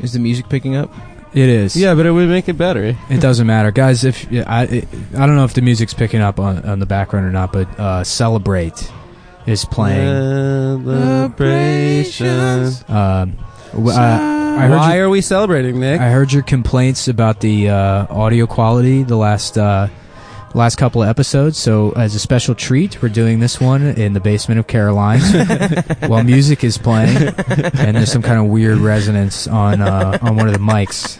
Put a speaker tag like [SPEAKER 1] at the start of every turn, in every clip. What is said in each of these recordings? [SPEAKER 1] Is the music picking up?
[SPEAKER 2] It is.
[SPEAKER 3] Yeah, but it would make it better.
[SPEAKER 2] It doesn't matter, guys. If yeah, I, it, I don't know if the music's picking up on, on the background or not, but uh, "Celebrate" is playing.
[SPEAKER 3] Celebrations.
[SPEAKER 2] Um, w- uh, I heard
[SPEAKER 3] Why
[SPEAKER 2] your,
[SPEAKER 3] are we celebrating, Nick?
[SPEAKER 2] I heard your complaints about the uh, audio quality the last uh, last couple of episodes. So, as a special treat, we're doing this one in the basement of Caroline's while music is playing, and there's some kind of weird resonance on uh, on one of the mics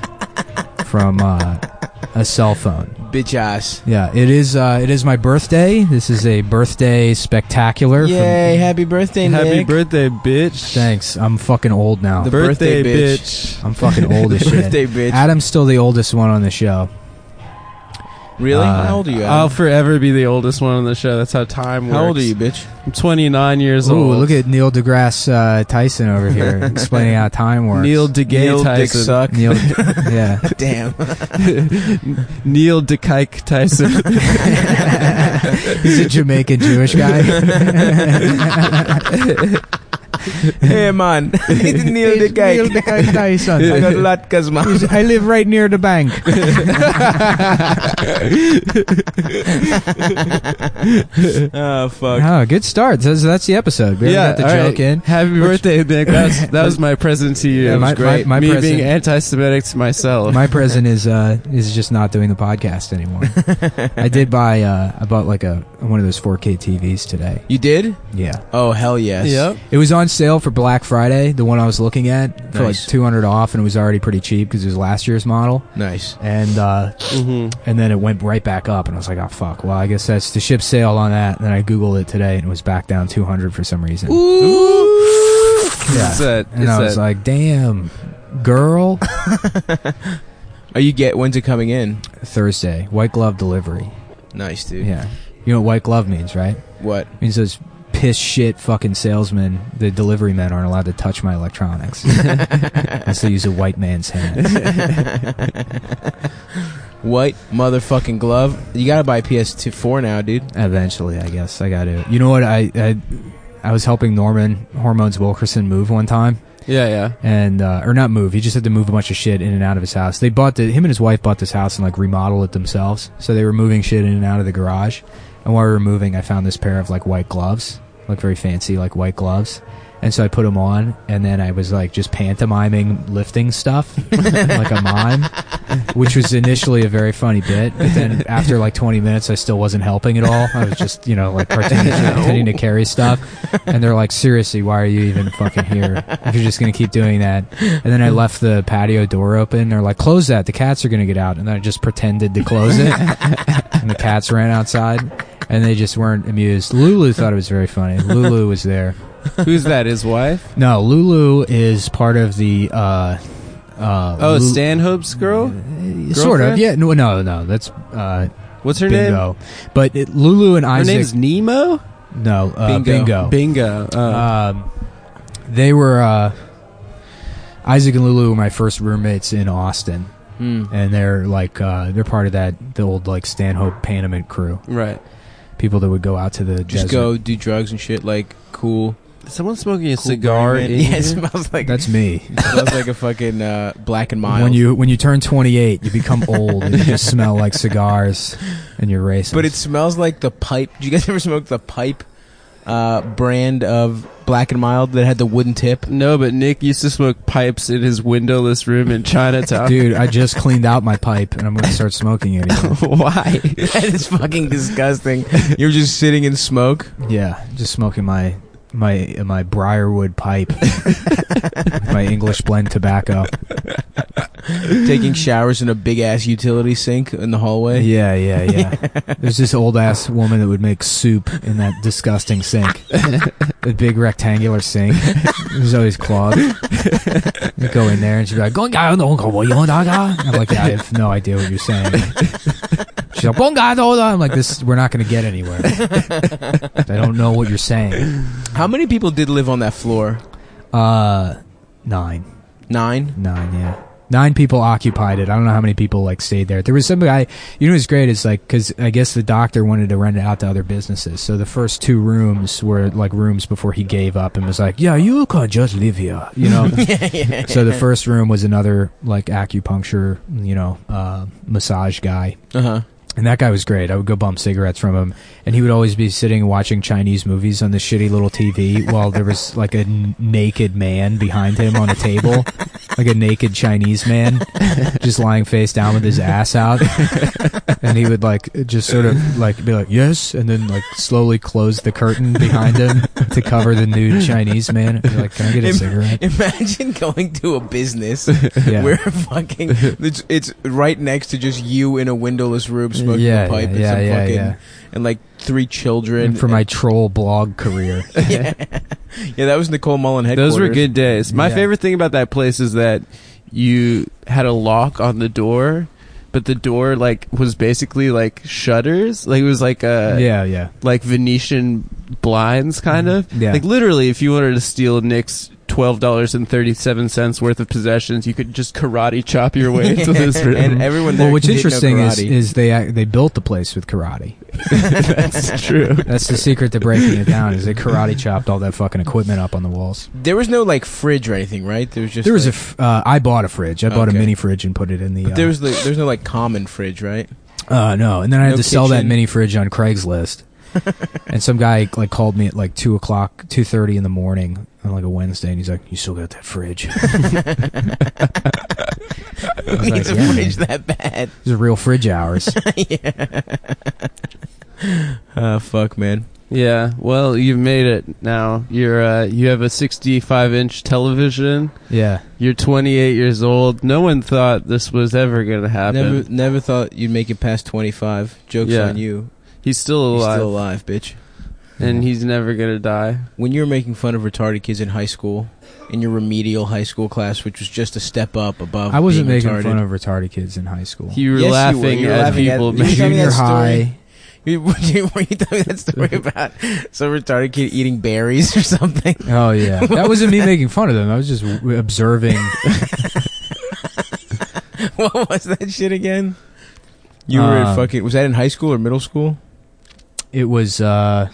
[SPEAKER 2] from uh, a cell phone.
[SPEAKER 1] Bitch ass.
[SPEAKER 2] Yeah, it is. Uh, it is my birthday. This is a birthday spectacular. from-
[SPEAKER 1] Yay! Happy birthday,
[SPEAKER 3] Happy
[SPEAKER 1] Nick.
[SPEAKER 3] birthday, bitch.
[SPEAKER 2] Thanks. I'm fucking old now.
[SPEAKER 1] The
[SPEAKER 3] birthday,
[SPEAKER 1] birthday,
[SPEAKER 3] bitch.
[SPEAKER 2] I'm fucking old as shit.
[SPEAKER 1] birthday, bitch.
[SPEAKER 2] Adam's still the oldest one on the show.
[SPEAKER 1] really?
[SPEAKER 2] Uh,
[SPEAKER 1] How old are you?
[SPEAKER 3] I'll
[SPEAKER 1] Adam?
[SPEAKER 3] forever be the oldest one on the show. That's how time works.
[SPEAKER 1] How old are you, bitch?
[SPEAKER 3] I'm 29 years
[SPEAKER 2] Ooh,
[SPEAKER 3] old.
[SPEAKER 2] look at Neil deGrasse uh, Tyson over here explaining how time works.
[SPEAKER 3] Neil DeGay
[SPEAKER 1] Neil Dick
[SPEAKER 3] Tyson.
[SPEAKER 1] Suck.
[SPEAKER 2] Neil, yeah.
[SPEAKER 1] Damn.
[SPEAKER 3] Neil DeKike Tyson.
[SPEAKER 2] He's a Jamaican Jewish guy.
[SPEAKER 1] hey man, it's Neil the guy.
[SPEAKER 2] Neil deGrasse
[SPEAKER 1] I
[SPEAKER 2] Tyson.
[SPEAKER 1] got latkes, man.
[SPEAKER 2] He's- I live right near the bank.
[SPEAKER 1] oh fuck.
[SPEAKER 2] Oh, good start. That's, that's the episode. We already
[SPEAKER 3] yeah,
[SPEAKER 2] got the
[SPEAKER 3] all right.
[SPEAKER 2] joke in.
[SPEAKER 3] Happy birthday, Nick. That's, that was my present to you.
[SPEAKER 2] Yeah,
[SPEAKER 3] It was
[SPEAKER 2] my- my-
[SPEAKER 3] great.
[SPEAKER 2] my
[SPEAKER 3] Me
[SPEAKER 2] present.
[SPEAKER 3] being anti-Semitic to myself.
[SPEAKER 2] My present is uh is just not doing the podcast anymore. I did buy uh I bought like a one of those 4K TVs today.
[SPEAKER 1] You did?
[SPEAKER 2] Yeah,
[SPEAKER 1] Oh hell yes.
[SPEAKER 3] Yep.
[SPEAKER 2] it was on sale for Black Friday, the one I was looking at for like
[SPEAKER 1] Nice.
[SPEAKER 2] 200 off, and it was already pretty cheap because it was last year's model.
[SPEAKER 1] Nice.
[SPEAKER 2] And uh
[SPEAKER 3] hmm
[SPEAKER 2] and then it went right back up, and I was like, oh fuck. Well, I guess that's the ship sale on that. And then I googled it today, and it was back down 200 for some reason. Yeah.
[SPEAKER 3] It's that,
[SPEAKER 2] and
[SPEAKER 3] it's
[SPEAKER 2] I was
[SPEAKER 3] that-
[SPEAKER 2] like, damn, girl.
[SPEAKER 1] Are you get? When's it coming in?
[SPEAKER 2] Thursday, white glove delivery.
[SPEAKER 1] Nice, dude.
[SPEAKER 2] Yeah, you know what white glove means, right?
[SPEAKER 1] What?
[SPEAKER 2] means those piss shit fucking salesmen, the delivery men aren't allowed to touch my electronics. Unless they use a white man's hand.
[SPEAKER 1] White motherfucking glove. You gotta buy PS4 now, dude.
[SPEAKER 2] Eventually, I guess I got to. You know what? I, I I was helping Norman Hormones Wilkerson move one time,
[SPEAKER 3] yeah, yeah.
[SPEAKER 2] and uh, or not move. He just had to move a bunch of shit in and out of his house. They bought the him and his wife bought this house and like remodeled it themselves. So they were moving shit in and out of the garage. And while we were moving, I found this pair of like white gloves, like very fancy, like white gloves. And so I put them on, and then I was like just pantomiming lifting stuff, like a mime, which was initially a very funny bit. But then after like 20 minutes, I still wasn't helping at all. I was just, you know, like pretending to, pretending to carry stuff. And they're like, seriously, why are you even fucking here? If you're just going to keep doing that. And then I left the patio door open. They're like, close that. The cats are going to get out. And then I just pretended to close it. and the cats ran outside. And they just weren't amused. Lulu thought it was very funny. Lulu was there.
[SPEAKER 3] Who's that? His wife?
[SPEAKER 2] No, Lulu is part of the. Uh, uh,
[SPEAKER 3] Oh,
[SPEAKER 2] Lu- uh,
[SPEAKER 3] Stanhope's girl?
[SPEAKER 2] sort of.
[SPEAKER 3] girlfriend?
[SPEAKER 2] Yeah. No, no, no. That's uh,
[SPEAKER 3] What's her name?
[SPEAKER 2] bingo. But it, Lulu and
[SPEAKER 3] Her
[SPEAKER 2] Isaac.
[SPEAKER 3] name's Nemo?
[SPEAKER 2] no, uh, bingo.
[SPEAKER 3] Bingo. Oh.
[SPEAKER 1] Uh-huh.
[SPEAKER 2] Um, they were uh, Isaac and Lulu were my first roommates in Austin,
[SPEAKER 1] Hmm.
[SPEAKER 2] and they're like uh, they're part of that the old like Stanhope Panamint crew,
[SPEAKER 3] right.
[SPEAKER 2] people that would go out to the
[SPEAKER 1] Just
[SPEAKER 2] desert.
[SPEAKER 1] go do drugs and shit like cool.
[SPEAKER 3] Is someone smoking a
[SPEAKER 1] cool
[SPEAKER 3] cigar
[SPEAKER 1] brain,
[SPEAKER 3] in
[SPEAKER 1] man. Yeah, it
[SPEAKER 3] here?
[SPEAKER 1] smells like
[SPEAKER 2] That's me.
[SPEAKER 1] it smells like a fucking uh, black and mild.
[SPEAKER 2] When you when you turn 28, you become old and you just smell like cigars and you're racist.
[SPEAKER 1] but it smells like the pipe. Did you guys ever smoke the pipe uh, brand of black and mild that had the wooden tip?
[SPEAKER 3] No, but Nick used to smoke pipes in his windowless room in
[SPEAKER 1] uh,
[SPEAKER 3] Chinatown.
[SPEAKER 2] dude, I just cleaned out my pipe and I'm going to start smoking it. again.
[SPEAKER 3] Why?
[SPEAKER 1] that is fucking disgusting. You're just sitting in smoke.
[SPEAKER 2] Yeah, just smoking my my my briarwood pipe, with my English blend tobacco.
[SPEAKER 1] taking showers in a big ass utility sink in the hallway.
[SPEAKER 2] Yeah, yeah, yeah. There's this old ass woman that would make soup in that disgusting sink. the big rectangular sink. It was always clogged. I'd go in there and she'd be like, "Gong ga dong ga wo yong da ga." I'm like, yeah, I have no idea what you're saying. She's like, "Gong ga dong da." I'm like, this, we're not going to get anywhere. I don't know what you're saying.
[SPEAKER 1] How many people did live on that floor?
[SPEAKER 2] Uh, nine.
[SPEAKER 1] Nine.
[SPEAKER 2] Nine, yeah. Nine people occupied it. I don't know how many people like stayed there. There was some guy. You know what's great is like because I guess the doctor wanted to rent it out to other businesses. So the first two rooms were like rooms before he gave up and was like, "Yeah, you can just live here," you know. so the first room was another like acupuncture, you know, uh, massage guy.
[SPEAKER 1] Uh huh.
[SPEAKER 2] And that guy was great. I would go bum cigarettes from him, and he would always be sitting and watching Chinese movies on this shitty little TV while there was like a n- naked man behind him on a table, like a naked Chinese man, just lying face down with his ass out. And he would like just sort of like be like yes, and then like slowly close the curtain behind him to cover the nude Chinese man. I'd be like, can I get a
[SPEAKER 1] Im-
[SPEAKER 2] cigarette?
[SPEAKER 1] Imagine going to a business
[SPEAKER 2] Yeah.
[SPEAKER 1] where fucking it's, it's right next to just you in a windowless room smoking
[SPEAKER 2] Yeah,
[SPEAKER 1] a pipe and
[SPEAKER 2] yeah,
[SPEAKER 1] some
[SPEAKER 2] yeah,
[SPEAKER 1] fucking
[SPEAKER 2] yeah.
[SPEAKER 1] and like three children.
[SPEAKER 2] And for my troll blog career.
[SPEAKER 1] yeah. yeah, that was Nicole Mullen headquarters.
[SPEAKER 3] Those were good days. My
[SPEAKER 2] Yeah.
[SPEAKER 3] favorite thing about that place is that you had a lock on the door, but the door like was basically like shutters. Like it was like
[SPEAKER 1] Uh,
[SPEAKER 3] a
[SPEAKER 2] yeah, yeah.
[SPEAKER 3] like Venetian blinds kind of.
[SPEAKER 2] Yeah.
[SPEAKER 3] Like literally if you wanted to steal Nick's twelve dollars and thirty seven cents worth of possessions, you could just karate chop your way into this room.
[SPEAKER 1] and everyone there
[SPEAKER 2] Well, what's
[SPEAKER 1] did know
[SPEAKER 2] interesting is,
[SPEAKER 1] karate.
[SPEAKER 2] is they ac- they built the place with karate.
[SPEAKER 3] That's true.
[SPEAKER 2] That's the secret to breaking it down. Is they karate chopped all that fucking equipment up on the walls.
[SPEAKER 1] there was no like fridge or anything, right? There was just
[SPEAKER 2] There was a.
[SPEAKER 1] like,
[SPEAKER 2] F- uh, I bought a fridge. I bought
[SPEAKER 1] Okay.
[SPEAKER 2] a mini fridge and put it in the.
[SPEAKER 1] but
[SPEAKER 2] uh,
[SPEAKER 1] there was like, there's no like common fridge, right?
[SPEAKER 2] Uh, no, and then I had
[SPEAKER 1] No
[SPEAKER 2] to sell that
[SPEAKER 1] kitchen.
[SPEAKER 2] mini fridge on Craigslist. and some guy like called me at like two o'clock, two thirty in the morning on like a Wednesday, and he's like, "You still got that fridge?
[SPEAKER 1] Who
[SPEAKER 2] was
[SPEAKER 1] needs
[SPEAKER 2] like,
[SPEAKER 1] a
[SPEAKER 2] yeah,
[SPEAKER 1] fridge that bad?
[SPEAKER 2] These are real fridge hours."
[SPEAKER 1] Ah, fuck, man.
[SPEAKER 3] Yeah. Well, you've made it now. You're uh you have a sixty five inch television.
[SPEAKER 2] yeah,
[SPEAKER 3] You're 28 years old. No one thought this was ever going to happen.
[SPEAKER 1] Never, never thought you'd make it past 25. Jokes
[SPEAKER 3] Yeah.
[SPEAKER 1] on you.
[SPEAKER 3] he's still
[SPEAKER 1] You're
[SPEAKER 3] alive,
[SPEAKER 1] still alive, bitch.
[SPEAKER 3] and he's never going to die.
[SPEAKER 1] When you were making fun of retarded kids in high school, in your remedial high school class, which was just a step up above,
[SPEAKER 2] I wasn't
[SPEAKER 1] being
[SPEAKER 2] making
[SPEAKER 1] retarded.
[SPEAKER 2] fun of retarded kids in high school.
[SPEAKER 3] You were
[SPEAKER 1] Yes, you were.
[SPEAKER 3] laughing
[SPEAKER 1] You were
[SPEAKER 3] at
[SPEAKER 1] laughing at-
[SPEAKER 3] people.
[SPEAKER 1] you were
[SPEAKER 3] man.
[SPEAKER 1] telling
[SPEAKER 2] junior
[SPEAKER 1] that story.
[SPEAKER 2] high.
[SPEAKER 1] You, were you were you telling me that story about some retarded kid eating berries or something?
[SPEAKER 2] Oh yeah, that wasn't me making fun of them. I was just w- observing.
[SPEAKER 1] what was that shit again? You were in
[SPEAKER 2] Um,
[SPEAKER 1] fucking. Was that in high school or middle school?
[SPEAKER 2] It was, uh,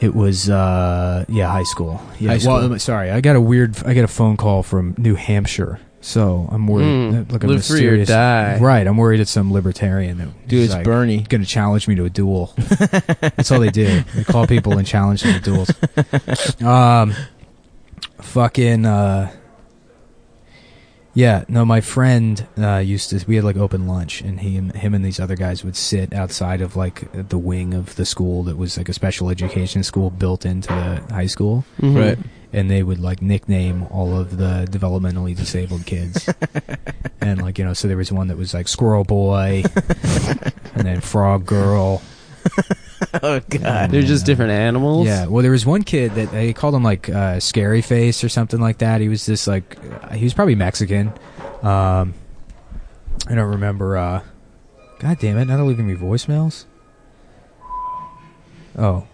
[SPEAKER 2] it was, uh, yeah, high school. Yeah.
[SPEAKER 1] High school.
[SPEAKER 2] Well, I'm sorry, I got a weird. I got a phone call from New Hampshire, so I'm worried.
[SPEAKER 3] Mm,
[SPEAKER 2] like a
[SPEAKER 3] live free or
[SPEAKER 2] mysterious-
[SPEAKER 3] die.
[SPEAKER 2] Right, I'm worried it's some libertarian that
[SPEAKER 1] Dude,
[SPEAKER 2] is,
[SPEAKER 1] it's
[SPEAKER 2] like,
[SPEAKER 1] Bernie.
[SPEAKER 2] going to challenge me to a duel. That's all they do. They call people and challenge them to duels. Um, fucking uh, yeah. No, my friend uh, used to. We had like open lunch, and he and him and these other guys would sit outside of like the wing of the school that was like a special education school built into the high school
[SPEAKER 3] Mhm.
[SPEAKER 1] Right.
[SPEAKER 2] and they would like nickname all of the developmentally disabled kids. and like, you know, so there was one that was like Squirrel Boy and then Frog Girl. uh,
[SPEAKER 1] Oh god.
[SPEAKER 3] They're just different animals.
[SPEAKER 2] Yeah. Well, there was one kid that they called him like uh, Scary Face or something like that. He was this like, uh, he was probably Mexican. Um, I don't remember. Uh, God damn it. Now they're leaving me voicemails. Oh.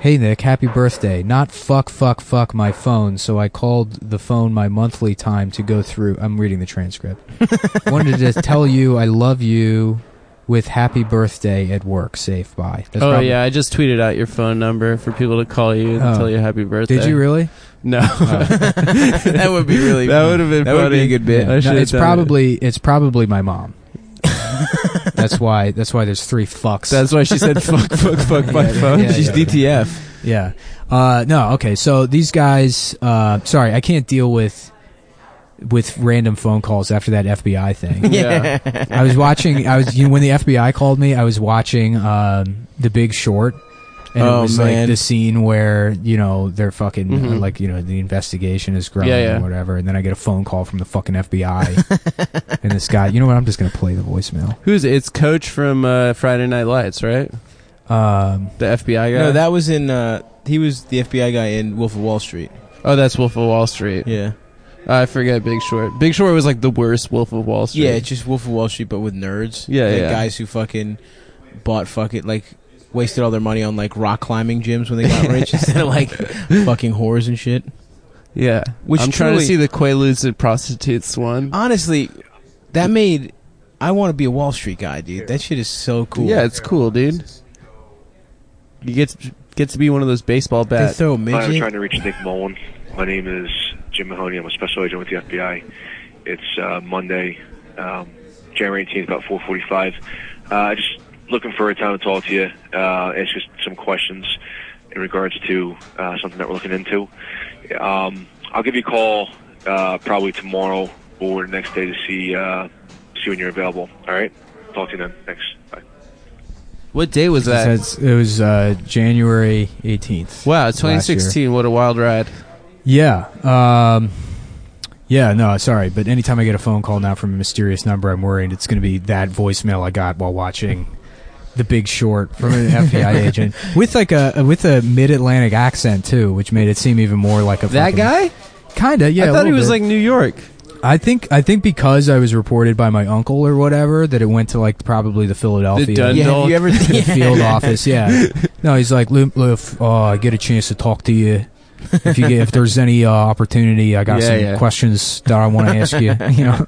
[SPEAKER 2] Hey Nick, happy birthday. Not fuck, fuck, fuck my phone, so I called the phone my monthly time to go through. I'm reading the transcript. Wanted to tell you I love you with happy birthday at work. Safe bye. That's
[SPEAKER 3] oh
[SPEAKER 2] probably-
[SPEAKER 3] yeah, I just tweeted out your phone number for people to call you and
[SPEAKER 2] Oh.
[SPEAKER 3] tell you happy birthday.
[SPEAKER 2] Did you Oh. really?
[SPEAKER 3] No.
[SPEAKER 1] that would be really.
[SPEAKER 3] That would have been
[SPEAKER 1] That would be
[SPEAKER 3] funny.
[SPEAKER 1] a good bit.
[SPEAKER 3] I
[SPEAKER 2] No,
[SPEAKER 3] should've
[SPEAKER 2] it's
[SPEAKER 3] done it.
[SPEAKER 2] probably it's probably my mom. that's why that's why there's three fucks.
[SPEAKER 3] That's why she said fuck, fuck, fuck my
[SPEAKER 2] Yeah, yeah,
[SPEAKER 3] phone.
[SPEAKER 2] yeah,
[SPEAKER 3] She's
[SPEAKER 2] yeah.
[SPEAKER 3] DT.
[SPEAKER 1] DTF.
[SPEAKER 2] yeah. Uh, no. Okay. So these guys. Uh, sorry, I can't deal with with random phone calls after that FBI thing.
[SPEAKER 3] Yeah.
[SPEAKER 2] I was watching. I was you know, when the FBI called me. I was watching um, The Big Short. And
[SPEAKER 1] Oh,
[SPEAKER 2] it was
[SPEAKER 1] man.
[SPEAKER 2] like the scene where you know they're fucking
[SPEAKER 3] Mhm.
[SPEAKER 2] uh, like you know the investigation is growing
[SPEAKER 3] Yeah, yeah.
[SPEAKER 2] and whatever, and then I get a phone call from the fucking FBI, and this guy. You know what? I'm just gonna play the voicemail.
[SPEAKER 3] Who's it? It's Coach from uh, Friday Night Lights, right?
[SPEAKER 2] Um,
[SPEAKER 3] The FBI guy.
[SPEAKER 1] No, that was in. Uh, he was the FBI guy in Wolf of Wall Street.
[SPEAKER 3] oh, that's Wolf of Wall Street.
[SPEAKER 1] Yeah.
[SPEAKER 3] I forget Big Short. Big Short was like the worst Wolf of Wall Street.
[SPEAKER 1] Yeah, it's just Wolf of Wall Street, but with nerds.
[SPEAKER 3] Yeah,
[SPEAKER 1] Like,
[SPEAKER 3] yeah.
[SPEAKER 1] Guys who fucking bought fucking like wasted all their money on like rock climbing gyms when they got rich instead of like fucking whores and shit.
[SPEAKER 3] Yeah,
[SPEAKER 1] Which
[SPEAKER 3] I'm trying to
[SPEAKER 1] truly-
[SPEAKER 3] see the Quaaludes and prostitutes one.
[SPEAKER 1] Honestly, that made I want to be a Wall Street guy, dude. That shit is so cool.
[SPEAKER 3] Yeah, it's cool, dude. You get to, get to be one of those baseball
[SPEAKER 1] they
[SPEAKER 3] bats.
[SPEAKER 1] throw a
[SPEAKER 4] Hi, I'm
[SPEAKER 1] midget.
[SPEAKER 4] trying to reach Nick Mullen. My name is Jim Mahoney. I'm a special agent with the FBI. It's uh, Monday, um, January 18th, about 4:45. Uh, just looking for a time to talk to you. Uh, ask you some questions in regards to uh, something that we're looking into. Um, I'll give you a call uh, probably tomorrow or the next day to see uh, see when you're available. All right. Talk to you then. Thanks. Bye.
[SPEAKER 3] What day was that?
[SPEAKER 2] Besides, it was uh, January 18th.
[SPEAKER 3] wow,
[SPEAKER 2] last year.
[SPEAKER 3] 2016. What a wild ride.
[SPEAKER 2] Yeah. Um, yeah, no, sorry. But anytime I get a phone call now from a mysterious number, I'm worried it's going to be that voicemail I got while watching The Big Short from an FBI agent with like a with a mid Atlantic accent too, which made it seem even more like a
[SPEAKER 3] That
[SPEAKER 2] fucking-
[SPEAKER 3] guy?
[SPEAKER 2] Kinda, yeah.
[SPEAKER 3] I
[SPEAKER 2] a
[SPEAKER 3] thought he
[SPEAKER 2] little
[SPEAKER 3] was
[SPEAKER 2] bit.
[SPEAKER 3] like New York.
[SPEAKER 2] I think I think because I was reported by my uncle or whatever that it went to like probably the Philadelphia
[SPEAKER 3] The Dundalk.
[SPEAKER 1] yeah, have you ever?
[SPEAKER 2] the field office. Yeah. No, he's like, "Lou- Lou, if, uh, I get a chance to talk to you. If you get, if there's any uh, opportunity, I got
[SPEAKER 3] Yeah,
[SPEAKER 2] some
[SPEAKER 3] yeah.
[SPEAKER 2] questions that I want to ask you. You know.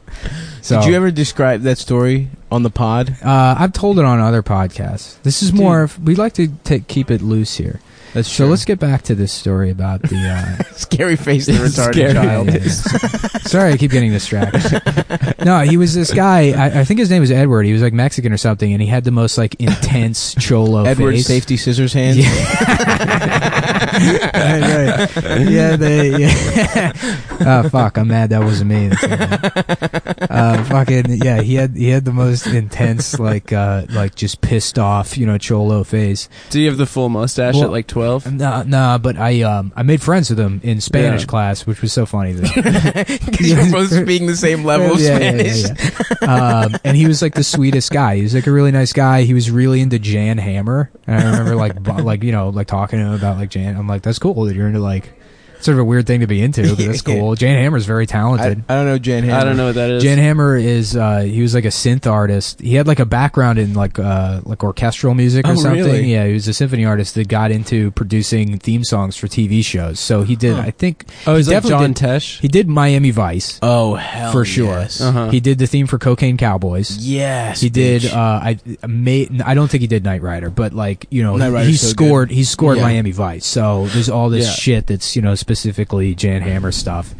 [SPEAKER 2] So,
[SPEAKER 1] Did you ever describe that story on the pod?
[SPEAKER 2] Uh, I've told it on other podcasts. This is more. Of, we like to take, keep it loose here.
[SPEAKER 1] That's
[SPEAKER 2] So let's get back to this story about the. Uh,
[SPEAKER 1] scary face the retarded
[SPEAKER 3] Scary.
[SPEAKER 1] child.
[SPEAKER 2] yeah, yeah, yeah. Sorry, I keep getting distracted. no, he was this guy. I, I think his name was Edward. He was like Mexican or something, and he had the most like intense cholo
[SPEAKER 1] Edward
[SPEAKER 2] face.
[SPEAKER 1] safety scissors hands.
[SPEAKER 2] right, right. Yeah, they. Yeah. oh fuck! I'm mad that wasn't me. That's okay. uh, fucking yeah, he had he had the most intense like uh like just pissed off you know cholo phase.
[SPEAKER 3] Do you have the full mustache
[SPEAKER 2] Well-
[SPEAKER 3] at like 12?
[SPEAKER 2] Nah, nah, but I um I made friends with him in Spanish
[SPEAKER 3] Yeah.
[SPEAKER 2] class, which was so funny. That
[SPEAKER 1] Because you're both speaking the same level of
[SPEAKER 2] Yeah, yeah, yeah,
[SPEAKER 1] Spanish.
[SPEAKER 2] yeah. Um, and he was like the sweetest guy. He was like a really nice guy. He was really into Jan Hammer, and I remember like bu- like you know like talking to him about like Jan. I'm like, that's cool that you're into like sort of a weird thing to be into, but that's
[SPEAKER 1] Yeah.
[SPEAKER 2] cool. Jan Hammer's
[SPEAKER 1] I,
[SPEAKER 2] very
[SPEAKER 1] I
[SPEAKER 2] talented.
[SPEAKER 1] don't know Jan Hammer.
[SPEAKER 3] I don't know what that is.
[SPEAKER 2] Jan Hammer is uh, he was like a synth artist. He had like a background in like uh, like orchestral music or
[SPEAKER 1] Oh,
[SPEAKER 2] something.
[SPEAKER 1] really?
[SPEAKER 2] Yeah, he was a symphony artist that got into producing theme songs for TV shows. So he did,
[SPEAKER 1] Huh.
[SPEAKER 2] I think,
[SPEAKER 3] oh, he's
[SPEAKER 2] he
[SPEAKER 3] like
[SPEAKER 2] definitely
[SPEAKER 3] John Tesh.
[SPEAKER 2] he did Miami Vice.
[SPEAKER 1] Oh hell,
[SPEAKER 2] For sure.
[SPEAKER 1] Yes.
[SPEAKER 3] Uh-huh.
[SPEAKER 2] He did the theme for Cocaine Cowboys.
[SPEAKER 1] Yes,
[SPEAKER 2] He did.
[SPEAKER 1] bitch.
[SPEAKER 2] Uh, I made. I don't think he did Knight Rider, but like you know,
[SPEAKER 1] Knight
[SPEAKER 2] he- he
[SPEAKER 1] Rider's so
[SPEAKER 2] scored. He scored
[SPEAKER 1] Yeah.
[SPEAKER 2] Miami Vice. So there's all this
[SPEAKER 3] Yeah.
[SPEAKER 2] shit that's you know specifically Jan Hammer stuff.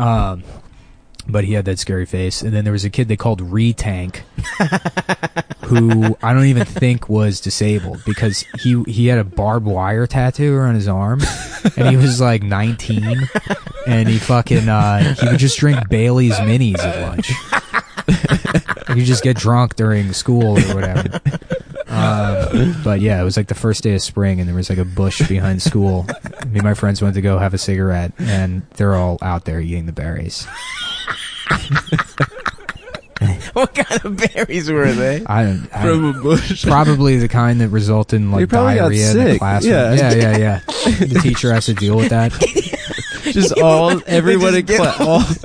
[SPEAKER 2] Um, but he had that scary face, and then there was a kid they called Retank, who I don't even think was disabled because he he had a barbed wire tattoo on his arm, and he was like 19, and he fucking uh, he would just drink Bailey's minis at lunch. Like, you just get drunk during school or whatever. Um, but yeah, it was like the first day of spring, and there was like a bush behind school. Me and my friends went to go have a cigarette, and they're all out there eating the berries.
[SPEAKER 1] what kind of berries were they?
[SPEAKER 2] I, don't- I
[SPEAKER 3] From a bush.
[SPEAKER 2] probably the kind that result in
[SPEAKER 3] They
[SPEAKER 2] like
[SPEAKER 3] probably got
[SPEAKER 2] diarrhea in the
[SPEAKER 3] sick.
[SPEAKER 2] classroom.
[SPEAKER 3] Yeah.
[SPEAKER 2] yeah, yeah. yeah. the teacher has to deal with that.
[SPEAKER 3] just all everyone
[SPEAKER 1] just
[SPEAKER 3] in
[SPEAKER 1] get
[SPEAKER 3] class,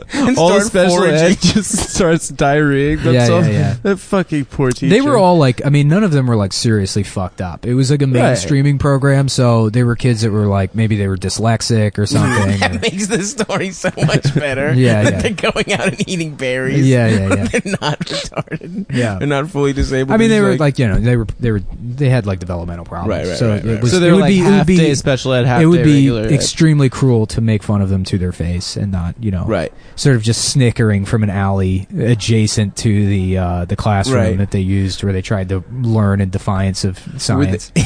[SPEAKER 3] all,
[SPEAKER 1] and
[SPEAKER 3] all
[SPEAKER 1] start
[SPEAKER 3] special
[SPEAKER 1] foraging.
[SPEAKER 3] ed just starts diarrheaing
[SPEAKER 2] Yeah, yeah,
[SPEAKER 3] themselves.
[SPEAKER 2] yeah.
[SPEAKER 3] That fucking poor teacher.
[SPEAKER 2] They were all like, I mean, none of them were like seriously fucked up. It was like a
[SPEAKER 3] Right.
[SPEAKER 2] mainstreaming program, so they were kids that were like maybe they were dyslexic or something. or-
[SPEAKER 1] That makes the story so much better.
[SPEAKER 2] Yeah,
[SPEAKER 1] that
[SPEAKER 2] yeah.
[SPEAKER 1] they're going out and eating berries.
[SPEAKER 2] yeah, yeah, yeah.
[SPEAKER 1] they're not retarded.
[SPEAKER 2] Yeah.
[SPEAKER 1] they're not fully disabled.
[SPEAKER 2] I mean, they
[SPEAKER 1] It's
[SPEAKER 2] were like, you know, they were they were they had like developmental problems.
[SPEAKER 1] Right, right,
[SPEAKER 2] so
[SPEAKER 1] right,
[SPEAKER 2] it
[SPEAKER 1] right,
[SPEAKER 2] was
[SPEAKER 3] so they
[SPEAKER 2] it
[SPEAKER 3] were
[SPEAKER 2] would
[SPEAKER 3] like
[SPEAKER 2] be, it would
[SPEAKER 3] half
[SPEAKER 2] be-
[SPEAKER 3] day special ed, half
[SPEAKER 2] it would
[SPEAKER 3] day
[SPEAKER 2] be
[SPEAKER 3] regular ed.
[SPEAKER 2] extremely cruel to make fun of them to their face and not, you know,
[SPEAKER 1] right.
[SPEAKER 2] sort of just snickering from an alley adjacent to the uh, the classroom
[SPEAKER 1] Right.
[SPEAKER 2] that they used where they tried to learn in defiance of
[SPEAKER 1] Were
[SPEAKER 2] science.
[SPEAKER 1] they-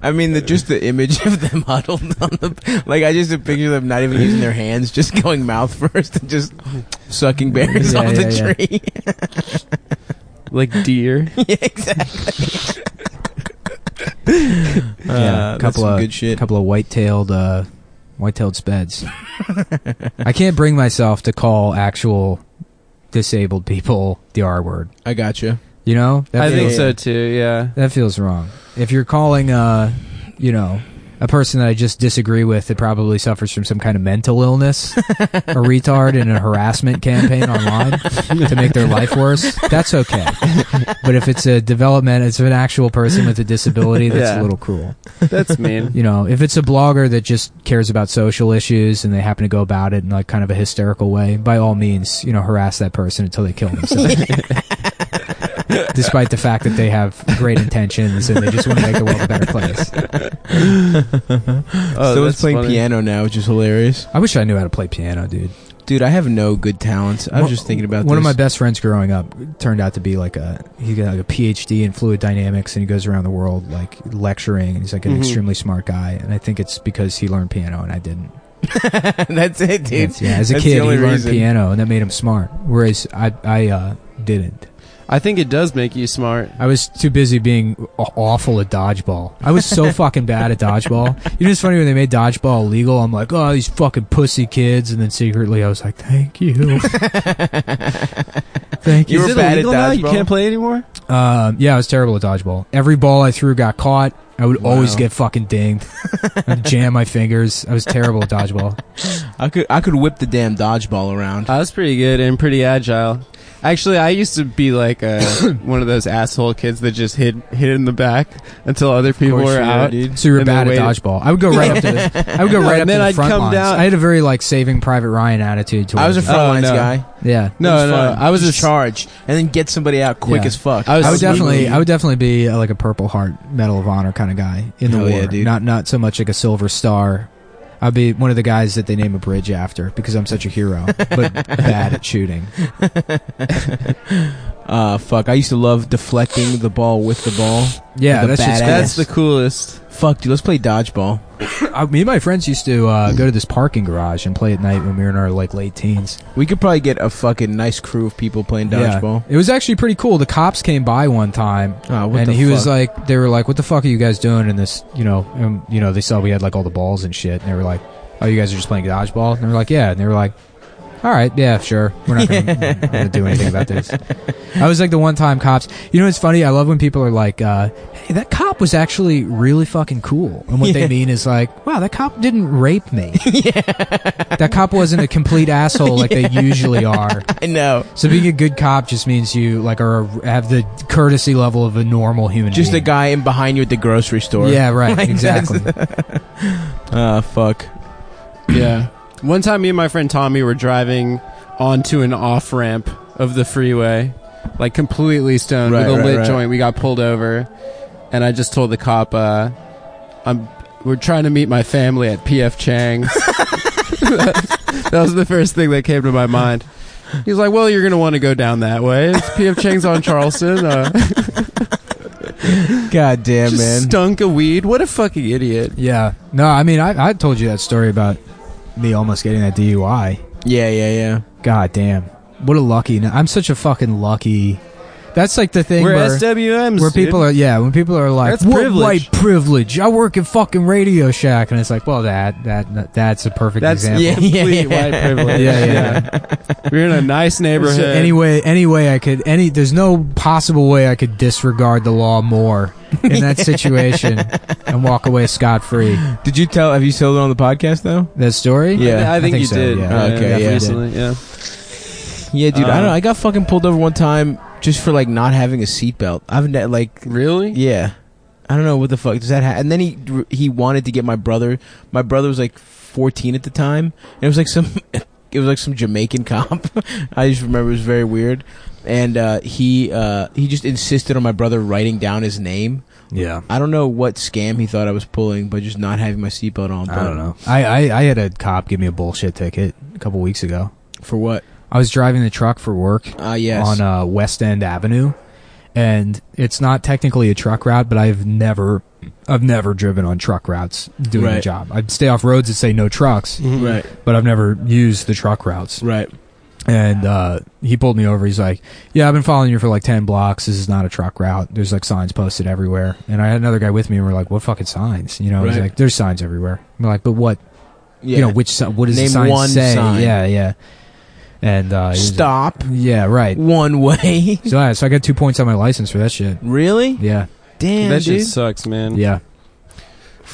[SPEAKER 1] I mean, the, just the image of them huddled on the like, I just picture them not even using their hands, just going mouth first and just sucking berries
[SPEAKER 2] Yeah,
[SPEAKER 1] off the
[SPEAKER 2] yeah,
[SPEAKER 1] tree.
[SPEAKER 3] like deer.
[SPEAKER 1] yeah, exactly.
[SPEAKER 2] Yeah,
[SPEAKER 1] Uh, that's
[SPEAKER 2] couple
[SPEAKER 1] some
[SPEAKER 2] of
[SPEAKER 1] good shit.
[SPEAKER 2] couple of white-tailed uh, white-tailed speds. I can't bring myself to call actual disabled people the R word.
[SPEAKER 1] I gotcha.
[SPEAKER 2] You know, that
[SPEAKER 3] I
[SPEAKER 2] feels,
[SPEAKER 3] think
[SPEAKER 1] Yeah.
[SPEAKER 3] so too. Yeah.
[SPEAKER 2] that feels wrong. If you're calling, uh, you know, a person that I just disagree with that probably suffers from some kind of mental illness, a retard, and a harassment campaign online to make their life worse. That's okay. But if it's a development, it's an actual person with a disability, that's
[SPEAKER 3] Yeah.
[SPEAKER 2] a little cruel.
[SPEAKER 3] That's mean.
[SPEAKER 2] You know, if it's a blogger that just cares about social issues and they happen to go about it in like kind of a hysterical way, by all means, you know, harass that person until they kill themselves. Despite the fact that they have great intentions and they just want to make the world a better place.
[SPEAKER 3] Oh,
[SPEAKER 1] Someone's
[SPEAKER 3] that's
[SPEAKER 1] playing
[SPEAKER 3] funny.
[SPEAKER 1] piano now, which is hilarious.
[SPEAKER 2] I wish I knew how to play piano, dude.
[SPEAKER 1] Dude, I have no good talents. I was just thinking about
[SPEAKER 2] one
[SPEAKER 1] this.
[SPEAKER 2] of my best friends growing up turned out to be like a he got like a PhD in fluid dynamics and he goes around the world like lecturing and he's like an
[SPEAKER 1] Mm-hmm.
[SPEAKER 3] Mhm.
[SPEAKER 2] extremely smart guy and I think it's because he learned piano and I didn't.
[SPEAKER 1] That's it, dude.
[SPEAKER 2] It's- yeah, as a
[SPEAKER 1] That's
[SPEAKER 2] kid
[SPEAKER 1] the
[SPEAKER 2] he
[SPEAKER 1] only
[SPEAKER 2] learned
[SPEAKER 1] reason.
[SPEAKER 2] piano and that made him smart whereas I I uh, didn't.
[SPEAKER 3] I think it does make you smart.
[SPEAKER 2] I was too busy being aw- awful at dodgeball. I was so fucking bad at dodgeball. You know, it's funny when they made dodgeball illegal. I'm like, oh, these fucking pussy kids, and then secretly I was like, thank you, thank you.
[SPEAKER 1] You were
[SPEAKER 3] Is it
[SPEAKER 1] bad at
[SPEAKER 3] illegal now? You
[SPEAKER 1] dodgeball?
[SPEAKER 3] can't play anymore.
[SPEAKER 2] Um, yeah, I was terrible at dodgeball. Every ball I threw got caught. I would always
[SPEAKER 1] Wow.
[SPEAKER 2] get fucking dinged. I'd jam my fingers. I was terrible at dodgeball.
[SPEAKER 1] I could I could whip the damn dodgeball around.
[SPEAKER 3] I was pretty good and pretty agile. Actually, I used to be like a, one of those asshole kids that just hid hid in the back until other people
[SPEAKER 1] course you are,
[SPEAKER 3] were out.
[SPEAKER 1] dude.
[SPEAKER 2] So you were
[SPEAKER 3] And
[SPEAKER 2] bad at
[SPEAKER 3] then waited-
[SPEAKER 2] dodgeball. I would go right up to the. I would go
[SPEAKER 3] No,
[SPEAKER 2] right up
[SPEAKER 3] and then
[SPEAKER 2] to the
[SPEAKER 3] I'd
[SPEAKER 2] front
[SPEAKER 3] come
[SPEAKER 2] lines.
[SPEAKER 3] down-
[SPEAKER 2] I had a very like Saving Private Ryan attitude towards.
[SPEAKER 1] I was a
[SPEAKER 2] it.
[SPEAKER 1] front
[SPEAKER 3] Oh,
[SPEAKER 1] lines
[SPEAKER 3] no.
[SPEAKER 1] guy.
[SPEAKER 2] yeah.
[SPEAKER 1] It
[SPEAKER 3] No,
[SPEAKER 1] was
[SPEAKER 3] no,
[SPEAKER 1] fun.
[SPEAKER 3] I was
[SPEAKER 1] Just
[SPEAKER 3] a
[SPEAKER 1] charge and then get somebody out quick
[SPEAKER 2] Yeah.
[SPEAKER 1] as fuck.
[SPEAKER 3] I was
[SPEAKER 2] I would
[SPEAKER 3] sweet.
[SPEAKER 2] definitely, I would definitely be uh, like a Purple Heart Medal of Honor kind of guy in the
[SPEAKER 1] Hell
[SPEAKER 2] war.
[SPEAKER 1] yeah, dude.
[SPEAKER 2] Not, not so much like a Silver Star. I'd be one of the guys that they name a bridge after because I'm such a hero, but bad at shooting.
[SPEAKER 1] uh, fuck. I used to love deflecting the ball with the ball.
[SPEAKER 2] Yeah,
[SPEAKER 1] The
[SPEAKER 2] that's just
[SPEAKER 1] badass.
[SPEAKER 3] That's the coolest.
[SPEAKER 1] Fuck, dude. Let's play dodgeball.
[SPEAKER 2] I, Uh, me and my friends used to uh, go to this parking garage and play at night when we were in our like late teens.
[SPEAKER 1] We could probably get a fucking nice crew of people playing
[SPEAKER 2] Yeah.
[SPEAKER 1] dodgeball.
[SPEAKER 2] It was actually pretty cool. The cops came by one time.
[SPEAKER 1] Oh, what
[SPEAKER 2] and
[SPEAKER 1] the
[SPEAKER 2] he was
[SPEAKER 1] fuck?
[SPEAKER 2] like, they were like, "What the fuck are you guys doing?" in this, you know, um, you know, they saw we had like all the balls and shit, and they were like, "Oh, you guys are just playing dodgeball?" And they were like, "Yeah," and they were like, "All right, yeah, sure, we're not gonna, we're not gonna do anything about this." I was like the one time cops. You know, it's funny. I love when people are like, uh, "Hey, that cop was actually really fucking cool," and what they mean is like, "Wow, that cop didn't rape me. That cop wasn't a complete asshole like they usually are."
[SPEAKER 1] I know.
[SPEAKER 2] So being a good cop just means you like are have the courtesy level of a normal human.
[SPEAKER 1] Just the
[SPEAKER 2] being.
[SPEAKER 1] guy in behind you at the grocery store.
[SPEAKER 2] Yeah, right.
[SPEAKER 1] Like, that's-
[SPEAKER 2] exactly.
[SPEAKER 1] Uh, fuck.
[SPEAKER 3] Yeah. One time, me and my friend Tommy were driving onto an off ramp of the freeway, like completely stoned
[SPEAKER 1] Right,
[SPEAKER 3] with a
[SPEAKER 1] right,
[SPEAKER 3] lit
[SPEAKER 1] right.
[SPEAKER 3] joint. We got pulled over, and I just told the cop, uh, "I'm we're trying to meet my family at PF Chang's." that was the first thing that came to my mind. He's like, "Well, you're gonna want to go down that way. It's PF Chang's on Charleston." Uh,
[SPEAKER 1] God damn,
[SPEAKER 3] just
[SPEAKER 1] man.
[SPEAKER 3] stunk of weed. What a fucking idiot!
[SPEAKER 2] yeah. No, I mean, I, I told you that story about me almost getting that DUI.
[SPEAKER 1] yeah, yeah, yeah.
[SPEAKER 2] God damn. What a lucky. I'm such a fucking lucky. That's like the thing
[SPEAKER 3] We're
[SPEAKER 2] where,
[SPEAKER 3] SWMs.
[SPEAKER 2] where
[SPEAKER 3] dude.
[SPEAKER 2] people are, yeah, when people are like,
[SPEAKER 3] That's
[SPEAKER 2] "What
[SPEAKER 3] privilege."
[SPEAKER 2] white privilege? I work in fucking Radio Shack. And it's like, well, that, that, that's a perfect
[SPEAKER 3] That's
[SPEAKER 2] example.
[SPEAKER 1] yeah,
[SPEAKER 3] complete
[SPEAKER 1] yeah.
[SPEAKER 3] white privilege.
[SPEAKER 2] Yeah, yeah.
[SPEAKER 3] We're in a nice neighborhood.
[SPEAKER 2] So any way, any way I could, any. There's no possible way I could disregard the law more in that situation and walk away scot free.
[SPEAKER 1] Did you tell? Have you told it on the podcast though?
[SPEAKER 2] That story?
[SPEAKER 1] Yeah.
[SPEAKER 3] I, think, you
[SPEAKER 2] so,
[SPEAKER 3] did.
[SPEAKER 2] yeah.
[SPEAKER 1] Oh, okay,
[SPEAKER 2] yeah.
[SPEAKER 3] recently, yeah.
[SPEAKER 1] Yeah, dude. I
[SPEAKER 3] Uh,
[SPEAKER 1] don't. know. I got fucking pulled over one time just for like not having a seatbelt. I've ne- like,
[SPEAKER 3] Really?
[SPEAKER 1] yeah. I don't know what the fuck does that. Ha- and then he he wanted to get my brother. My brother was like 14 at the time, and it was like some. It was like some Jamaican cop. I just remember it was very weird, and uh, he uh, he just insisted on my brother writing down his name.
[SPEAKER 2] Yeah.
[SPEAKER 1] I don't know what scam he thought I was pulling, but just not having my seatbelt on.
[SPEAKER 2] I
[SPEAKER 1] but-
[SPEAKER 2] don't know. I, I I had a cop give me a bullshit ticket a couple weeks ago.
[SPEAKER 1] for what.
[SPEAKER 2] I was driving the truck for work
[SPEAKER 1] Ah, yes.
[SPEAKER 2] on uh, West End Avenue, and it's not technically a truck route, but I've never. I've never driven on truck routes doing a
[SPEAKER 1] Right.
[SPEAKER 2] job. I'd stay off roads that say no trucks,
[SPEAKER 1] right,
[SPEAKER 2] but I've never used the truck routes.
[SPEAKER 1] right.
[SPEAKER 2] and uh, he pulled me over. He's like, "Yeah, I've been following you for like ten blocks. This is not a truck route. There's like signs posted everywhere." And I had another guy with me, and we're like, "What fucking signs?" You know, he's
[SPEAKER 1] Right.
[SPEAKER 2] like, "There's signs everywhere." I'm like, "But what?
[SPEAKER 1] Yeah.
[SPEAKER 2] You know, which si- what does
[SPEAKER 1] Name
[SPEAKER 2] the sign
[SPEAKER 1] one
[SPEAKER 2] say?"
[SPEAKER 1] sign.
[SPEAKER 2] Yeah, yeah. And uh, he was like-
[SPEAKER 1] Stop.
[SPEAKER 2] yeah, right.
[SPEAKER 1] One way.
[SPEAKER 2] So, yeah, so I got two points on my license for that shit.
[SPEAKER 1] Really?
[SPEAKER 2] Yeah,
[SPEAKER 1] Damn,
[SPEAKER 3] that
[SPEAKER 1] dude.
[SPEAKER 3] shit sucks, man.
[SPEAKER 2] yeah.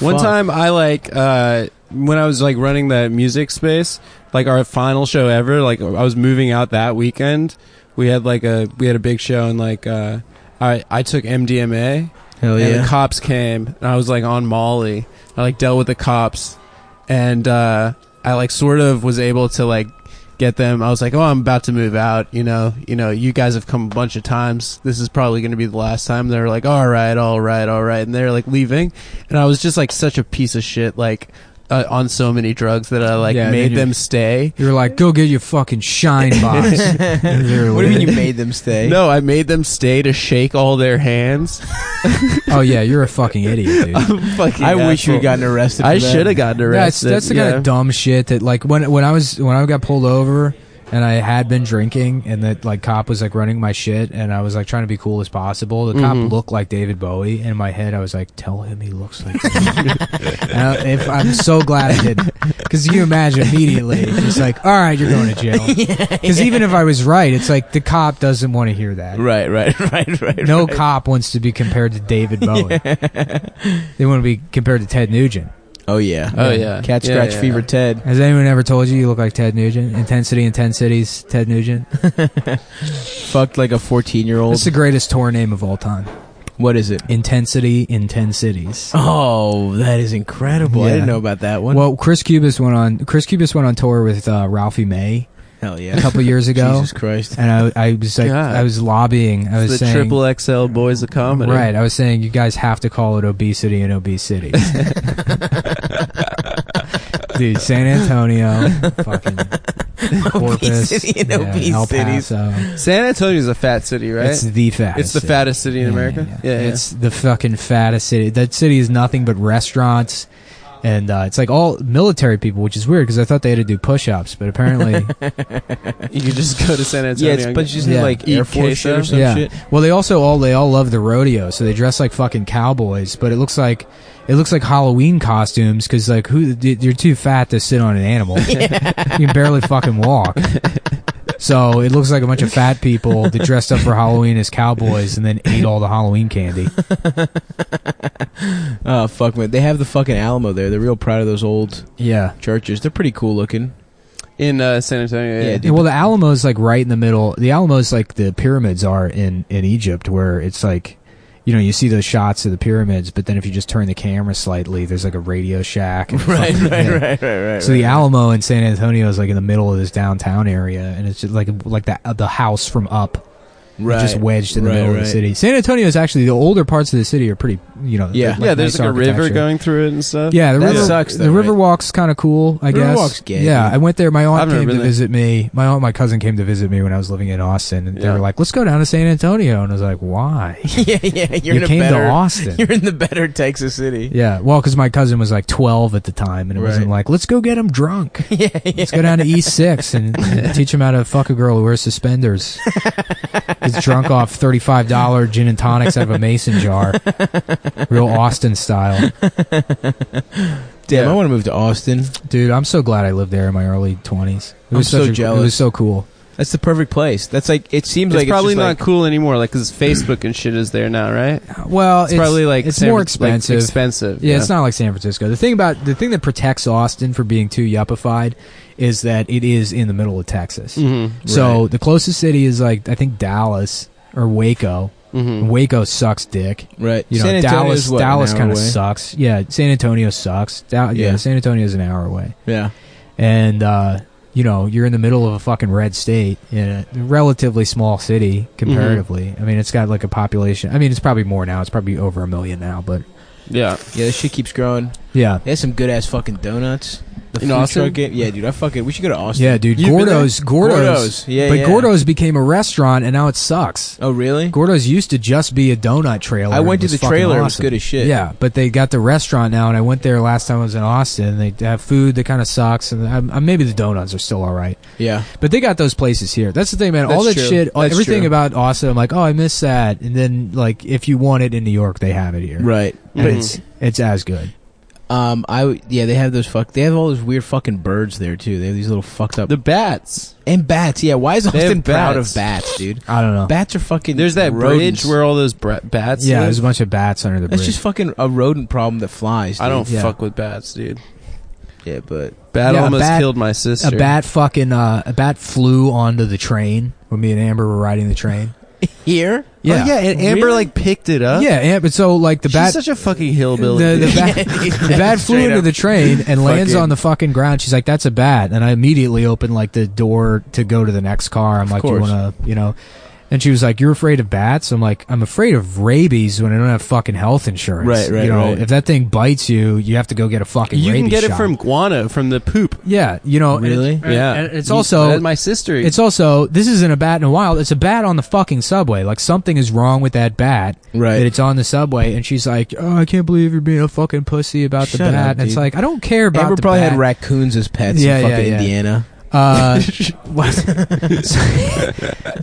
[SPEAKER 3] One
[SPEAKER 1] Fuck.
[SPEAKER 3] time I like uh when I was like running that music space, like our final show ever, like I was moving out that weekend. We had like a we had a big show and like uh I I took MDMA
[SPEAKER 1] Hell
[SPEAKER 3] and
[SPEAKER 1] yeah.
[SPEAKER 3] the cops came and I was like on Molly. I like dealt with the cops and uh I like sort of was able to like get them. I was like, "Oh, I'm about to move out, you know. You know, you guys have come a bunch of times. This is probably going to be the last time." They're like, "All right, all right, all right." And they're like leaving. And I was just like such a piece of shit like uh, on so many drugs that I like
[SPEAKER 2] Yeah, then
[SPEAKER 3] made
[SPEAKER 2] you-
[SPEAKER 3] them stay.
[SPEAKER 2] You're like, go get your fucking shine box. They're
[SPEAKER 1] What do you mean
[SPEAKER 2] like,
[SPEAKER 1] you made them stay?
[SPEAKER 3] No, I made them stay to shake all their hands.
[SPEAKER 2] oh yeah, you're a fucking idiot, dude.
[SPEAKER 3] Fucking
[SPEAKER 1] I wish you
[SPEAKER 3] asshole.
[SPEAKER 1] had gotten arrested.
[SPEAKER 3] I
[SPEAKER 1] for that.
[SPEAKER 3] should have gotten
[SPEAKER 2] That's
[SPEAKER 3] arrested.
[SPEAKER 2] that's the kind
[SPEAKER 3] yeah.
[SPEAKER 2] of dumb shit that like when when I was when I got pulled over and I had been drinking and that like cop was like running my shit and I was like trying to be cool as possible. The cop
[SPEAKER 3] Mhm.
[SPEAKER 2] looked like David Bowie and in my head I was like, tell him he looks like. David." and I, if, I'm so glad I didn't because you imagine immediately he's like, all right, you're going to jail. Because even if I was right, it's like the cop doesn't want to hear that.
[SPEAKER 3] Right, right, right, right.
[SPEAKER 2] No
[SPEAKER 3] right.
[SPEAKER 2] cop wants to be compared to David Bowie. They want to be compared to Ted Nugent.
[SPEAKER 1] Oh yeah.
[SPEAKER 3] Oh, yeah.
[SPEAKER 1] Cat
[SPEAKER 3] Yeah,
[SPEAKER 1] scratch
[SPEAKER 3] yeah.
[SPEAKER 1] fever. Ted.
[SPEAKER 2] Has anyone ever told you you look like Ted Nugent? Intensity in 10 Cities, Ted Nugent.
[SPEAKER 1] Fucked like a fourteen year old.
[SPEAKER 2] That's the greatest tour name of all time.
[SPEAKER 1] What is it?
[SPEAKER 2] Intensity in 10 Cities.
[SPEAKER 1] Oh, that is incredible. I
[SPEAKER 2] Yeah.
[SPEAKER 1] didn't know about that one.
[SPEAKER 2] Well, Chris Cubis went on Chris Cubis went on tour with uh, Ralphie May
[SPEAKER 1] Hell yeah.
[SPEAKER 2] a couple years ago,
[SPEAKER 1] Jesus Christ.
[SPEAKER 2] and I, I was like,
[SPEAKER 3] God.
[SPEAKER 2] I was lobbying. I was
[SPEAKER 3] the
[SPEAKER 2] saying,
[SPEAKER 3] triple XL boys of comedy.
[SPEAKER 2] right? I was saying you guys have to call it obesity and obesity. Dude, San Antonio, fucking Corpus,
[SPEAKER 1] Obesity and
[SPEAKER 2] yeah, El
[SPEAKER 1] obesities.
[SPEAKER 2] Paso.
[SPEAKER 3] San Antonio's a fat city, right?
[SPEAKER 2] It's the fattest.
[SPEAKER 3] It's the
[SPEAKER 2] city.
[SPEAKER 3] fattest city in America. Yeah, yeah.
[SPEAKER 2] it's the fucking fattest city. That city is nothing but restaurants, and uh, it's like all military people, which is weird because I thought they had to do push-ups, but apparently,
[SPEAKER 3] you could just go to San
[SPEAKER 1] Yeah,
[SPEAKER 3] Antonio.
[SPEAKER 1] it's, but she's
[SPEAKER 2] Yeah.
[SPEAKER 1] like
[SPEAKER 3] Eat
[SPEAKER 1] Air Force shit
[SPEAKER 3] queso?
[SPEAKER 1] or some
[SPEAKER 2] yeah.
[SPEAKER 1] shit.
[SPEAKER 2] Well, they also all they all love the rodeo, so they dress like fucking cowboys. But it looks like it looks like Halloween costumes because like who you're too fat to sit on an animal. you can barely fucking walk. So it looks like a bunch of fat people that dressed up for Halloween as cowboys and then ate all the Halloween candy.
[SPEAKER 1] Oh fuck man, they have the fucking Alamo there. They're real proud of those old
[SPEAKER 2] Yeah.
[SPEAKER 1] churches. They're pretty cool looking.
[SPEAKER 3] in uh, San Antonio. Yeah,
[SPEAKER 1] Yeah, dude.
[SPEAKER 2] Yeah, well, the Alamo's like right in the middle. The Alamo's like the pyramids are in in Egypt, where it's like, you know, you see those shots of the pyramids, but then if you just turn the camera slightly, there's like a Radio Shack. and fucking- yeah.
[SPEAKER 1] right, right, right.
[SPEAKER 2] So the Alamo in San Antonio is like in the middle of this downtown area, and it's just like like that the house from up,
[SPEAKER 1] right.
[SPEAKER 2] just wedged in the
[SPEAKER 1] Right,
[SPEAKER 2] middle of
[SPEAKER 1] right.
[SPEAKER 2] the city. San Antonio is actually the older parts of the city are pretty, you know,
[SPEAKER 1] Yeah.
[SPEAKER 2] like,
[SPEAKER 3] yeah there's
[SPEAKER 2] nice
[SPEAKER 3] like a river
[SPEAKER 2] architecture.
[SPEAKER 3] going through it and stuff.
[SPEAKER 2] Yeah, the
[SPEAKER 1] That
[SPEAKER 2] river
[SPEAKER 1] sucks, though,
[SPEAKER 2] The
[SPEAKER 1] right?
[SPEAKER 2] river walk's kind of cool, I guess.
[SPEAKER 1] Riverwalk's gay,
[SPEAKER 2] Yeah,
[SPEAKER 1] dude.
[SPEAKER 2] I went there. My
[SPEAKER 3] I've
[SPEAKER 2] aunt
[SPEAKER 3] never
[SPEAKER 2] came to
[SPEAKER 3] been there.
[SPEAKER 2] visit me. My aunt, my cousin came to visit me when I was living in Austin, and they
[SPEAKER 3] Yeah.
[SPEAKER 2] were like, "Let's go down to San Antonio," and I was like, "Why?"
[SPEAKER 1] yeah, yeah. You're
[SPEAKER 2] you
[SPEAKER 1] in a
[SPEAKER 2] came
[SPEAKER 1] better.
[SPEAKER 2] to Austin.
[SPEAKER 1] You're in the better Texas city.
[SPEAKER 2] Yeah, well, because my cousin was like 12 at the time, and it wasn't
[SPEAKER 1] Right.
[SPEAKER 2] like, let's go get him drunk.
[SPEAKER 1] Yeah, yeah.
[SPEAKER 2] Let's go down to E6 and, and teach him how to fuck a girl who wears suspenders. He's drunk off $35 gin and tonics out of a mason jar. Real Austin style.
[SPEAKER 1] Damn,
[SPEAKER 3] Yeah.
[SPEAKER 1] I want to move to Austin.
[SPEAKER 2] Dude, I'm so glad I lived there in my early 20s. It
[SPEAKER 1] I'm
[SPEAKER 2] was
[SPEAKER 1] so
[SPEAKER 2] such a,
[SPEAKER 1] jealous.
[SPEAKER 2] It was so cool.
[SPEAKER 1] That's the perfect place. That's like it seems
[SPEAKER 3] it's
[SPEAKER 1] like
[SPEAKER 3] probably
[SPEAKER 1] it's
[SPEAKER 3] not
[SPEAKER 1] just like-
[SPEAKER 3] cool anymore, like because Facebook and shit is there now, right?
[SPEAKER 2] Well,
[SPEAKER 3] It's, probably like
[SPEAKER 2] it's
[SPEAKER 3] San-
[SPEAKER 2] more
[SPEAKER 3] like,
[SPEAKER 2] expensive.
[SPEAKER 3] expensive.
[SPEAKER 2] yeah, it's not like San Francisco. The thing about the thing that protects Austin from being too yuppified is that it is in the middle of Texas.
[SPEAKER 1] Mm,
[SPEAKER 3] Mm-hmm.
[SPEAKER 2] So the closest city is like I think Dallas or Waco.
[SPEAKER 3] Mm-hmm.
[SPEAKER 2] Waco sucks dick.
[SPEAKER 1] right.
[SPEAKER 2] You know,
[SPEAKER 1] Mm. San Antonio's
[SPEAKER 2] Dallas
[SPEAKER 1] what, an
[SPEAKER 2] Dallas
[SPEAKER 1] hour
[SPEAKER 2] kind of
[SPEAKER 1] away?
[SPEAKER 2] sucks. Yeah, San Antonio sucks. Da- yeah.
[SPEAKER 1] Yeah.
[SPEAKER 2] San Antonio's an hour away.
[SPEAKER 1] Yeah,
[SPEAKER 2] and uh, you know you're in the middle of a fucking red state in a relatively small city comparatively.
[SPEAKER 1] Mm-hmm.
[SPEAKER 2] I mean, it's got like a population. I mean, it's probably more now. It's probably over a million now, but
[SPEAKER 3] Yeah,
[SPEAKER 1] yeah. This shit keeps growing.
[SPEAKER 2] yeah,
[SPEAKER 1] They had some good ass fucking donuts. The
[SPEAKER 3] In
[SPEAKER 1] food
[SPEAKER 3] Austin?
[SPEAKER 1] truck game- Yeah, dude. I fucking. We should go to Austin.
[SPEAKER 2] yeah, dude.
[SPEAKER 1] You've been there?
[SPEAKER 2] Gordo's, Gordo's,
[SPEAKER 1] Gordo's. Yeah,
[SPEAKER 2] but
[SPEAKER 1] yeah.
[SPEAKER 2] Gordo's became a restaurant, and now it sucks.
[SPEAKER 1] Oh really?
[SPEAKER 2] Gordo's used to just be a donut trailer.
[SPEAKER 1] I went
[SPEAKER 2] It
[SPEAKER 1] to
[SPEAKER 2] was
[SPEAKER 1] the
[SPEAKER 2] fucking
[SPEAKER 1] trailer. It was
[SPEAKER 2] awesome.
[SPEAKER 1] good as shit.
[SPEAKER 2] Yeah, but they got the restaurant now, and I went there last time I was in Austin. They have food that kind of sucks, and I, I, maybe the donuts are still all right.
[SPEAKER 1] yeah.
[SPEAKER 2] But they got those places here. That's the thing, man.
[SPEAKER 3] That's
[SPEAKER 2] all that
[SPEAKER 3] true.
[SPEAKER 2] shit, all-
[SPEAKER 3] That's
[SPEAKER 2] everything
[SPEAKER 3] true.
[SPEAKER 2] about Austin, I'm like, oh, I miss that. And then, like, if you want it in New York, they have it here.
[SPEAKER 1] Right.
[SPEAKER 2] And
[SPEAKER 3] Mhm.
[SPEAKER 2] it's it's as good.
[SPEAKER 1] Um, I w- yeah, they have those fuck. They have all those weird fucking birds there too. They have these little fucked up
[SPEAKER 3] The bats.
[SPEAKER 1] and bats. Yeah, why is
[SPEAKER 3] They have
[SPEAKER 1] Austin proud
[SPEAKER 3] bats.
[SPEAKER 1] of bats, dude?
[SPEAKER 2] I don't know.
[SPEAKER 1] Bats are fucking.
[SPEAKER 3] There's that
[SPEAKER 1] rodents.
[SPEAKER 3] bridge where all those bra- bats.
[SPEAKER 2] yeah,
[SPEAKER 3] live.
[SPEAKER 2] there's a bunch of bats under the
[SPEAKER 1] that's
[SPEAKER 2] bridge.
[SPEAKER 1] just fucking a rodent problem that flies. Dude.
[SPEAKER 3] I don't
[SPEAKER 2] yeah.
[SPEAKER 3] fuck with bats, dude.
[SPEAKER 1] Yeah, but
[SPEAKER 3] Bat
[SPEAKER 2] Yeah, a
[SPEAKER 3] almost
[SPEAKER 2] bat-
[SPEAKER 3] killed my sister.
[SPEAKER 2] a bat fucking uh, a bat flew onto the train when me and Amber were riding the train. Oh,
[SPEAKER 1] here,
[SPEAKER 3] Yeah, Oh, yeah. And Amber
[SPEAKER 1] Really?
[SPEAKER 3] like picked it up.
[SPEAKER 2] Yeah, yeah, but so like the
[SPEAKER 3] she's
[SPEAKER 2] bat,
[SPEAKER 3] such a fucking
[SPEAKER 2] the,
[SPEAKER 3] hillbilly.
[SPEAKER 2] the
[SPEAKER 3] dude.
[SPEAKER 2] bat, the bat flew
[SPEAKER 1] Straight
[SPEAKER 2] into
[SPEAKER 1] up.
[SPEAKER 2] the train and lands
[SPEAKER 3] Fucking-
[SPEAKER 2] on the fucking ground. She's like, "That's a bat," and I immediately opened like the door to go to the next car. I'm like, "Do you
[SPEAKER 1] course.
[SPEAKER 2] want to, you know?" And she was like, "You're afraid of bats." I'm like, "I'm afraid of rabies when I don't have fucking health insurance.
[SPEAKER 1] Right, right,
[SPEAKER 2] You know,
[SPEAKER 1] right.
[SPEAKER 2] if that thing bites you, you have to go get a fucking.
[SPEAKER 3] you can
[SPEAKER 2] rabies
[SPEAKER 3] get it
[SPEAKER 2] shot.
[SPEAKER 3] from guano from the poop.
[SPEAKER 2] Yeah, you know, and it-
[SPEAKER 1] Really?
[SPEAKER 2] and-
[SPEAKER 3] Yeah,
[SPEAKER 2] and it's
[SPEAKER 3] You-
[SPEAKER 2] also
[SPEAKER 3] my sister.
[SPEAKER 2] It's also this isn't a bat in a wild. It's a bat on the fucking subway. Like something is wrong with that bat.
[SPEAKER 1] Right.
[SPEAKER 2] That it's on the subway, and she's like, "Oh, I can't believe you're being a fucking pussy about the
[SPEAKER 1] Shut
[SPEAKER 2] bat."
[SPEAKER 1] up,
[SPEAKER 2] and it's
[SPEAKER 1] dude.
[SPEAKER 2] like, I don't care about
[SPEAKER 1] Amber
[SPEAKER 2] the
[SPEAKER 1] probably
[SPEAKER 2] bat.
[SPEAKER 1] had raccoons as pets
[SPEAKER 2] Yeah,
[SPEAKER 1] in
[SPEAKER 2] yeah,
[SPEAKER 1] fucking
[SPEAKER 2] yeah.
[SPEAKER 1] Indiana.
[SPEAKER 2] uh, so-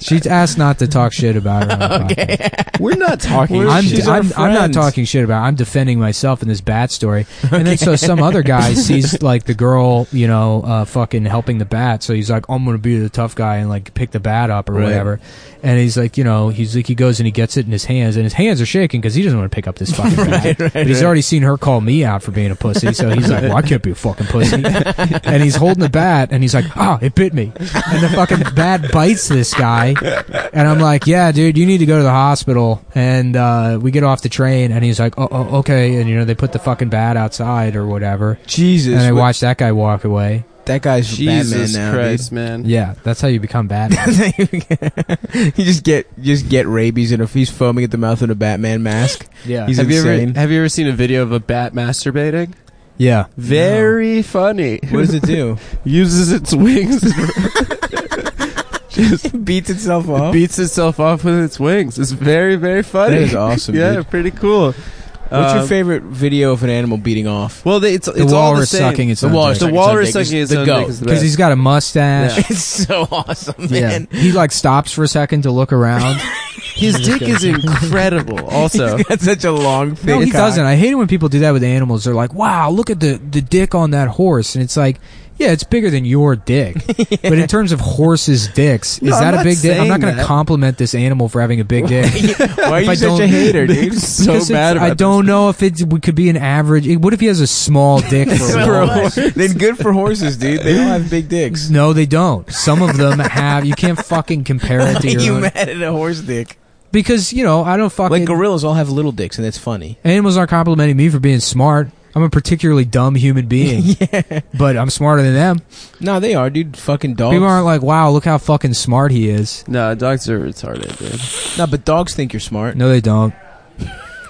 [SPEAKER 2] she's asked not to talk shit about her. on the podcast.
[SPEAKER 3] we're not talking.
[SPEAKER 1] We're-
[SPEAKER 2] I'm,
[SPEAKER 3] shit.
[SPEAKER 1] She's our
[SPEAKER 2] I'm, I'm not
[SPEAKER 1] friend.
[SPEAKER 2] talking shit about. it. I'm defending myself in this bat story, and then so some other guy sees like the girl, you know, uh, fucking helping the bat. So he's like, "I'm gonna be the tough guy and like pick the bat up or
[SPEAKER 1] Right.
[SPEAKER 2] whatever." And he's like, you know, he's like, he goes and he gets it in his hands, and his hands are shaking because he doesn't want to pick up this fucking bat. but he's already seen her call me out for being a pussy, so he's like, "Well, I can't be a fucking pussy." and he's holding the bat, and he's like, "Ah, it bit me," and the fucking bat bites this guy. And I'm like, yeah, dude, you need to go to the hospital. And uh, we get off the train, and he's like, oh, oh, okay. And, you know, they put the fucking bat outside or whatever.
[SPEAKER 1] Jesus,
[SPEAKER 2] And I
[SPEAKER 1] what-
[SPEAKER 2] watched that guy walk away.
[SPEAKER 1] that guy's
[SPEAKER 3] Jesus
[SPEAKER 1] Batman now,
[SPEAKER 3] Christ, man.
[SPEAKER 2] Yeah, that's how you become Batman.
[SPEAKER 1] dude. you just get you just get rabies and if he's foaming at the mouth in a Batman mask.
[SPEAKER 2] yeah.
[SPEAKER 1] He's
[SPEAKER 3] have you
[SPEAKER 1] insane.
[SPEAKER 3] ever have you ever seen a video of a bat masturbating?
[SPEAKER 2] yeah.
[SPEAKER 3] Very funny.
[SPEAKER 1] what does it do?
[SPEAKER 3] Uses its wings,
[SPEAKER 1] it beats itself up.
[SPEAKER 3] beats itself off with its wings. It's very very funny.
[SPEAKER 1] That is awesome,
[SPEAKER 3] yeah,
[SPEAKER 1] dude.
[SPEAKER 3] pretty cool.
[SPEAKER 1] What's your
[SPEAKER 3] Um,
[SPEAKER 1] favorite video of an animal beating off?
[SPEAKER 3] Well, they, it's
[SPEAKER 2] The
[SPEAKER 3] it's all the
[SPEAKER 2] walrus
[SPEAKER 3] same.
[SPEAKER 2] sucking its
[SPEAKER 1] The
[SPEAKER 2] own
[SPEAKER 1] walrus
[SPEAKER 3] the
[SPEAKER 1] sucking
[SPEAKER 3] walrus
[SPEAKER 1] its own dick
[SPEAKER 3] sucking
[SPEAKER 1] is
[SPEAKER 3] its
[SPEAKER 1] the
[SPEAKER 3] own
[SPEAKER 1] goat.
[SPEAKER 3] dick is the
[SPEAKER 2] Because
[SPEAKER 3] best.
[SPEAKER 2] he's got a mustache.
[SPEAKER 1] It's so awesome,
[SPEAKER 2] Yeah.
[SPEAKER 1] man.
[SPEAKER 2] He, like, stops for a second to look around.
[SPEAKER 3] His dick is incredible. Also,
[SPEAKER 1] That's such a long thing.
[SPEAKER 2] no, he doesn't. I hate it when people do that with animals. They're like, wow, look at the, the dick on that horse. And it's like, yeah, it's bigger than your dick. But in terms of horses' dicks, is
[SPEAKER 3] No, I'm
[SPEAKER 2] that a
[SPEAKER 3] not
[SPEAKER 2] big dick? I'm
[SPEAKER 3] saying
[SPEAKER 2] not going to
[SPEAKER 3] that.
[SPEAKER 2] compliment this animal for having a big dick.
[SPEAKER 1] Why are
[SPEAKER 2] If I
[SPEAKER 1] you such a
[SPEAKER 2] don't-
[SPEAKER 1] hater, dude?
[SPEAKER 3] They're so
[SPEAKER 2] Because it's-
[SPEAKER 3] bad. About
[SPEAKER 2] I don't know if it's- it could be an average. it- What if he has a small dick for a
[SPEAKER 3] For a
[SPEAKER 2] walrus?
[SPEAKER 1] then good for horses, dude. They don't have big dicks.
[SPEAKER 2] No, they don't. Some of them have. You can't fucking compare it to your
[SPEAKER 1] you
[SPEAKER 2] own.
[SPEAKER 1] mad at a horse dick?
[SPEAKER 2] because you know I don't fucking.
[SPEAKER 1] Like gorillas all have little dicks, and that's funny.
[SPEAKER 2] animals aren't complimenting me for being smart. I'm a particularly dumb human being. But I'm smarter than them.
[SPEAKER 1] No, they are, dude. Fucking dogs.
[SPEAKER 2] People aren't like, wow, look how fucking smart he is.
[SPEAKER 3] No, dogs are retarded, dude.
[SPEAKER 1] No, but dogs think you're smart.
[SPEAKER 2] No, they don't.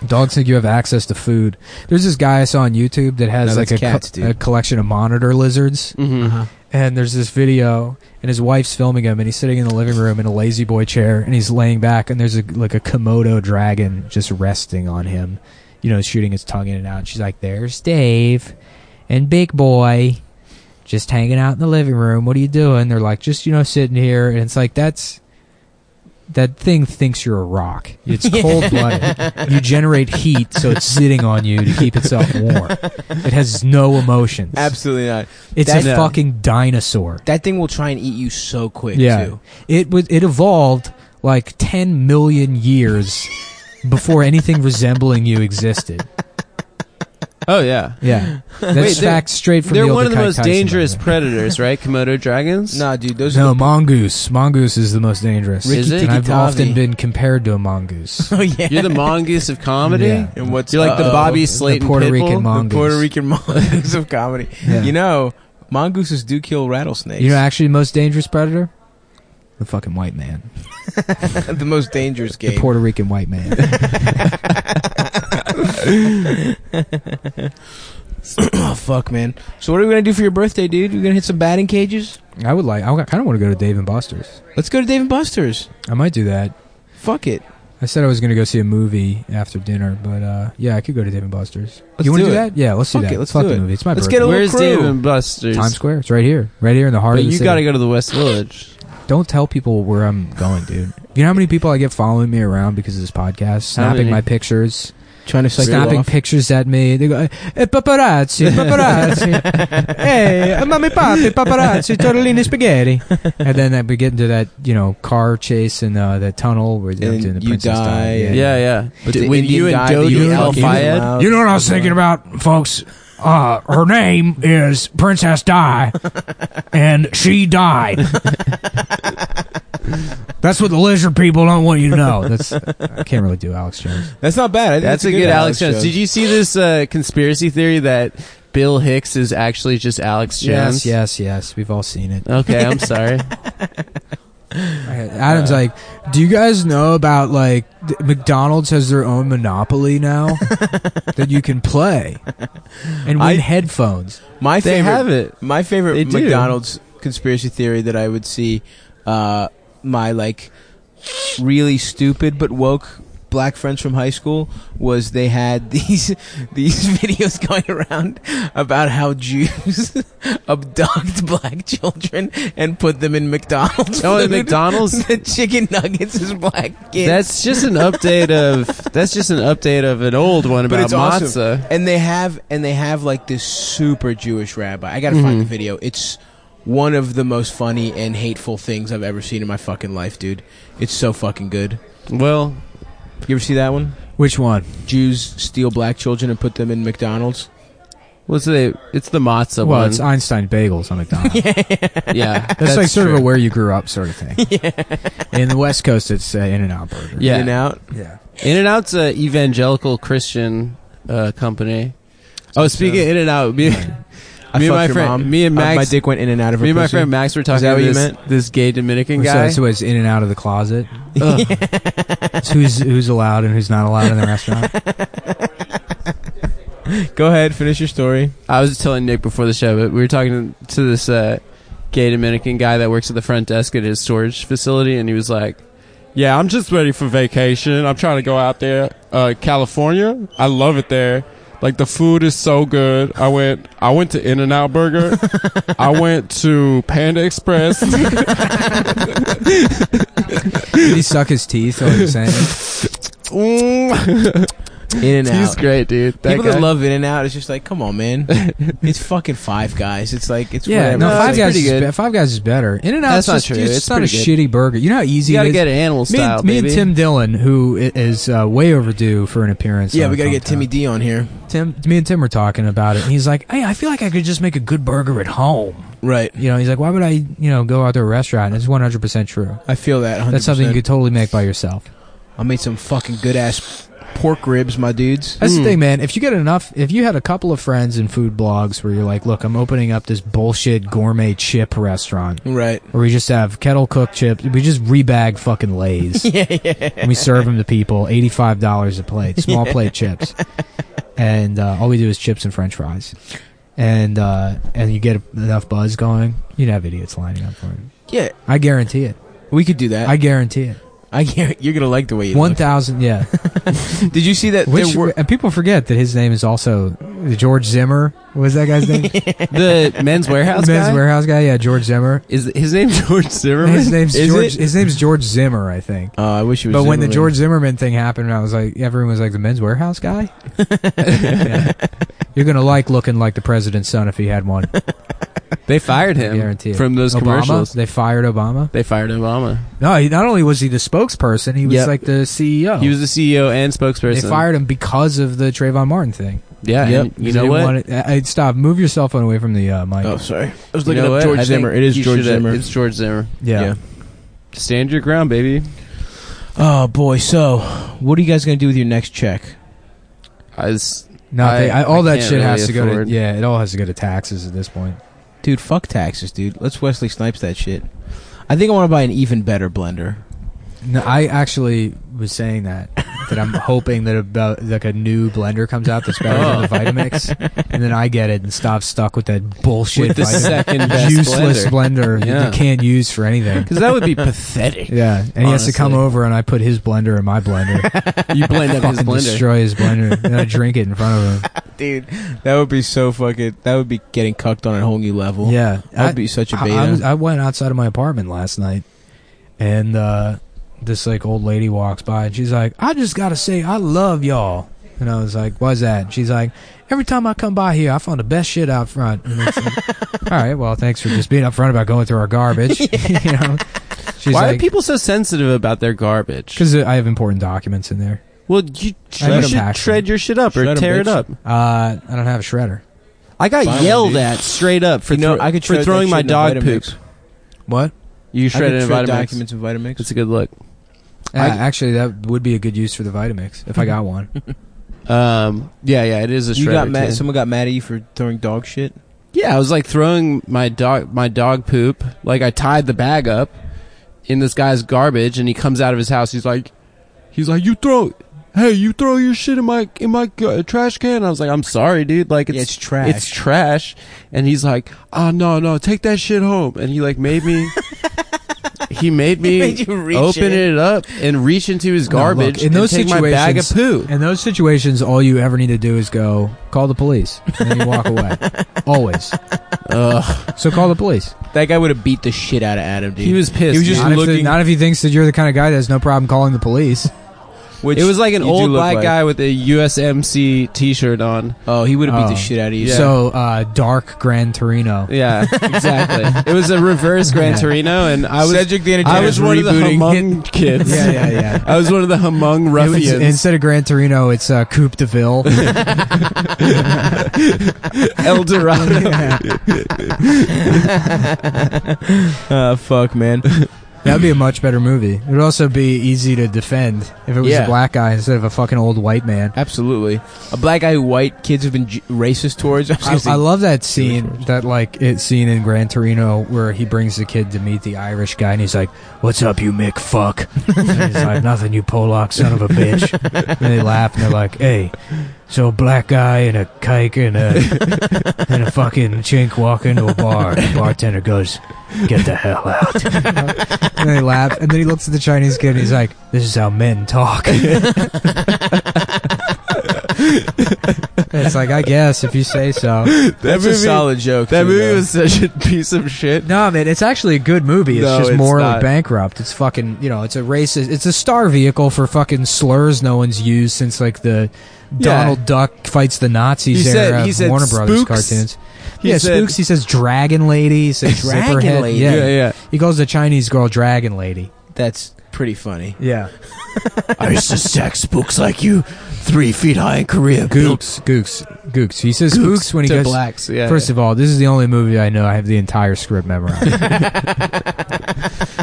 [SPEAKER 2] Dogs think you have access to food. There's this guy I saw on YouTube that has
[SPEAKER 1] No,
[SPEAKER 2] like a,
[SPEAKER 1] that's cats,
[SPEAKER 2] co-
[SPEAKER 1] dude.
[SPEAKER 2] a collection of monitor lizards.
[SPEAKER 3] Mm-hmm.
[SPEAKER 1] Uh-huh.
[SPEAKER 2] and there's this video and his wife's filming him and he's sitting in the living room in a lazy boy chair and he's laying back and there's a like a komodo dragon just resting on him you know shooting his tongue in and out and she's like there's dave and big boy just hanging out in the living room what are you doing they're like just you know sitting here and it's like that's that thing thinks you're a rock. It's cold blooded. You generate heat, so it's sitting on you to keep itself warm. It has no emotions.
[SPEAKER 1] Absolutely not.
[SPEAKER 2] It's
[SPEAKER 1] That-
[SPEAKER 2] a
[SPEAKER 1] Yeah.
[SPEAKER 2] fucking dinosaur.
[SPEAKER 1] That thing will try and eat you so quick, too.
[SPEAKER 2] It was it evolved like 10 million years before anything resembling you existed.
[SPEAKER 3] Oh yeah,
[SPEAKER 2] Yeah. That's
[SPEAKER 3] Wait, they're-
[SPEAKER 2] fact straight from
[SPEAKER 3] they're
[SPEAKER 2] Neil
[SPEAKER 3] one of the
[SPEAKER 2] deGrasse
[SPEAKER 3] most
[SPEAKER 2] Tyson, by
[SPEAKER 3] dangerous
[SPEAKER 2] the way.
[SPEAKER 3] predators, right? Komodo dragons.
[SPEAKER 1] Nah, dude, those
[SPEAKER 2] No,
[SPEAKER 1] are.
[SPEAKER 2] mongoose. Mongoose is the most dangerous.
[SPEAKER 3] Is it?
[SPEAKER 2] and I've
[SPEAKER 1] Rikki-tikki-tavi.
[SPEAKER 2] often been compared to a mongoose.
[SPEAKER 1] The, oh, yeah.
[SPEAKER 3] You're the mongoose of comedy.
[SPEAKER 2] Yeah.
[SPEAKER 1] and what's uh,
[SPEAKER 3] You're like the
[SPEAKER 1] uh-oh.
[SPEAKER 3] Bobby Slayton
[SPEAKER 2] Puerto
[SPEAKER 3] Pitbull.
[SPEAKER 2] Rican mon-
[SPEAKER 1] The
[SPEAKER 2] mongoose.
[SPEAKER 1] Puerto Rican mongoose of comedy.
[SPEAKER 2] Yeah.
[SPEAKER 1] You know, mongooses do kill rattlesnakes.
[SPEAKER 2] You know, actually, the most dangerous predator? The fucking white man.
[SPEAKER 1] the most dangerous
[SPEAKER 2] The
[SPEAKER 1] game.
[SPEAKER 2] Puerto Rican white man.
[SPEAKER 1] oh fuck, man. So what are we gonna do for your birthday, dude? We're gonna hit some batting cages.
[SPEAKER 2] I would like, I kind of want to go to Dave and Buster's.
[SPEAKER 1] Let's go to Dave and Buster's.
[SPEAKER 2] I might do that.
[SPEAKER 1] Fuck it.
[SPEAKER 2] I said I was going to go see a movie after dinner, but uh, yeah, I could go to Dave and Buster's.
[SPEAKER 1] Let's
[SPEAKER 2] you want to
[SPEAKER 1] do
[SPEAKER 2] do,
[SPEAKER 1] it.
[SPEAKER 2] that? Yeah, let's
[SPEAKER 1] Fuck
[SPEAKER 2] do that.
[SPEAKER 1] it, let's
[SPEAKER 2] Fuck
[SPEAKER 1] do
[SPEAKER 2] the
[SPEAKER 1] it.
[SPEAKER 2] movie. It's my
[SPEAKER 1] Let's
[SPEAKER 2] birthday.
[SPEAKER 1] get a
[SPEAKER 3] Where's
[SPEAKER 1] Little crew.
[SPEAKER 3] Dave and Buster's?
[SPEAKER 2] Times Square. It's right here, right here in the heart
[SPEAKER 3] but
[SPEAKER 2] of the
[SPEAKER 3] you
[SPEAKER 2] city.
[SPEAKER 3] got to go to the West Village.
[SPEAKER 2] Don't tell people where I'm going, dude. You know how many people I get following me around because of this podcast,
[SPEAKER 3] How
[SPEAKER 2] snapping
[SPEAKER 3] many?
[SPEAKER 2] my pictures,
[SPEAKER 1] trying to psych you
[SPEAKER 2] snapping
[SPEAKER 1] off.
[SPEAKER 2] pictures at me. They go, eh, paparazzi, paparazzi. hey, eh, mommy, papi, paparazzi, tortellini, spaghetti. And then that, we get into that, you know, car chase and uh, that tunnel where they're
[SPEAKER 1] And
[SPEAKER 2] doing the
[SPEAKER 1] you
[SPEAKER 2] princess
[SPEAKER 1] die,
[SPEAKER 2] Di.
[SPEAKER 1] and-
[SPEAKER 3] Yeah, yeah. But
[SPEAKER 1] The
[SPEAKER 3] when
[SPEAKER 1] Indian
[SPEAKER 3] you and
[SPEAKER 1] guy that you
[SPEAKER 3] Dodi Al
[SPEAKER 1] allocated him
[SPEAKER 3] Fayed,
[SPEAKER 1] out.
[SPEAKER 5] You know what I was thinking about, folks? Uh, her name is Princess Di, and she died. That's what the lizard people don't want you to know.
[SPEAKER 2] No, that's I can't really do Alex Jones.
[SPEAKER 1] That's not bad. I think
[SPEAKER 3] that's a good Alex Jones. Did
[SPEAKER 1] Did you?
[SPEAKER 3] you see this uh, conspiracy theory that Bill Hicks is actually just Alex Jones?
[SPEAKER 2] Yes, yes, yes. We've all seen it.
[SPEAKER 3] Okay, I'm sorry.
[SPEAKER 2] Adam's like, do you guys know about like th- McDonald's has their own monopoly now that you can play and win
[SPEAKER 1] I-
[SPEAKER 2] headphones?
[SPEAKER 1] My
[SPEAKER 3] they
[SPEAKER 1] favorite.
[SPEAKER 3] have it.
[SPEAKER 1] My
[SPEAKER 3] They
[SPEAKER 1] favorite
[SPEAKER 3] do.
[SPEAKER 1] McDonald's conspiracy theory that I would see, uh, my like really stupid but woke black friends from high school was they had these these videos going around about how Jews abduct black children and put them in McDonald's.
[SPEAKER 3] Oh, and
[SPEAKER 1] food.
[SPEAKER 3] McDonald's.
[SPEAKER 1] the chicken nuggets is black kids.
[SPEAKER 3] That's just an update of. That's just an update of an old one
[SPEAKER 1] But
[SPEAKER 3] about
[SPEAKER 1] it's awesome.
[SPEAKER 3] matzah.
[SPEAKER 1] and they have and they have like this super Jewish rabbi. I gotta
[SPEAKER 3] Mm-hmm.
[SPEAKER 1] find the video. It's one of the most funny and hateful things I've ever seen in my fucking life, dude. It's so fucking good.
[SPEAKER 3] Well,
[SPEAKER 1] You ever see that one?
[SPEAKER 2] Which one?
[SPEAKER 1] Jews steal black children and put them in McDonald's.
[SPEAKER 3] what's it? It's the matzah
[SPEAKER 2] well,
[SPEAKER 3] one.
[SPEAKER 2] it's Einstein bagels on McDonald's.
[SPEAKER 3] yeah, that's,
[SPEAKER 2] That's, like sort
[SPEAKER 3] true.
[SPEAKER 2] of a where you grew up sort of thing. In the West Coast, it's uh, In and Out Burger.
[SPEAKER 3] Yeah.
[SPEAKER 1] In and out.
[SPEAKER 2] yeah.
[SPEAKER 3] In and Out's a evangelical Christian uh, company. Oh, speaking of In and Out, me,
[SPEAKER 1] uh, I
[SPEAKER 3] me and
[SPEAKER 1] fucked
[SPEAKER 3] my
[SPEAKER 1] your
[SPEAKER 3] friend,
[SPEAKER 1] mom.
[SPEAKER 3] me and
[SPEAKER 1] Uh, my
[SPEAKER 3] Max,
[SPEAKER 1] dick went in and out of her.
[SPEAKER 3] me and my
[SPEAKER 1] pussy.
[SPEAKER 3] friend Max were talking
[SPEAKER 1] that
[SPEAKER 3] to
[SPEAKER 1] what you
[SPEAKER 3] this,
[SPEAKER 1] meant?
[SPEAKER 3] this gay Dominican
[SPEAKER 2] So,
[SPEAKER 3] guy.
[SPEAKER 2] that's why uh, it's In and Out of the closet.
[SPEAKER 3] Ugh.
[SPEAKER 2] It's who's who's allowed and who's not allowed in the restaurant.
[SPEAKER 1] Go ahead, finish your story.
[SPEAKER 3] I was telling Nick before the show, but we were talking to this uh, gay Dominican guy that works at the front desk at his storage facility, and he was like, "Yeah, I'm just ready for vacation. I'm trying to go out there, uh, California. I love it there. Like the food is so good. I went, I went to In and Out Burger. I went to Panda Express.
[SPEAKER 2] Did he suck his teeth? Or what saying?
[SPEAKER 3] Mm.
[SPEAKER 1] In and
[SPEAKER 3] He's
[SPEAKER 1] out.
[SPEAKER 3] great, dude. That
[SPEAKER 1] People
[SPEAKER 3] guy.
[SPEAKER 1] that love In and Out, it's just like, come on, man. it's fucking Five Guys. It's like, it's
[SPEAKER 2] Yeah,
[SPEAKER 1] whatever.
[SPEAKER 2] no,
[SPEAKER 3] No,
[SPEAKER 2] Five
[SPEAKER 3] it's
[SPEAKER 2] Guys. Is
[SPEAKER 3] pretty good.
[SPEAKER 2] be- Five Guys is better. In and Out.
[SPEAKER 3] That's not
[SPEAKER 2] just,
[SPEAKER 3] true.
[SPEAKER 2] It's,
[SPEAKER 3] It's
[SPEAKER 2] not a
[SPEAKER 3] pretty
[SPEAKER 2] shitty burger. You know how easy it
[SPEAKER 3] you gotta
[SPEAKER 2] is?
[SPEAKER 3] get an animal
[SPEAKER 2] me,
[SPEAKER 3] style,
[SPEAKER 2] and, me and
[SPEAKER 3] baby.
[SPEAKER 2] Tim Dillon, who i- is uh, way overdue for an appearance.
[SPEAKER 1] Yeah,
[SPEAKER 2] on
[SPEAKER 1] we gotta get
[SPEAKER 2] Thumbtack.
[SPEAKER 1] Timmy D on here.
[SPEAKER 2] Tim, me and Tim were talking about it, and he's like, "Hey, I feel like I could just make a good burger at home."
[SPEAKER 1] Right.
[SPEAKER 2] You know, he's like, "Why would I, you know, go out to a restaurant?" And it's one hundred percent true.
[SPEAKER 1] I feel that. 100%.
[SPEAKER 2] That's something you could totally make by yourself.
[SPEAKER 1] I made some fucking good ass pork ribs, my dudes.
[SPEAKER 2] That's the
[SPEAKER 3] Mm.
[SPEAKER 2] thing, man. If you get enough, if you had a couple of friends in food blogs where you're like, "Look, I'm opening up this bullshit gourmet chip restaurant."
[SPEAKER 1] Right.
[SPEAKER 2] Where we just have kettle cooked chips. We just rebag fucking Lay's.
[SPEAKER 1] Yeah, yeah.
[SPEAKER 2] and we serve them to people eighty-five dollars a plate, small plate chips, and uh, all we do is chips and French fries, and uh, and you get enough buzz going, you'd have idiots lining up for it.
[SPEAKER 1] Yeah,
[SPEAKER 2] I guarantee it.
[SPEAKER 1] we could do that.
[SPEAKER 2] I
[SPEAKER 1] I,
[SPEAKER 2] guarantee it.
[SPEAKER 1] I can't, you're gonna like the way you
[SPEAKER 2] One
[SPEAKER 1] look.
[SPEAKER 2] thousand, yeah.
[SPEAKER 1] Did you see that?
[SPEAKER 2] Which
[SPEAKER 1] there were,
[SPEAKER 2] and people forget that his name is also George Zimmer. What was that guy's name?
[SPEAKER 3] the men's warehouse
[SPEAKER 2] Men's
[SPEAKER 3] guy?
[SPEAKER 2] warehouse guy. Yeah, George Zimmer.
[SPEAKER 3] is his name George Zimmerman?
[SPEAKER 2] His name's
[SPEAKER 1] Is
[SPEAKER 2] George.
[SPEAKER 1] it?
[SPEAKER 2] His name's George Zimmer, I think.
[SPEAKER 1] oh, I wish it was.
[SPEAKER 2] But when the
[SPEAKER 1] Zimmerman.
[SPEAKER 2] George Zimmerman thing happened, I was like, everyone was like, the men's warehouse guy? Yeah. You're going to like looking like the president's son if he had one.
[SPEAKER 3] They fired
[SPEAKER 2] I
[SPEAKER 3] him
[SPEAKER 2] guarantee it.
[SPEAKER 3] from those
[SPEAKER 2] Obama?
[SPEAKER 3] commercials.
[SPEAKER 2] They fired Obama?
[SPEAKER 3] They fired Obama.
[SPEAKER 2] No, he, not only was he the spokesperson, he was
[SPEAKER 3] Yep.
[SPEAKER 2] like the CEO.
[SPEAKER 3] He was the CEO and spokesperson.
[SPEAKER 2] they fired him because of the Trayvon Martin thing.
[SPEAKER 3] Yeah,
[SPEAKER 1] Yep.
[SPEAKER 3] and
[SPEAKER 2] Because
[SPEAKER 3] you
[SPEAKER 2] they
[SPEAKER 3] know what?
[SPEAKER 2] wanted- I, I- stop. Move your cell phone away from the uh, mic.
[SPEAKER 1] Oh, sorry. I was
[SPEAKER 3] You
[SPEAKER 1] looking
[SPEAKER 3] know
[SPEAKER 1] up
[SPEAKER 3] what?
[SPEAKER 1] George
[SPEAKER 3] I think
[SPEAKER 1] Zimmer. It is
[SPEAKER 3] you
[SPEAKER 1] George
[SPEAKER 3] shoulda-
[SPEAKER 1] Zimmer.
[SPEAKER 3] It's George Zimmer.
[SPEAKER 2] yeah.
[SPEAKER 1] yeah.
[SPEAKER 3] Stand your ground, baby.
[SPEAKER 1] Oh boy. So, what are you guys gonna do with your next check?
[SPEAKER 3] I was,
[SPEAKER 2] No, they,
[SPEAKER 3] I-
[SPEAKER 2] I, all
[SPEAKER 3] I
[SPEAKER 2] that
[SPEAKER 3] can't
[SPEAKER 2] shit has
[SPEAKER 3] really
[SPEAKER 2] to go
[SPEAKER 3] afford-
[SPEAKER 2] to. Yeah, it all has to go to taxes at this point.
[SPEAKER 1] Dude, fuck taxes, dude. Let's Wesley Snipes that shit. I think I want to buy an even better blender.
[SPEAKER 2] No, I actually was saying that that I'm hoping that about like a new blender comes out that's better than
[SPEAKER 3] Oh.
[SPEAKER 2] the Vitamix, and then I get it and stop stuck with that bullshit
[SPEAKER 3] With the
[SPEAKER 2] Vitamix-
[SPEAKER 3] second best
[SPEAKER 2] useless blender,
[SPEAKER 3] Yeah.
[SPEAKER 2] that you can't use for anything.
[SPEAKER 3] because that would be pathetic.
[SPEAKER 2] Yeah, and he has to come
[SPEAKER 3] Honestly.
[SPEAKER 2] over and I put his blender in my blender,
[SPEAKER 3] You blend up his
[SPEAKER 2] fucking
[SPEAKER 3] blender.
[SPEAKER 2] destroy his blender, and I drink it in front of him.
[SPEAKER 1] Dude, that would be so fucking. That would be getting cucked on a whole new level.
[SPEAKER 2] Yeah,
[SPEAKER 1] That
[SPEAKER 2] I-
[SPEAKER 1] would be such a
[SPEAKER 2] I-
[SPEAKER 1] beta.
[SPEAKER 2] I, was, I went outside of my apartment last night, and uh, this like old lady walks by, and she's like, "I just gotta say, I love y'all." And I was like, "Why's that?" And she's like, "Every time I come by here, I find the best shit out front." And it's like, All right, well, thanks for just being upfront about going through our garbage. you know, she's
[SPEAKER 3] Why are
[SPEAKER 2] like,
[SPEAKER 3] people so sensitive about their garbage?
[SPEAKER 2] "Because I have important documents in there."
[SPEAKER 3] Well, you,
[SPEAKER 2] I
[SPEAKER 3] you
[SPEAKER 2] have a
[SPEAKER 3] should
[SPEAKER 2] passion.
[SPEAKER 3] shred your shit up or
[SPEAKER 1] Shred 'em,
[SPEAKER 3] tear it
[SPEAKER 1] bitch.
[SPEAKER 3] up.
[SPEAKER 2] Uh, I don't have a shredder.
[SPEAKER 3] I got
[SPEAKER 1] Fine,
[SPEAKER 3] yelled
[SPEAKER 1] dude.
[SPEAKER 3] at straight up for
[SPEAKER 1] You know,
[SPEAKER 3] thro-
[SPEAKER 1] I could shred
[SPEAKER 3] for
[SPEAKER 1] that
[SPEAKER 3] throwing
[SPEAKER 1] shit
[SPEAKER 3] my
[SPEAKER 1] in
[SPEAKER 3] dog poop.
[SPEAKER 1] Vitamix.
[SPEAKER 2] What?
[SPEAKER 3] You
[SPEAKER 1] I could
[SPEAKER 3] shredded in
[SPEAKER 1] shred
[SPEAKER 3] Vitamix.
[SPEAKER 1] documents in Vitamix.
[SPEAKER 3] It's a good look.
[SPEAKER 2] Uh,
[SPEAKER 3] I- Mm-hmm.
[SPEAKER 2] actually, that would be a good use for the Vitamix if I got one.
[SPEAKER 3] Um, yeah, yeah, it is a shredder.
[SPEAKER 1] you got
[SPEAKER 3] too.
[SPEAKER 1] mad. Someone got mad at you for throwing dog shit.
[SPEAKER 3] Yeah, I was like throwing my dog my dog poop. Like I tied the bag up in this guy's garbage, and he comes out of his house. He's like, he's like, you throw, hey, you throw your shit in my in my uh, trash can. I was like, I'm sorry, dude. Like it's
[SPEAKER 1] Yeah, it's trash.
[SPEAKER 3] It's trash. And he's like, ah, no, no, take that shit home. And he like made me. He made me
[SPEAKER 1] made you reach
[SPEAKER 3] open
[SPEAKER 1] in.
[SPEAKER 3] it up and reach into his
[SPEAKER 2] No, look,
[SPEAKER 3] garbage
[SPEAKER 2] in those
[SPEAKER 3] and take my bag of poo.
[SPEAKER 2] In those situations, all you ever need to do is go call the police, and then you walk away. Always.
[SPEAKER 3] Ugh.
[SPEAKER 2] So call the police.
[SPEAKER 1] That guy would have beat the shit out of Adam, dude.
[SPEAKER 3] He was pissed.
[SPEAKER 1] He was just
[SPEAKER 2] not, if the-
[SPEAKER 1] looking.
[SPEAKER 2] not if he thinks that you're the kind of guy that has no problem calling the police.
[SPEAKER 1] which
[SPEAKER 3] it was like an
[SPEAKER 1] you do
[SPEAKER 3] old
[SPEAKER 1] look
[SPEAKER 3] black
[SPEAKER 1] like.
[SPEAKER 3] guy with a USMC T-shirt on.
[SPEAKER 1] Oh, he would have beat the
[SPEAKER 2] Oh.
[SPEAKER 1] shit out of you.
[SPEAKER 2] So uh, dark Gran Torino.
[SPEAKER 3] Yeah, exactly. it was a reverse Gran
[SPEAKER 2] Yeah.
[SPEAKER 3] Torino, and I was
[SPEAKER 1] Cedric the
[SPEAKER 3] I was one of the
[SPEAKER 1] rebooting.
[SPEAKER 3] humong kids.
[SPEAKER 2] Yeah, yeah, yeah.
[SPEAKER 3] I was one of the humong
[SPEAKER 2] It was-
[SPEAKER 3] ruffians.
[SPEAKER 2] instead of Gran Torino, it's uh, Coupe de Ville.
[SPEAKER 3] El Dorado.
[SPEAKER 1] Uh, fuck, man.
[SPEAKER 2] That'd be a much better movie. It would also be easy to defend if it was
[SPEAKER 1] Yeah.
[SPEAKER 2] a black guy instead of a fucking old white man.
[SPEAKER 1] Absolutely. A black guy who white kids have been j- racist towards. I was
[SPEAKER 2] I,
[SPEAKER 1] gonna say-
[SPEAKER 2] I love that scene, that like it scene in Gran Torino where he brings the kid to meet the Irish guy, and he's like, "What's up, you Mick fuck?" and he's like, "Nothing, you Pollock son of a bitch." and they laugh and they're like, "Hey, so a black guy and a kike and a and a fucking chink walk into a bar. The bartender goes, "Get the hell out." and they laugh, and then he looks at the Chinese kid and he's like, "This is how men talk." it's like, I guess if you say so.
[SPEAKER 1] That's
[SPEAKER 3] movie-
[SPEAKER 1] a solid joke.
[SPEAKER 3] that
[SPEAKER 1] too,
[SPEAKER 3] movie
[SPEAKER 1] though.
[SPEAKER 3] was such a piece of shit.
[SPEAKER 2] No, man, it's actually a good movie. It's
[SPEAKER 3] No,
[SPEAKER 2] just
[SPEAKER 3] it's
[SPEAKER 2] morally
[SPEAKER 3] not.
[SPEAKER 2] bankrupt. It's fucking, you know, it's a racist. It's a star vehicle for fucking slurs no one's used since like the
[SPEAKER 3] Yeah.
[SPEAKER 2] Donald Duck fights the Nazis
[SPEAKER 3] He said-
[SPEAKER 2] era
[SPEAKER 3] he
[SPEAKER 2] of
[SPEAKER 3] said
[SPEAKER 2] Warner Brothers
[SPEAKER 3] spooks.
[SPEAKER 2] cartoons.
[SPEAKER 3] He
[SPEAKER 2] yeah,
[SPEAKER 3] said-
[SPEAKER 2] spooks. He says dragon lady. He says
[SPEAKER 1] Dragon
[SPEAKER 2] zipperhead.
[SPEAKER 1] lady.
[SPEAKER 2] Yeah.
[SPEAKER 3] yeah.
[SPEAKER 2] he calls the Chinese girl dragon lady.
[SPEAKER 1] That's pretty funny.
[SPEAKER 2] Yeah,
[SPEAKER 3] I used to stack spooks like you, three feet high in Korea.
[SPEAKER 2] gooks, gooks, gooks. He says
[SPEAKER 3] Gooks
[SPEAKER 2] gooks when he
[SPEAKER 3] to
[SPEAKER 2] goes.
[SPEAKER 3] blacks. Yeah,
[SPEAKER 2] First of all, this is the only movie I know I have the entire script memorized.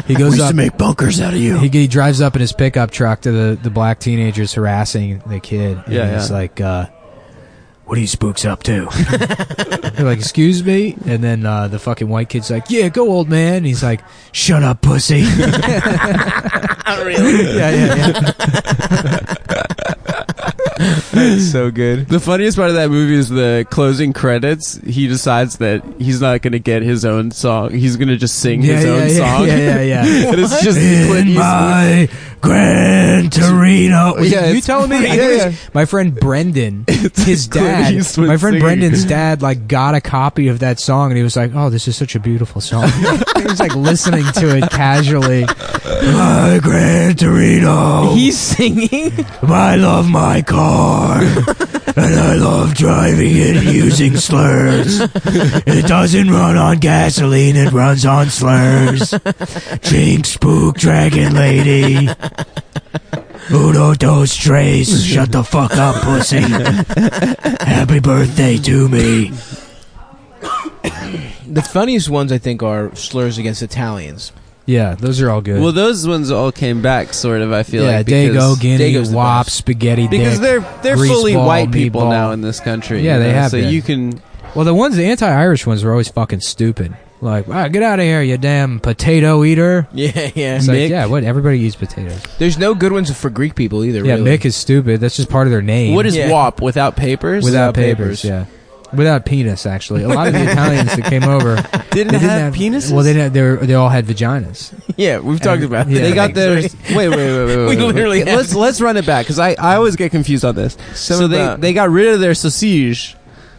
[SPEAKER 2] he goes up.
[SPEAKER 3] make bunkers out of you.
[SPEAKER 2] he, he drives up in his pickup truck to the, the black teenagers harassing the kid. And
[SPEAKER 3] Yeah,
[SPEAKER 2] he's
[SPEAKER 3] yeah.
[SPEAKER 2] like, uh, what are you spooks up to? They're like, excuse me? And then uh, the fucking white kid's like, yeah, go old man. And he's like, shut up, pussy.
[SPEAKER 1] really?
[SPEAKER 2] yeah, yeah, yeah.
[SPEAKER 1] That's so good.
[SPEAKER 3] The funniest part of that movie is the closing credits. He decides that he's not going to get his own song. He's going to just sing
[SPEAKER 2] Yeah,
[SPEAKER 3] his
[SPEAKER 2] yeah,
[SPEAKER 3] own
[SPEAKER 2] yeah,
[SPEAKER 3] song.
[SPEAKER 2] yeah, yeah, yeah.
[SPEAKER 3] and it's just Clint
[SPEAKER 2] In
[SPEAKER 3] Eastwood.
[SPEAKER 2] my Gran Torino. Was it
[SPEAKER 3] Yeah,
[SPEAKER 2] you
[SPEAKER 3] it's-
[SPEAKER 2] telling me? I
[SPEAKER 3] Yeah,
[SPEAKER 2] think it was
[SPEAKER 3] yeah.
[SPEAKER 2] My friend Brendan, his
[SPEAKER 3] Clint
[SPEAKER 2] dad,
[SPEAKER 3] Eastwood
[SPEAKER 2] my friend
[SPEAKER 3] singing.
[SPEAKER 2] Brendan's dad, like got a copy of that song, and he was like, "Oh, this is such a beautiful song." he was like listening to it casually. My Gran Torino.
[SPEAKER 1] He's singing.
[SPEAKER 2] I love my car, and I love driving it using slurs. It doesn't run on gasoline; it runs on slurs. Jinx, spook, dragon lady. Uno, dos, tres. Shut the fuck up, pussy. Happy birthday to me.
[SPEAKER 1] The funniest ones I think are slurs against Italians.
[SPEAKER 2] Yeah, those are all good.
[SPEAKER 3] Well, those ones all came back, sort of. I feel like because,
[SPEAKER 2] Guinea,
[SPEAKER 1] Dago's the Wop, best.
[SPEAKER 2] Spaghetti
[SPEAKER 3] because they're they're
[SPEAKER 2] grease
[SPEAKER 3] fully
[SPEAKER 2] ball,
[SPEAKER 3] white people
[SPEAKER 2] meatball.
[SPEAKER 3] now in this country.
[SPEAKER 2] Yeah,
[SPEAKER 3] you
[SPEAKER 2] they
[SPEAKER 3] know,
[SPEAKER 2] have
[SPEAKER 3] So
[SPEAKER 2] been.
[SPEAKER 3] you can
[SPEAKER 2] Well, the ones, the anti-Irish ones, were always fucking stupid. Like, "Ah, get out of here, you damn potato eater.
[SPEAKER 1] Yeah, yeah.
[SPEAKER 2] It's
[SPEAKER 3] Mick.
[SPEAKER 2] like, yeah, what? Everybody eats potatoes.
[SPEAKER 1] There's no good ones for Greek people either.
[SPEAKER 2] yeah,
[SPEAKER 1] really.
[SPEAKER 2] Mick is stupid. That's just part of their name.
[SPEAKER 3] What is
[SPEAKER 1] Yeah.
[SPEAKER 3] WAP without papers?
[SPEAKER 2] without
[SPEAKER 1] without papers?
[SPEAKER 2] papers, Yeah, without penis. Actually, a lot of the Italians that came over
[SPEAKER 3] didn't,
[SPEAKER 2] they
[SPEAKER 3] have, penises.
[SPEAKER 2] Well, they didn't. They, were, they all had vaginas.
[SPEAKER 1] Yeah, we've talked about.
[SPEAKER 2] Yeah.
[SPEAKER 1] that.
[SPEAKER 3] They got their wait, wait, wait, wait, wait.
[SPEAKER 1] We
[SPEAKER 3] wait, wait.
[SPEAKER 1] literally
[SPEAKER 3] Okay, let's
[SPEAKER 1] have-
[SPEAKER 3] let's run it back because I, I always get confused on this. so they,
[SPEAKER 1] about-
[SPEAKER 3] they got rid of their sausage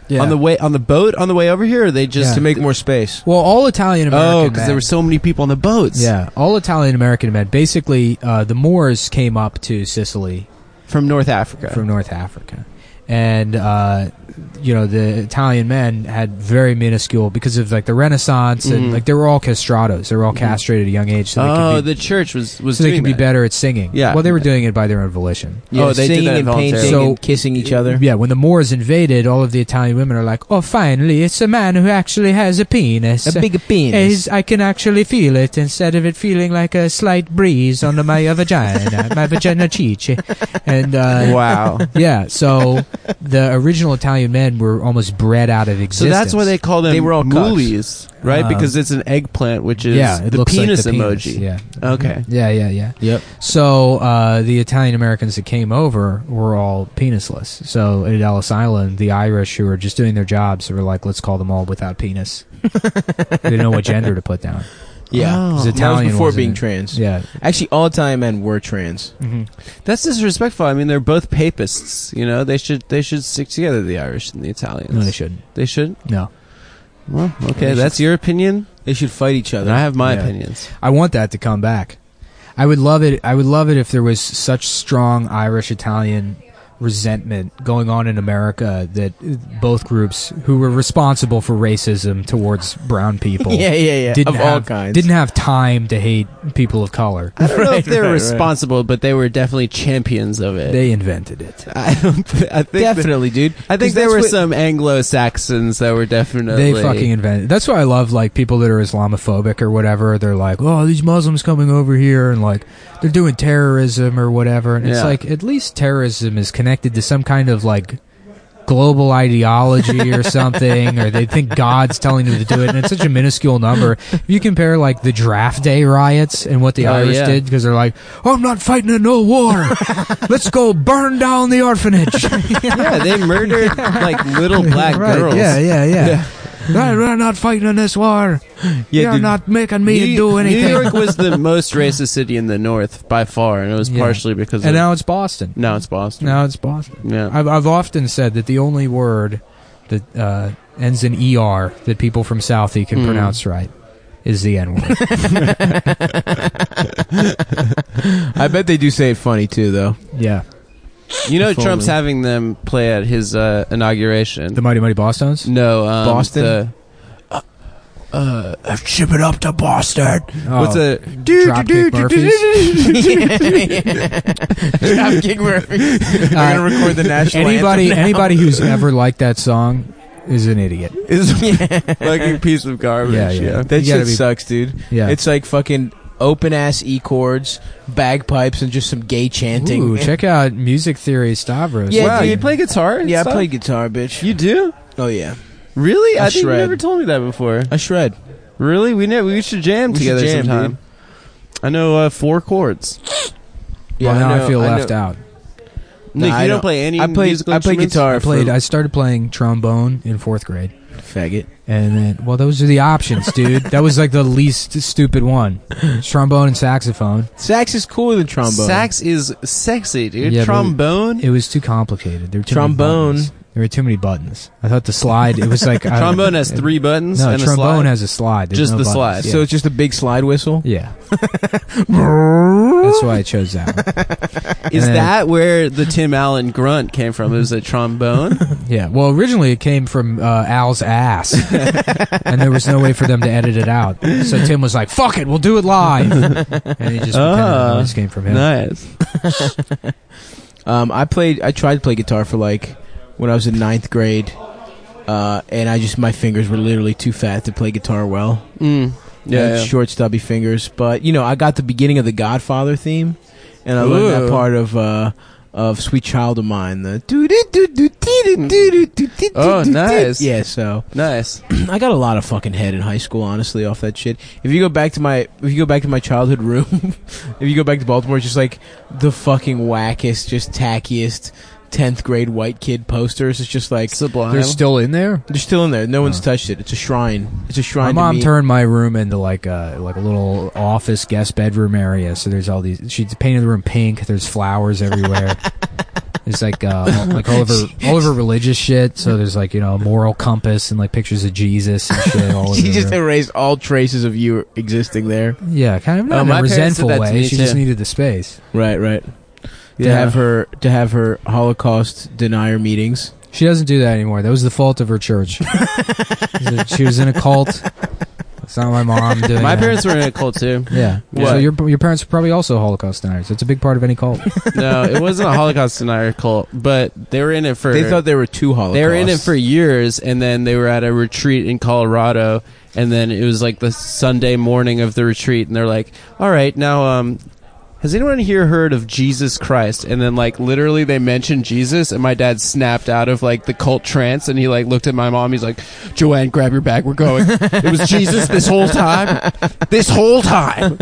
[SPEAKER 2] Yeah.
[SPEAKER 3] on the way on the boat on the way over here. Or they just
[SPEAKER 2] Yeah.
[SPEAKER 1] to make more space.
[SPEAKER 2] well, all Italian American.
[SPEAKER 3] oh because there were so many people on the boats.
[SPEAKER 2] Yeah, all Italian American men. Basically, uh, the Moors came up to Sicily
[SPEAKER 3] from North Africa.
[SPEAKER 2] from North Africa. And uh, you know the Italian men had very minuscule because of like the Renaissance and
[SPEAKER 3] Mhm.
[SPEAKER 2] like they were all castratos. They were all castrated at a young age, so they
[SPEAKER 3] oh,
[SPEAKER 2] could be,
[SPEAKER 3] the church was was
[SPEAKER 2] so they
[SPEAKER 3] doing
[SPEAKER 2] could be
[SPEAKER 3] that.
[SPEAKER 2] better at singing.
[SPEAKER 3] Yeah.
[SPEAKER 2] well, they were doing it by their own volition.
[SPEAKER 3] Yeah,
[SPEAKER 1] oh,
[SPEAKER 3] they did
[SPEAKER 1] singing
[SPEAKER 3] that
[SPEAKER 1] and painting
[SPEAKER 3] involuntarily.
[SPEAKER 2] So-
[SPEAKER 1] and kissing each other.
[SPEAKER 2] Yeah, when the Moors invaded, all of the Italian women are like, "Oh, finally, it's a man who actually has a penis.
[SPEAKER 1] A big penis.
[SPEAKER 2] Is- I can actually feel it instead of it feeling like a slight breeze on my uh, vagina, my vagina chichi." And uh,
[SPEAKER 3] wow.
[SPEAKER 2] yeah, so the original Italian men were almost bred out of
[SPEAKER 3] So
[SPEAKER 2] existence.
[SPEAKER 3] that's why they call them
[SPEAKER 1] They were all cucks.
[SPEAKER 3] moolies, right?
[SPEAKER 2] Um,
[SPEAKER 3] because it's an eggplant, which is
[SPEAKER 2] yeah, it
[SPEAKER 3] the,
[SPEAKER 2] looks
[SPEAKER 3] penis
[SPEAKER 2] like the
[SPEAKER 3] emoji.
[SPEAKER 2] Penis. Yeah.
[SPEAKER 3] Okay.
[SPEAKER 2] Yeah, yeah, yeah.
[SPEAKER 1] Yep.
[SPEAKER 2] So uh, the Italian Americans that came over were all penisless. So at Ellis Island, the Irish who were just doing their jobs were like, let's call them all without penis. they didn't know what gender to put down.
[SPEAKER 1] Yeah.
[SPEAKER 3] Oh.
[SPEAKER 2] Is it-
[SPEAKER 1] that was
[SPEAKER 2] Italian
[SPEAKER 1] before
[SPEAKER 2] wasn't
[SPEAKER 1] being
[SPEAKER 2] it?
[SPEAKER 1] trans.
[SPEAKER 2] Yeah.
[SPEAKER 1] Actually, all Italian men were trans.
[SPEAKER 3] That's disrespectful. I mean, they're both papists. You know, they should they should stick together. The Irish and the Italians.
[SPEAKER 2] No, they shouldn't.
[SPEAKER 3] They should.
[SPEAKER 2] No.
[SPEAKER 3] Well, okay,
[SPEAKER 1] They should-
[SPEAKER 3] that's your opinion,
[SPEAKER 1] They should fight each
[SPEAKER 3] and
[SPEAKER 1] other.
[SPEAKER 3] I have my
[SPEAKER 2] Yeah.
[SPEAKER 3] opinions.
[SPEAKER 2] I want that to come back. I would love it. I would love it if there was such strong Irish Italian resentment going on in America that both groups who were responsible for racism towards brown people
[SPEAKER 1] yeah, yeah, yeah. of
[SPEAKER 2] didn't have,
[SPEAKER 1] all kinds.
[SPEAKER 2] didn't have time to hate people of color.
[SPEAKER 3] I don't know if they were
[SPEAKER 1] right, right.
[SPEAKER 3] responsible, but they were definitely champions of it.
[SPEAKER 2] They invented it.
[SPEAKER 3] I don't. Th- I think. that-
[SPEAKER 1] definitely, dude.
[SPEAKER 3] I
[SPEAKER 1] 'Cause
[SPEAKER 3] think there
[SPEAKER 1] that's
[SPEAKER 3] were
[SPEAKER 1] what-
[SPEAKER 3] some Anglo Saxons that were definitely.
[SPEAKER 2] They fucking invented. That's why I love like people that are Islamophobic or whatever. They're like, oh, these Muslims coming over here and like they're doing terrorism or whatever. And it's
[SPEAKER 3] Yeah.
[SPEAKER 2] like at least terrorism is connected to some kind of like global ideology or something, or they think God's telling them to do it. And it's such a minuscule number. If you compare like the draft day riots and what the
[SPEAKER 3] Oh,
[SPEAKER 2] Irish
[SPEAKER 3] yeah.
[SPEAKER 2] did, because they're like, oh, I'm not fighting in no war. Let's go burn down the orphanage.
[SPEAKER 3] yeah, they murdered like little black
[SPEAKER 2] Right,
[SPEAKER 3] girls.
[SPEAKER 2] Yeah, yeah, yeah. Right, we're not fighting in this war.
[SPEAKER 1] Yeah,
[SPEAKER 2] You're
[SPEAKER 1] dude.
[SPEAKER 2] not making me
[SPEAKER 3] New-
[SPEAKER 2] do anything.
[SPEAKER 3] New York was the most racist city in the North by far, and it was
[SPEAKER 2] Yeah.
[SPEAKER 3] partially because
[SPEAKER 2] and
[SPEAKER 3] of,
[SPEAKER 2] now it's Boston.
[SPEAKER 3] now it's Boston.
[SPEAKER 2] Now it's Boston.
[SPEAKER 3] Yeah.
[SPEAKER 2] I've, I've often said that the only word that uh, ends in er that people from Southie can
[SPEAKER 3] Mm.
[SPEAKER 2] pronounce right is the n word.
[SPEAKER 1] I bet they do say it funny too, though.
[SPEAKER 2] yeah,
[SPEAKER 3] you know,
[SPEAKER 1] If
[SPEAKER 3] Trump's
[SPEAKER 1] only.
[SPEAKER 3] having them play at his uh, inauguration.
[SPEAKER 2] the mighty mighty Boston's.
[SPEAKER 3] no, um,
[SPEAKER 1] Boston?
[SPEAKER 3] the- uh, uh, ship it up to Boston.
[SPEAKER 2] Oh,
[SPEAKER 3] What's a
[SPEAKER 2] Dropkick Murphys?
[SPEAKER 1] Dropkick Murphys. We're gonna record the national
[SPEAKER 2] Uh, anybody anybody who's ever liked that song is an idiot.
[SPEAKER 3] is a
[SPEAKER 1] anthem. yeah.
[SPEAKER 3] fucking piece of garbage?
[SPEAKER 2] Yeah,
[SPEAKER 3] Yeah,
[SPEAKER 2] yeah.
[SPEAKER 1] That
[SPEAKER 2] You gotta
[SPEAKER 1] shit
[SPEAKER 2] be-
[SPEAKER 1] sucks, dude.
[SPEAKER 2] Yeah,
[SPEAKER 1] It's like fucking open ass e chords, bagpipes, and just some gay chanting.
[SPEAKER 2] Ooh, check out Music Theory Stavros.
[SPEAKER 1] Yeah,
[SPEAKER 3] wow,
[SPEAKER 1] dude.
[SPEAKER 3] you play guitar? and
[SPEAKER 1] yeah,
[SPEAKER 3] stuff?
[SPEAKER 1] I play guitar, bitch.
[SPEAKER 3] You do?
[SPEAKER 1] oh yeah,
[SPEAKER 3] Really?
[SPEAKER 1] I
[SPEAKER 3] I, think
[SPEAKER 1] shred.
[SPEAKER 3] you never told me that before.
[SPEAKER 1] I shred.
[SPEAKER 3] Really? We ne- we should jam
[SPEAKER 1] We should
[SPEAKER 3] together
[SPEAKER 1] jam,
[SPEAKER 3] sometime.
[SPEAKER 1] dude.
[SPEAKER 3] I know uh, four chords.
[SPEAKER 2] Well,
[SPEAKER 1] Yeah, I
[SPEAKER 2] now I,
[SPEAKER 1] know-
[SPEAKER 2] feel
[SPEAKER 1] I
[SPEAKER 2] left
[SPEAKER 1] know.
[SPEAKER 2] out.
[SPEAKER 1] Nah,
[SPEAKER 3] Nick, you
[SPEAKER 1] I
[SPEAKER 3] don't,
[SPEAKER 1] don't-
[SPEAKER 3] play any
[SPEAKER 1] I play.
[SPEAKER 3] musical
[SPEAKER 1] I play
[SPEAKER 3] instruments?
[SPEAKER 1] guitar.
[SPEAKER 2] I played.
[SPEAKER 1] For,
[SPEAKER 2] I started playing trombone in fourth grade,
[SPEAKER 1] faggot.
[SPEAKER 2] and then well, those are the options, dude. that was like the least stupid one. Trombone and saxophone.
[SPEAKER 1] Sax is cooler than trombone.
[SPEAKER 3] Sax is sexy, dude.
[SPEAKER 2] Yeah, but-
[SPEAKER 3] trombone.
[SPEAKER 2] It was too complicated. There were too
[SPEAKER 1] Trombone.
[SPEAKER 2] Many buttons. there were too many buttons. I thought the slide. It was like I-
[SPEAKER 3] trombone has
[SPEAKER 2] it-
[SPEAKER 3] three buttons
[SPEAKER 2] No,
[SPEAKER 3] and a
[SPEAKER 2] trombone
[SPEAKER 3] slide.
[SPEAKER 2] has a slide. There's
[SPEAKER 3] Just
[SPEAKER 2] no
[SPEAKER 3] the
[SPEAKER 2] buttons.
[SPEAKER 3] slide.
[SPEAKER 2] Yeah.
[SPEAKER 1] So it's just a big slide whistle.
[SPEAKER 2] yeah. That's why I chose that. One.
[SPEAKER 3] is
[SPEAKER 2] and then-
[SPEAKER 3] that where the Tim Allen grunt came from? It was a trombone.
[SPEAKER 2] Yeah. Well, originally it came from uh, Al's ass, and there was no way for them to edit it out. So Tim was like, "Fuck it, we'll do it live," and he just pretended the
[SPEAKER 3] Ah,
[SPEAKER 2] noise came from him.
[SPEAKER 3] Nice.
[SPEAKER 1] Um, I played. I tried to play guitar for like when I was in ninth grade, uh, and I just my fingers were literally too fat to play guitar well. I
[SPEAKER 3] Mm. Yeah.
[SPEAKER 1] had
[SPEAKER 3] yeah.
[SPEAKER 1] short stubby fingers. But you know, I got the beginning of the Godfather theme, and I learned
[SPEAKER 3] Ooh.
[SPEAKER 1] that part of. Uh, of sweet child of mine, the do do do do do do do do
[SPEAKER 3] Oh, nice.
[SPEAKER 1] yeah. So
[SPEAKER 3] Nice.
[SPEAKER 1] I got a lot of fucking head in high school, honestly, off that shit. If you go back to my, if you go back to my childhood room, if you go back to Baltimore, it's just like the fucking wackest, just tackiest tenth grade white kid posters. It's just like
[SPEAKER 3] Sublime.
[SPEAKER 2] They're still in there.
[SPEAKER 1] they're still in there. No one's
[SPEAKER 2] Huh.
[SPEAKER 1] touched it. It's a shrine. It's a
[SPEAKER 2] My
[SPEAKER 1] shrine. to
[SPEAKER 2] mom
[SPEAKER 1] me.
[SPEAKER 2] turned my room into like a like a little office guest bedroom area. So there's all these. She painted the room pink. There's flowers everywhere. There's like uh, all- like all over all over religious shit. So there's like you know a moral compass and like pictures of Jesus and shit all over.
[SPEAKER 1] She
[SPEAKER 2] the
[SPEAKER 1] just
[SPEAKER 2] room.
[SPEAKER 1] erased all traces of you existing there.
[SPEAKER 2] yeah, kind of not
[SPEAKER 3] Oh,
[SPEAKER 2] in
[SPEAKER 3] my
[SPEAKER 2] a
[SPEAKER 3] parents did
[SPEAKER 2] resentful
[SPEAKER 3] that to
[SPEAKER 2] way.
[SPEAKER 3] me,
[SPEAKER 2] She just
[SPEAKER 3] too.
[SPEAKER 2] needed the space.
[SPEAKER 1] Right, right. to have her to have her Holocaust denier meetings.
[SPEAKER 2] She doesn't do that anymore. That was the fault of her church. she was in a cult. It's not my mom doing
[SPEAKER 3] My
[SPEAKER 2] that.
[SPEAKER 3] parents were in a cult too.
[SPEAKER 2] Yeah.
[SPEAKER 3] What?
[SPEAKER 2] So your your parents are probably also Holocaust deniers. It's a big part of any cult.
[SPEAKER 3] No, it wasn't a Holocaust denier cult, but they were in it for.
[SPEAKER 1] They thought there were two Holocausts.
[SPEAKER 3] they were in it for years, and then they were at a retreat in Colorado, and then it was like the Sunday morning of the retreat, and they're like, "All right, now, um, has anyone here heard of Jesus Christ?" And then like literally, they mentioned Jesus, and my dad snapped out of like the cult trance, and he like looked at my mom. He's like, "Joanne, grab your bag, we're going." it was Jesus this whole time, this whole time.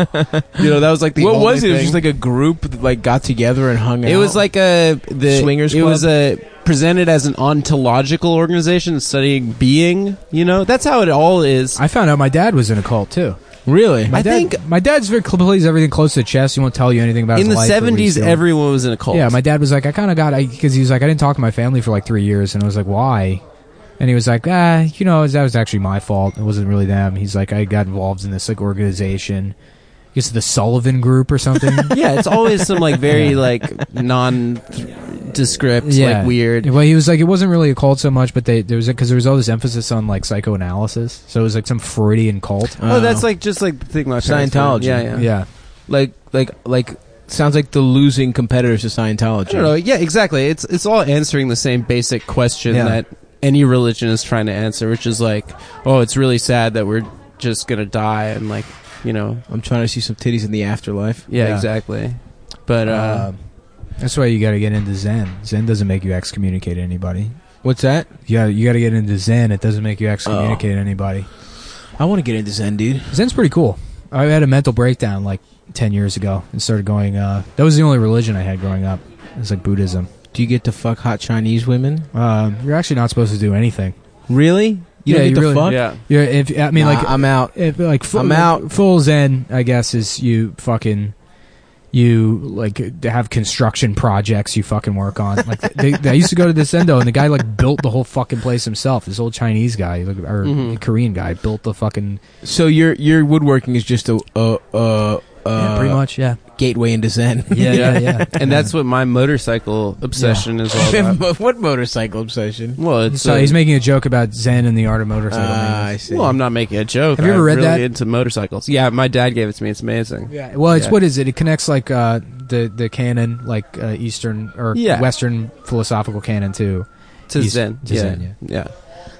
[SPEAKER 3] You know, that was like the
[SPEAKER 1] what
[SPEAKER 3] only
[SPEAKER 1] was it? It was
[SPEAKER 3] thing.
[SPEAKER 1] just like a group that like got together and hung out.
[SPEAKER 3] It was like a the
[SPEAKER 1] Swingers
[SPEAKER 3] It
[SPEAKER 1] club?
[SPEAKER 3] was a presented as an ontological organization studying being. You know, that's how it all is.
[SPEAKER 2] I found out my dad was in a cult too.
[SPEAKER 1] really.
[SPEAKER 2] My
[SPEAKER 3] I
[SPEAKER 2] dad-
[SPEAKER 3] think-
[SPEAKER 2] my dad's very plays everything close to the chest. He won't tell you anything about
[SPEAKER 3] In
[SPEAKER 2] his
[SPEAKER 3] the
[SPEAKER 2] life or what he's
[SPEAKER 3] seventies,
[SPEAKER 2] doing.
[SPEAKER 3] everyone was in a cult.
[SPEAKER 2] Yeah, my dad was like, I kind of got because he was like, I didn't talk to my family for like three years, and I was like, why? And he was like, ah, you know, that was actually my fault. It wasn't really them. He's like, I got involved in this like organization, I guess the Sullivan Group or something.
[SPEAKER 3] yeah, it's always some like very like non-descript, like weird.
[SPEAKER 2] Well, he was like, it wasn't really a cult so much, but they there was because there was all this emphasis on like psychoanalysis, so it was like some Freudian cult.
[SPEAKER 1] I
[SPEAKER 3] Oh,
[SPEAKER 1] don't
[SPEAKER 3] that's
[SPEAKER 1] know.
[SPEAKER 3] like just like the thing. My parents were in.
[SPEAKER 1] uh, Scientology.
[SPEAKER 3] Yeah, yeah.
[SPEAKER 2] Yeah,
[SPEAKER 1] like like like sounds like the losing competitors to
[SPEAKER 3] I don't know.
[SPEAKER 1] Scientology.
[SPEAKER 3] Yeah, exactly. It's it's all answering the same basic question
[SPEAKER 1] Yeah.
[SPEAKER 3] that any religion is trying to answer, which is like, oh, it's really sad that we're just gonna die and like, you know,
[SPEAKER 1] I'm trying to see some titties in the afterlife.
[SPEAKER 3] yeah,
[SPEAKER 2] Yeah.
[SPEAKER 3] exactly. But uh,
[SPEAKER 2] Um, that's why you got to get into Zen. Zen doesn't make you excommunicate anybody.
[SPEAKER 1] What's that?
[SPEAKER 2] Yeah, you got to get into Zen. It doesn't make you
[SPEAKER 3] Oh.
[SPEAKER 2] excommunicate anybody.
[SPEAKER 1] I want to get into Zen, dude.
[SPEAKER 2] Zen's pretty cool. I had a mental breakdown like ten years ago and started going. Uh, that was the only religion I had growing up. It was like Buddhism.
[SPEAKER 1] Do you get to fuck hot Chinese women?
[SPEAKER 2] Um, you're actually not supposed to do anything.
[SPEAKER 1] Really? You
[SPEAKER 2] Yeah,
[SPEAKER 1] don't
[SPEAKER 2] you
[SPEAKER 1] get to
[SPEAKER 2] really-
[SPEAKER 1] fuck?
[SPEAKER 3] yeah.
[SPEAKER 2] You're, if I mean,
[SPEAKER 1] Nah,
[SPEAKER 2] like
[SPEAKER 1] I'm out.
[SPEAKER 2] if, like full,
[SPEAKER 1] I'm out.
[SPEAKER 2] Full Zen, I guess, is you fucking you like have construction projects you fucking work on. Like they, they, I used to go to this endo, and the guy like built the whole fucking place himself. This old Chinese guy like, or
[SPEAKER 1] Mm-hmm.
[SPEAKER 3] Mhm.
[SPEAKER 2] Korean guy built the fucking
[SPEAKER 1] So your your woodworking is just a uh uh, uh
[SPEAKER 2] pretty much yeah
[SPEAKER 1] gateway into Zen.
[SPEAKER 2] yeah yeah yeah.
[SPEAKER 3] And that's what my motorcycle obsession is all about.
[SPEAKER 1] what motorcycle obsession?
[SPEAKER 3] Well, it's
[SPEAKER 2] so
[SPEAKER 3] uh,
[SPEAKER 2] he's making a joke about Zen and the art of
[SPEAKER 1] Ah,
[SPEAKER 2] motorcycle.
[SPEAKER 1] I
[SPEAKER 2] maintenance.
[SPEAKER 1] see.
[SPEAKER 3] well, I'm not making a joke.
[SPEAKER 2] Have you ever
[SPEAKER 3] I'm
[SPEAKER 2] read
[SPEAKER 3] really
[SPEAKER 2] that?
[SPEAKER 3] Into motorcycles. Yeah, my dad gave it to me. It's amazing.
[SPEAKER 2] yeah, well, it's
[SPEAKER 3] Yeah.
[SPEAKER 2] what is it? It connects like uh, the the canon, like uh, Eastern or
[SPEAKER 3] Yeah.
[SPEAKER 2] Western philosophical canon too.
[SPEAKER 3] To
[SPEAKER 2] He's-
[SPEAKER 3] Zen.
[SPEAKER 2] to
[SPEAKER 3] yeah.
[SPEAKER 2] Zen,
[SPEAKER 3] yeah,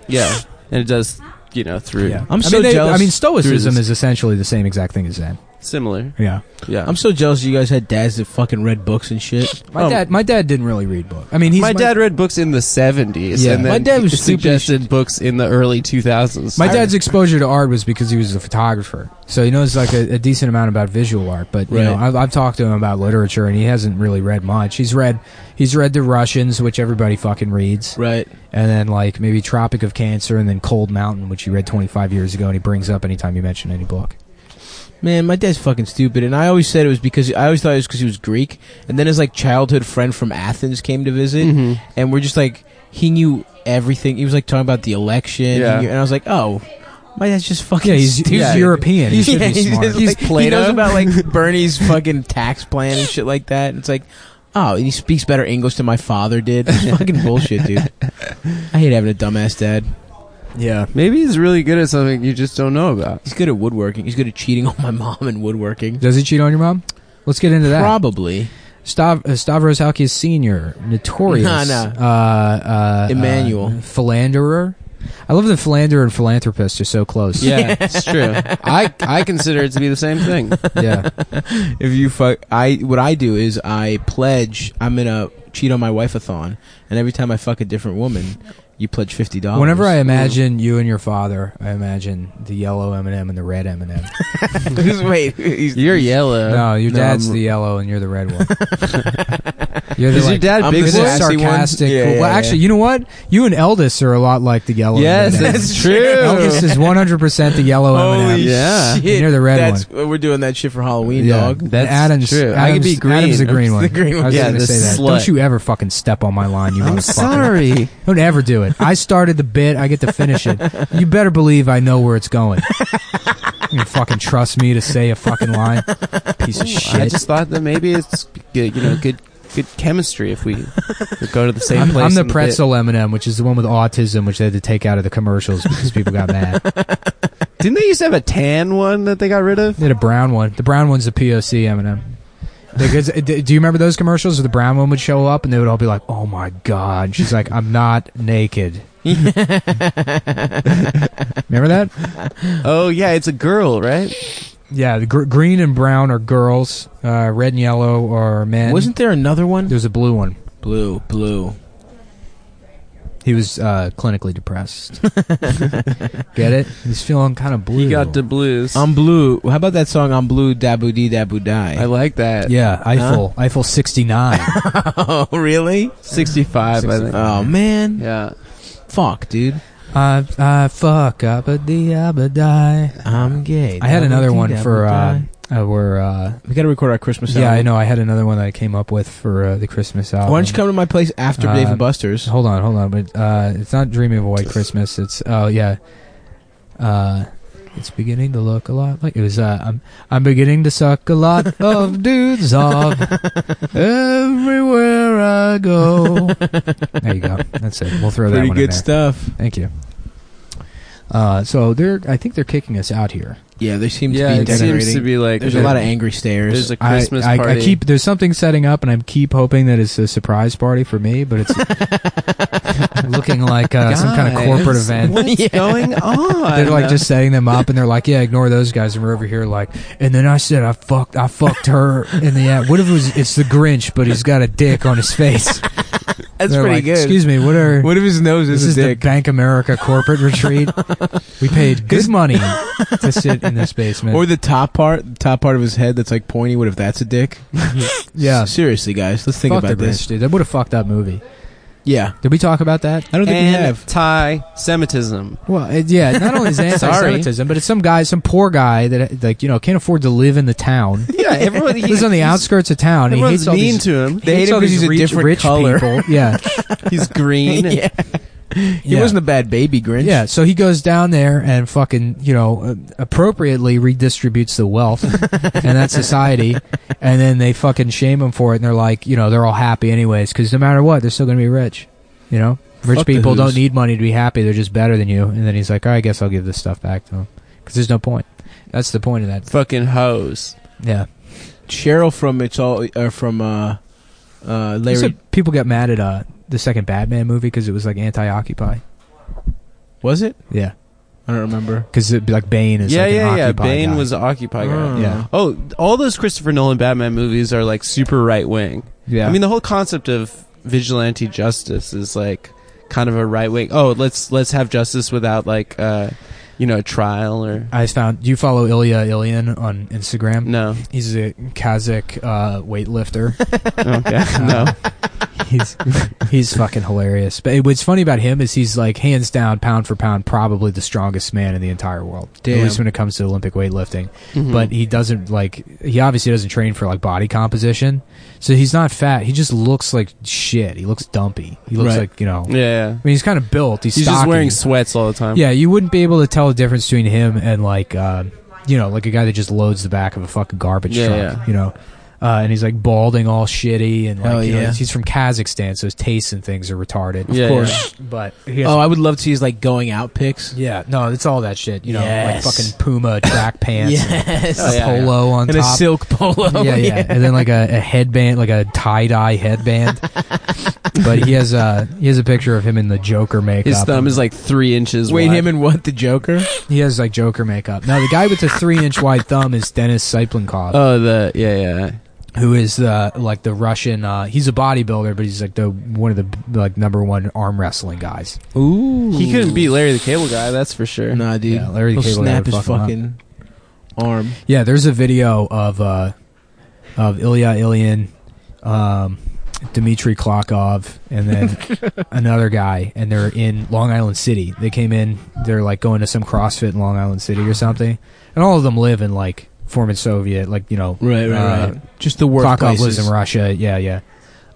[SPEAKER 3] yeah, And it does, you know, through
[SPEAKER 2] Yeah.
[SPEAKER 1] I'm
[SPEAKER 2] I
[SPEAKER 1] so
[SPEAKER 2] mean,
[SPEAKER 1] jealous
[SPEAKER 2] I mean,
[SPEAKER 1] through
[SPEAKER 2] Stoicism
[SPEAKER 1] this-
[SPEAKER 2] is essentially the same exact thing as Zen.
[SPEAKER 3] similar.
[SPEAKER 2] Yeah.
[SPEAKER 3] Yeah,
[SPEAKER 1] I'm so jealous you guys had dads that fucking read books and shit.
[SPEAKER 2] My
[SPEAKER 3] Oh.
[SPEAKER 2] dad, my dad didn't really read books. I mean, he's
[SPEAKER 3] my, dad read books in the 70s,
[SPEAKER 2] Yeah.
[SPEAKER 3] and then
[SPEAKER 1] My dad was
[SPEAKER 3] he
[SPEAKER 1] stupid as
[SPEAKER 3] suggested books in the early 2000s.
[SPEAKER 2] My dad's exposure to art was because he was a photographer, so he knows like a, a decent amount about visual art. But you know,
[SPEAKER 1] Right.
[SPEAKER 2] I've, I've talked to him about literature, and he hasn't really read much. He's read, he's read The Russians, which everybody fucking reads,
[SPEAKER 1] Right.
[SPEAKER 2] and then like maybe Tropic of Cancer, and then Cold Mountain, which he read 25 years ago, and he brings up anytime you mention any book.
[SPEAKER 1] Man, my dad's fucking stupid, and I always said it was because I always thought it was because he was Greek, and then his like childhood friend from Athens came to visit,
[SPEAKER 3] Mhm.
[SPEAKER 1] and we're just like he knew everything. He was like talking about the election, he
[SPEAKER 3] Yeah.
[SPEAKER 1] knew- and I was like, oh, my dad's just fucking.
[SPEAKER 2] Yeah, he's, he's
[SPEAKER 1] stupid.
[SPEAKER 2] European. He should
[SPEAKER 1] Yeah,
[SPEAKER 2] be
[SPEAKER 1] he's
[SPEAKER 2] smart.
[SPEAKER 1] just,
[SPEAKER 3] He's
[SPEAKER 1] like, he
[SPEAKER 3] Plato.
[SPEAKER 1] knows about like Bernie's fucking tax plan and shit like that. And it's like, oh, he speaks better English than my father did. It's fucking bullshit, dude. I hate having a dumbass dad.
[SPEAKER 2] yeah.
[SPEAKER 3] Maybe he's really good at something you just don't know about.
[SPEAKER 1] He's good at woodworking. He's good at cheating on my mom and woodworking.
[SPEAKER 2] Does he cheat on your mom? Let's get into that.
[SPEAKER 1] Probably.
[SPEAKER 2] Stav- uh, Stavros Halkias Sr., notorious.
[SPEAKER 1] No, no.
[SPEAKER 2] Uh, uh,
[SPEAKER 1] Emmanuel.
[SPEAKER 2] uh, philanderer. I love that philanderer and philanthropist are so close.
[SPEAKER 3] Yeah, it's true. I I consider it to be the same thing.
[SPEAKER 2] yeah.
[SPEAKER 1] If you fuck, I what I do is I pledge. I'm gonna cheat on my wife a thon, and every time I fuck a different woman, you pledge fifty dollars.
[SPEAKER 2] Whenever I imagine you and your father, I imagine the yellow M&M and the red M&M.
[SPEAKER 1] wait, he's,
[SPEAKER 3] You're yellow.
[SPEAKER 2] no, your
[SPEAKER 1] No,
[SPEAKER 2] dad's
[SPEAKER 1] I'm-
[SPEAKER 2] the yellow and you're the red one. you're the,
[SPEAKER 3] Is your
[SPEAKER 2] like,
[SPEAKER 3] dad
[SPEAKER 1] I'm
[SPEAKER 3] big?
[SPEAKER 1] the
[SPEAKER 2] this
[SPEAKER 3] boy?
[SPEAKER 1] sassy one?
[SPEAKER 2] sarcastic.
[SPEAKER 1] Yeah,
[SPEAKER 2] well,
[SPEAKER 1] yeah, yeah.
[SPEAKER 2] actually, you know what? You and Eldis are a lot like the yellow.
[SPEAKER 3] Yes,
[SPEAKER 2] M&M.
[SPEAKER 3] it's true.
[SPEAKER 2] Eldis is 100% the yellow M&M.
[SPEAKER 1] holy
[SPEAKER 3] Yeah.
[SPEAKER 1] shit!
[SPEAKER 2] And you're the red
[SPEAKER 1] That's we're doing that shit for Halloween, dog.
[SPEAKER 3] That's
[SPEAKER 2] Adam's,
[SPEAKER 3] true.
[SPEAKER 2] Adam's,
[SPEAKER 3] I could be green.
[SPEAKER 2] Adam's the green
[SPEAKER 1] It's
[SPEAKER 2] one.
[SPEAKER 1] the green one.
[SPEAKER 2] I was
[SPEAKER 3] Yeah,
[SPEAKER 2] gonna
[SPEAKER 3] the
[SPEAKER 2] say that.
[SPEAKER 3] slut.
[SPEAKER 2] Don't you ever fucking step on my line, you
[SPEAKER 3] I'm
[SPEAKER 2] motherfucker.
[SPEAKER 3] sorry.
[SPEAKER 2] Don't ever do it. I started the bit. I get to finish it. You better believe I know where it's going. You fucking trust me to say a fucking line, piece of shit.
[SPEAKER 3] I just thought that maybe it's good, you know good good chemistry if we could go to the same
[SPEAKER 2] I'm,
[SPEAKER 3] place.
[SPEAKER 2] I'm the
[SPEAKER 3] in pit.
[SPEAKER 2] pretzel M&M, which is the one with autism, which they had to take out of the commercials because people got mad.
[SPEAKER 3] Didn't they used to have a tan one that they got rid of?
[SPEAKER 2] They had a brown one. The brown one's the POC M&M. Because, d- do you remember those commercials where the brown one would show up and they would all be like, "Oh my god!" And she's like, "I'm not naked." remember that?
[SPEAKER 3] Oh yeah, it's a girl, right?
[SPEAKER 2] Yeah, the gr- green and brown are girls. Uh, red and yellow are men.
[SPEAKER 1] Wasn't there another one?
[SPEAKER 2] there's a blue one?
[SPEAKER 1] Blue, blue.
[SPEAKER 2] He was uh, clinically depressed. Get it? He's feeling kind of blue.
[SPEAKER 3] He got the blues.
[SPEAKER 1] I'm blue. How about that song? I'm blue. Dabu dee dabu
[SPEAKER 3] I
[SPEAKER 1] die.
[SPEAKER 3] like that.
[SPEAKER 2] yeah, Eiffel, Eiffel sixty nine.
[SPEAKER 1] Oh really?
[SPEAKER 3] sixty-five. I think.
[SPEAKER 1] Oh man.
[SPEAKER 3] Yeah.
[SPEAKER 1] Fuck, dude.
[SPEAKER 2] I I Uh, fuck up a die.
[SPEAKER 1] I'm gay.
[SPEAKER 2] I had
[SPEAKER 1] Dabba
[SPEAKER 2] another
[SPEAKER 1] dee
[SPEAKER 2] one
[SPEAKER 1] dabba
[SPEAKER 2] for uh,
[SPEAKER 1] die.
[SPEAKER 2] uh where uh
[SPEAKER 1] we gotta record our Christmas.
[SPEAKER 2] yeah,
[SPEAKER 1] album.
[SPEAKER 2] I know I had another one that I came up with for uh, the Christmas album.
[SPEAKER 1] Why don't you come to my place after
[SPEAKER 2] Uh,
[SPEAKER 1] Dave and Buster's?
[SPEAKER 2] Hold on, hold on, but uh it's not Dreaming of a White Christmas. It's oh yeah. Uh it's beginning to look a lot like it was uh I'm I'm beginning to suck a lot of dudes off everywhere I go. There you go. That's it. We'll throw that
[SPEAKER 1] Pretty
[SPEAKER 2] one in
[SPEAKER 1] good
[SPEAKER 2] there.
[SPEAKER 1] stuff.
[SPEAKER 2] Thank you. Uh, so they're, I think they're kicking us out here.
[SPEAKER 1] Yeah, they seem to
[SPEAKER 3] Yeah,
[SPEAKER 1] be
[SPEAKER 3] it seems to
[SPEAKER 1] degenerating.
[SPEAKER 3] be like
[SPEAKER 1] There's a lot of angry stares.
[SPEAKER 3] There's a
[SPEAKER 2] I-
[SPEAKER 3] Christmas
[SPEAKER 2] I, I,
[SPEAKER 3] party.
[SPEAKER 2] keep there's something setting up, and I keep hoping that it's a surprise party for me, but it's looking like uh, some kind of
[SPEAKER 3] Guys,
[SPEAKER 2] corporate event.
[SPEAKER 3] What's going on?
[SPEAKER 2] They're like just setting them up, and they're like, "Yeah, ignore those guys." And we're over here like, and then I said, "I fucked, I fucked her." in the ad. what if it was it's the Grinch, but he's got a dick on his face?
[SPEAKER 1] That's
[SPEAKER 2] They're like, Excuse me, what are
[SPEAKER 1] if his nose
[SPEAKER 2] this is the Bank America corporate retreat. We paid good money to sit in this basement.
[SPEAKER 1] or the top part, the top part of his head that's like pointy. What if that's a dick?
[SPEAKER 2] yeah,
[SPEAKER 1] S- seriously, guys, let's think
[SPEAKER 2] fuck
[SPEAKER 1] about
[SPEAKER 2] the Grinch,
[SPEAKER 1] this.
[SPEAKER 2] dude. That would have fucked up movie.
[SPEAKER 1] Yeah,
[SPEAKER 2] Did we talk about that?
[SPEAKER 1] I don't think we have.
[SPEAKER 3] anti-Semitism.
[SPEAKER 2] Well, it, yeah. Not only is it
[SPEAKER 3] Sorry.
[SPEAKER 2] anti-Semitism, but it's some guy, some poor guy that like you know can't afford to live in the town.
[SPEAKER 3] Yeah, everyone.
[SPEAKER 2] He lives on the outskirts of town. and He hates
[SPEAKER 3] Everyone's
[SPEAKER 2] all
[SPEAKER 3] mean
[SPEAKER 2] these.
[SPEAKER 3] to him.
[SPEAKER 2] he hates
[SPEAKER 1] hate him
[SPEAKER 2] all
[SPEAKER 1] 'cause
[SPEAKER 2] these
[SPEAKER 1] he's a
[SPEAKER 2] rich,
[SPEAKER 1] different
[SPEAKER 2] rich
[SPEAKER 1] color.
[SPEAKER 2] people. Yeah,
[SPEAKER 3] He's green.
[SPEAKER 1] yeah. He
[SPEAKER 2] Yeah.
[SPEAKER 1] wasn't a bad baby Grinch.
[SPEAKER 2] Yeah, so he goes down there and fucking, you know, uh, appropriately redistributes the wealth and that society. And then they fucking shame him for it. And they're like, you know, they're all happy anyways because no matter what, they're still going to be rich. You know, rich
[SPEAKER 1] Fuck the
[SPEAKER 2] people
[SPEAKER 1] who's.
[SPEAKER 2] don't need money to be happy. They're just better than you. And then he's like, all right, I guess I'll give this stuff back to them because there's no point. That's the point of that.
[SPEAKER 3] Fucking hoes.
[SPEAKER 2] Yeah.
[SPEAKER 1] Cheryl from it's all uh, from uh, uh, Larry.
[SPEAKER 2] So people got mad at uh, the second Batman movie because it was like anti Occupy.
[SPEAKER 1] was it?
[SPEAKER 2] Yeah.
[SPEAKER 1] I don't remember.
[SPEAKER 2] Because like Bane is
[SPEAKER 3] yeah,
[SPEAKER 2] like an
[SPEAKER 3] yeah, yeah.
[SPEAKER 2] Occupy
[SPEAKER 3] Bane
[SPEAKER 2] guy.
[SPEAKER 3] was an Occupy guy.
[SPEAKER 1] Mm.
[SPEAKER 2] Yeah.
[SPEAKER 3] Oh, all those Christopher Nolan Batman movies are like super right wing.
[SPEAKER 2] Yeah.
[SPEAKER 3] I mean, the whole concept of vigilante justice is like kind of a right wing. Oh, let's let's have justice without like uh, you know, a trial or
[SPEAKER 2] I just found. Do you follow Ilya Ilyin on Instagram?
[SPEAKER 3] no.
[SPEAKER 2] He's a Kazakh uh, weightlifter.
[SPEAKER 3] Okay, no.
[SPEAKER 2] he's he's fucking hilarious. But what's funny about him is he's like hands down, pound for pound, probably the strongest man in the entire world.
[SPEAKER 1] Damn.
[SPEAKER 2] At least when it comes to Olympic weightlifting.
[SPEAKER 3] Mm-hmm. Hmm.
[SPEAKER 2] But he doesn't like. He obviously doesn't train for like body composition, so he's not fat. He just looks like shit. He looks dumpy. He looks
[SPEAKER 1] Right.
[SPEAKER 2] like you know.
[SPEAKER 3] Yeah, yeah.
[SPEAKER 2] I mean, he's kind of built. He's,
[SPEAKER 3] He's just
[SPEAKER 2] stocky.
[SPEAKER 3] wearing sweats all the time.
[SPEAKER 2] Yeah, you wouldn't be able to tell the difference between him and like, uh, you know, like a guy that just loads the back of a fucking garbage
[SPEAKER 3] Yeah,
[SPEAKER 2] truck.
[SPEAKER 3] yeah.
[SPEAKER 2] You know, uh, and he's like balding, all shitty, and like,
[SPEAKER 1] Hell
[SPEAKER 2] you know,
[SPEAKER 1] yeah.
[SPEAKER 2] he's from Kazakhstan, so his tastes and things are retarded.
[SPEAKER 3] Yeah,
[SPEAKER 2] of
[SPEAKER 3] course.
[SPEAKER 2] course, but he has,
[SPEAKER 1] Oh, I would love to see his like going out pics.
[SPEAKER 2] yeah, no, it's all that shit. You know,
[SPEAKER 1] Yes.
[SPEAKER 2] like fucking Puma track pants,
[SPEAKER 1] Yes, Oh,
[SPEAKER 2] and a
[SPEAKER 3] Oh, yeah, yeah.
[SPEAKER 2] polo on
[SPEAKER 1] and a
[SPEAKER 2] top.
[SPEAKER 1] silk polo.
[SPEAKER 2] yeah, yeah, and then like a, a headband, like a tie dye headband. but he has a he has a picture of him in the Joker makeup.
[SPEAKER 3] His thumb is like three inches
[SPEAKER 1] Wait,
[SPEAKER 3] wide.
[SPEAKER 1] him and what? The Joker?
[SPEAKER 2] He has like Joker makeup. Now the guy with the three inch wide thumb is Dennis Siplenkov,
[SPEAKER 3] oh, the yeah, yeah.
[SPEAKER 2] who is the like the Russian. Uh, he's a bodybuilder, but he's like the one of the like number one arm wrestling guys.
[SPEAKER 1] Ooh,
[SPEAKER 3] He couldn't beat Larry the Cable Guy, that's for sure.
[SPEAKER 1] Nah, dude.
[SPEAKER 2] Yeah, Larry the
[SPEAKER 1] He'll
[SPEAKER 2] Cable Guy
[SPEAKER 1] snap
[SPEAKER 2] would
[SPEAKER 1] his
[SPEAKER 2] fuck him up.
[SPEAKER 1] fucking arm.
[SPEAKER 2] Yeah, there's a video of uh, of Ilya Ilyin, um, Dmitry Klokov, and then another guy, and they're in Long Island City. They came in. They're like going to some CrossFit in Long Island City or something, and all of them live in like former Soviet, like you know,
[SPEAKER 1] Right, right,
[SPEAKER 2] uh,
[SPEAKER 1] right. Just the work
[SPEAKER 2] Klokov lives in Russia. Yeah, yeah.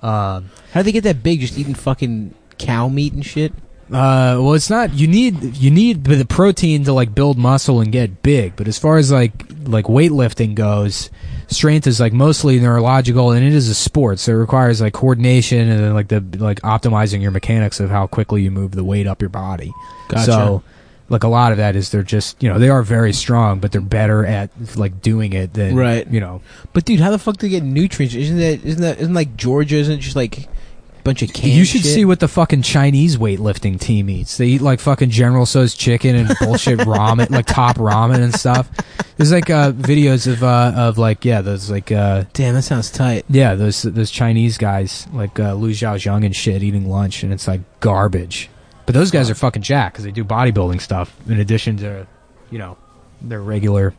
[SPEAKER 2] Um,
[SPEAKER 1] How do they get that big? Just eating fucking cow meat and shit.
[SPEAKER 2] Uh, well, it's not. You need you need the protein to like build muscle and get big. But as far as like like weightlifting goes, strength is like mostly neurological, and it is a sport, so it requires like coordination and then like the like optimizing your mechanics of how quickly you move the weight up your body.
[SPEAKER 1] Gotcha.
[SPEAKER 2] So, like a lot of that is they're just you know they are very strong, but they're better at like doing it than
[SPEAKER 1] Right.
[SPEAKER 2] You know,
[SPEAKER 1] But dude, how the fuck do they get nutrients? Isn't that isn't that isn't like Georgia? Isn't it just like a bunch of canned
[SPEAKER 2] you should
[SPEAKER 1] shit?
[SPEAKER 2] see what the fucking Chinese weightlifting team eats. They eat like fucking General So's chicken and bullshit ramen, like top ramen and stuff. There's like uh, videos of uh, of like yeah, those like uh,
[SPEAKER 1] Damn, that sounds tight.
[SPEAKER 2] yeah, those those Chinese guys like uh, Lu Zhaozhang and shit eating lunch, and it's like garbage. But those guys are fucking jacked because they do bodybuilding stuff in addition to, you know, their regular.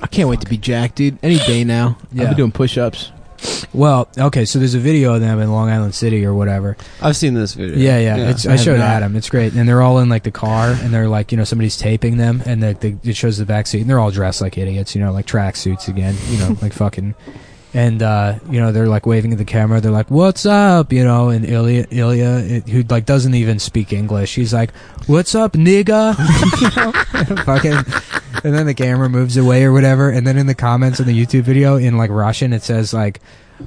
[SPEAKER 1] I can't wait to be Jack, dude. Any day now. I've
[SPEAKER 2] Yeah.
[SPEAKER 1] been doing push-ups.
[SPEAKER 2] Well, okay, so there's a video of them in Long Island City or whatever,
[SPEAKER 3] I've seen this video.
[SPEAKER 2] Yeah, yeah. It's, I,
[SPEAKER 1] I
[SPEAKER 2] showed
[SPEAKER 1] have not.
[SPEAKER 2] Adam. It's great. And they're all in like the car, and they're like, you know, somebody's taping them, and the, the, it shows the back seat, and they're all dressed like idiots, you know, like tracksuits again, you know, like fucking. And uh, you know, they're like waving at the camera. They're like, "What's up?" You know, and Ilya, Ilya, it, who like doesn't even speak English, he's like, "What's up, nigga?" you know? fucking. And then the camera moves away or whatever. And then in the comments on the YouTube video in like Russian, it says like,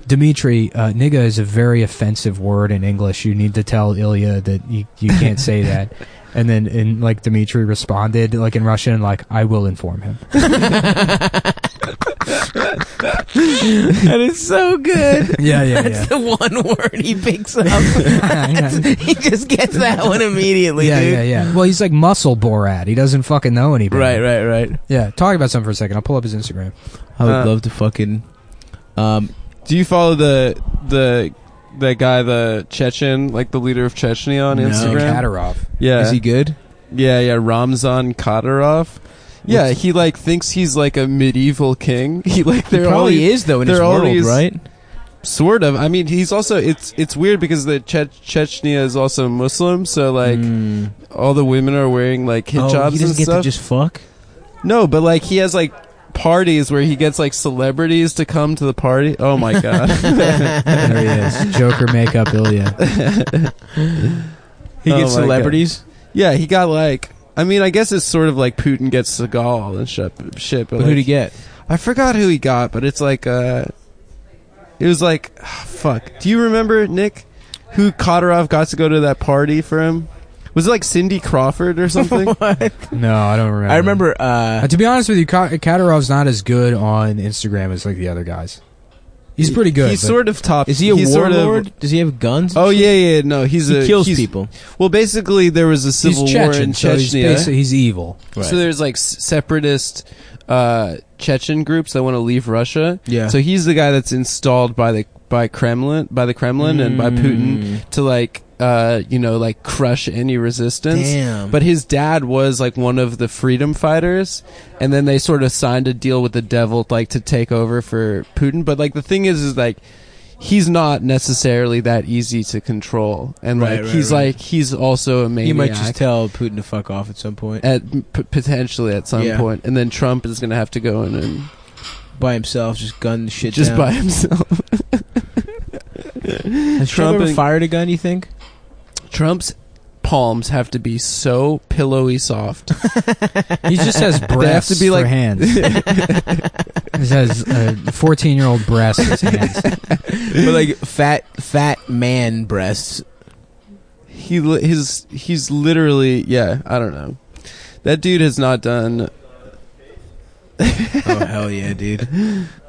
[SPEAKER 2] Dimitri, uh, nigga is a very offensive word in English. You need to tell Ilya that you, you can't say that. And then, and like Dimitri responded, like in Russian, like I will inform him.
[SPEAKER 1] That is so good.
[SPEAKER 2] Yeah, yeah,
[SPEAKER 1] That's the one word he picks up. he just gets that one immediately,
[SPEAKER 2] yeah,
[SPEAKER 1] dude.
[SPEAKER 2] yeah, yeah. Well, he's like muscle Borat. He doesn't fucking know anybody.
[SPEAKER 1] Right, right, right.
[SPEAKER 2] Yeah. Talk about something for a second. I'll pull up his Instagram.
[SPEAKER 1] I would
[SPEAKER 3] Uh,
[SPEAKER 1] love to fucking. Um,
[SPEAKER 3] Do you follow the the that guy, the Chechen, like the leader of Chechnya on
[SPEAKER 1] No.
[SPEAKER 3] Instagram?
[SPEAKER 2] Katarov.
[SPEAKER 3] Yeah,
[SPEAKER 1] Is he good?
[SPEAKER 3] yeah, yeah. Ramzan Kadyrov. Yeah,
[SPEAKER 1] What's-
[SPEAKER 3] he like thinks he's like a medieval king. He like
[SPEAKER 1] He
[SPEAKER 3] they're
[SPEAKER 1] probably
[SPEAKER 3] all,
[SPEAKER 1] is though in his
[SPEAKER 3] they're
[SPEAKER 1] world,
[SPEAKER 3] always-
[SPEAKER 1] right?
[SPEAKER 3] sort of. I mean, he's also it's it's weird because the che- Chechnya is also Muslim, so like
[SPEAKER 1] Mm.
[SPEAKER 3] all the women are wearing like
[SPEAKER 1] oh,
[SPEAKER 3] hijabs
[SPEAKER 1] he
[SPEAKER 3] and
[SPEAKER 1] doesn't get
[SPEAKER 3] stuff.
[SPEAKER 1] to just fuck.
[SPEAKER 3] no, but like he has like parties where he gets like celebrities to come to the party. Oh my god.
[SPEAKER 2] There he is. Joker makeup Ilya.
[SPEAKER 1] He
[SPEAKER 3] Oh
[SPEAKER 1] gets
[SPEAKER 3] my God.
[SPEAKER 1] celebrities.
[SPEAKER 3] Yeah, he got like. I mean, I guess it's sort of like Putin gets Seagal and shit. Shit, but,
[SPEAKER 1] But who'd he
[SPEAKER 3] like-
[SPEAKER 1] get?
[SPEAKER 3] I forgot who he got, but it's like uh, it was like ah, fuck. Do you remember Nick, who Kotarov got to go to that party for him? Was it like Cindy Crawford or something?
[SPEAKER 2] No, I don't remember.
[SPEAKER 1] I remember.
[SPEAKER 2] Uh,
[SPEAKER 1] Uh,
[SPEAKER 2] to be honest with you, Ka- Katarov's not as good on Instagram as like the other guys. He's pretty good.
[SPEAKER 3] He's
[SPEAKER 2] but-
[SPEAKER 3] sort of top.
[SPEAKER 1] is he a
[SPEAKER 3] he's sort
[SPEAKER 1] warlord?
[SPEAKER 3] of-
[SPEAKER 1] Does he have guns?
[SPEAKER 3] oh yeah, yeah. No, he's
[SPEAKER 1] he
[SPEAKER 3] a
[SPEAKER 1] kills
[SPEAKER 3] he's-
[SPEAKER 1] people.
[SPEAKER 3] Well, basically, there was a
[SPEAKER 2] he's
[SPEAKER 3] civil war
[SPEAKER 2] Chechen,
[SPEAKER 3] in
[SPEAKER 2] so he's,
[SPEAKER 3] Chechnya.
[SPEAKER 2] basi- he's evil.
[SPEAKER 1] Right.
[SPEAKER 3] So there's like s- separatist uh, Chechen groups that want to leave Russia.
[SPEAKER 1] Yeah.
[SPEAKER 3] So he's the guy that's installed by the by Kremlin by the Kremlin and
[SPEAKER 1] mm,
[SPEAKER 3] by Putin to like uh, you know like crush any resistance.
[SPEAKER 1] Damn.
[SPEAKER 3] But his dad was like one of the freedom fighters, and then they sort of signed a deal with the devil like to take over for Putin. But like the thing is, is like. He's not necessarily that easy to control, and
[SPEAKER 1] Right,
[SPEAKER 3] like
[SPEAKER 1] right,
[SPEAKER 3] he's
[SPEAKER 1] right.
[SPEAKER 3] like he's also a maniac
[SPEAKER 1] He might just tell Putin to fuck off at some point
[SPEAKER 3] at p- potentially at some
[SPEAKER 1] Yeah.
[SPEAKER 3] point. and then Trump is going to have to go in and
[SPEAKER 1] by himself, just gun the shit
[SPEAKER 3] just
[SPEAKER 1] down.
[SPEAKER 3] by himself.
[SPEAKER 1] Has Trump,
[SPEAKER 3] Trump
[SPEAKER 1] ever
[SPEAKER 3] and-
[SPEAKER 1] fired a gun? You think?
[SPEAKER 3] Trump's palms have to be so pillowy soft.
[SPEAKER 2] He just has breasts
[SPEAKER 3] to be
[SPEAKER 2] for
[SPEAKER 3] like-
[SPEAKER 2] hands. he has uh, fourteen-year-old breasts as hands.
[SPEAKER 1] but like fat, fat man breasts.
[SPEAKER 3] he li- his he's literally yeah. I don't know. That dude has not done.
[SPEAKER 1] Oh hell yeah, dude!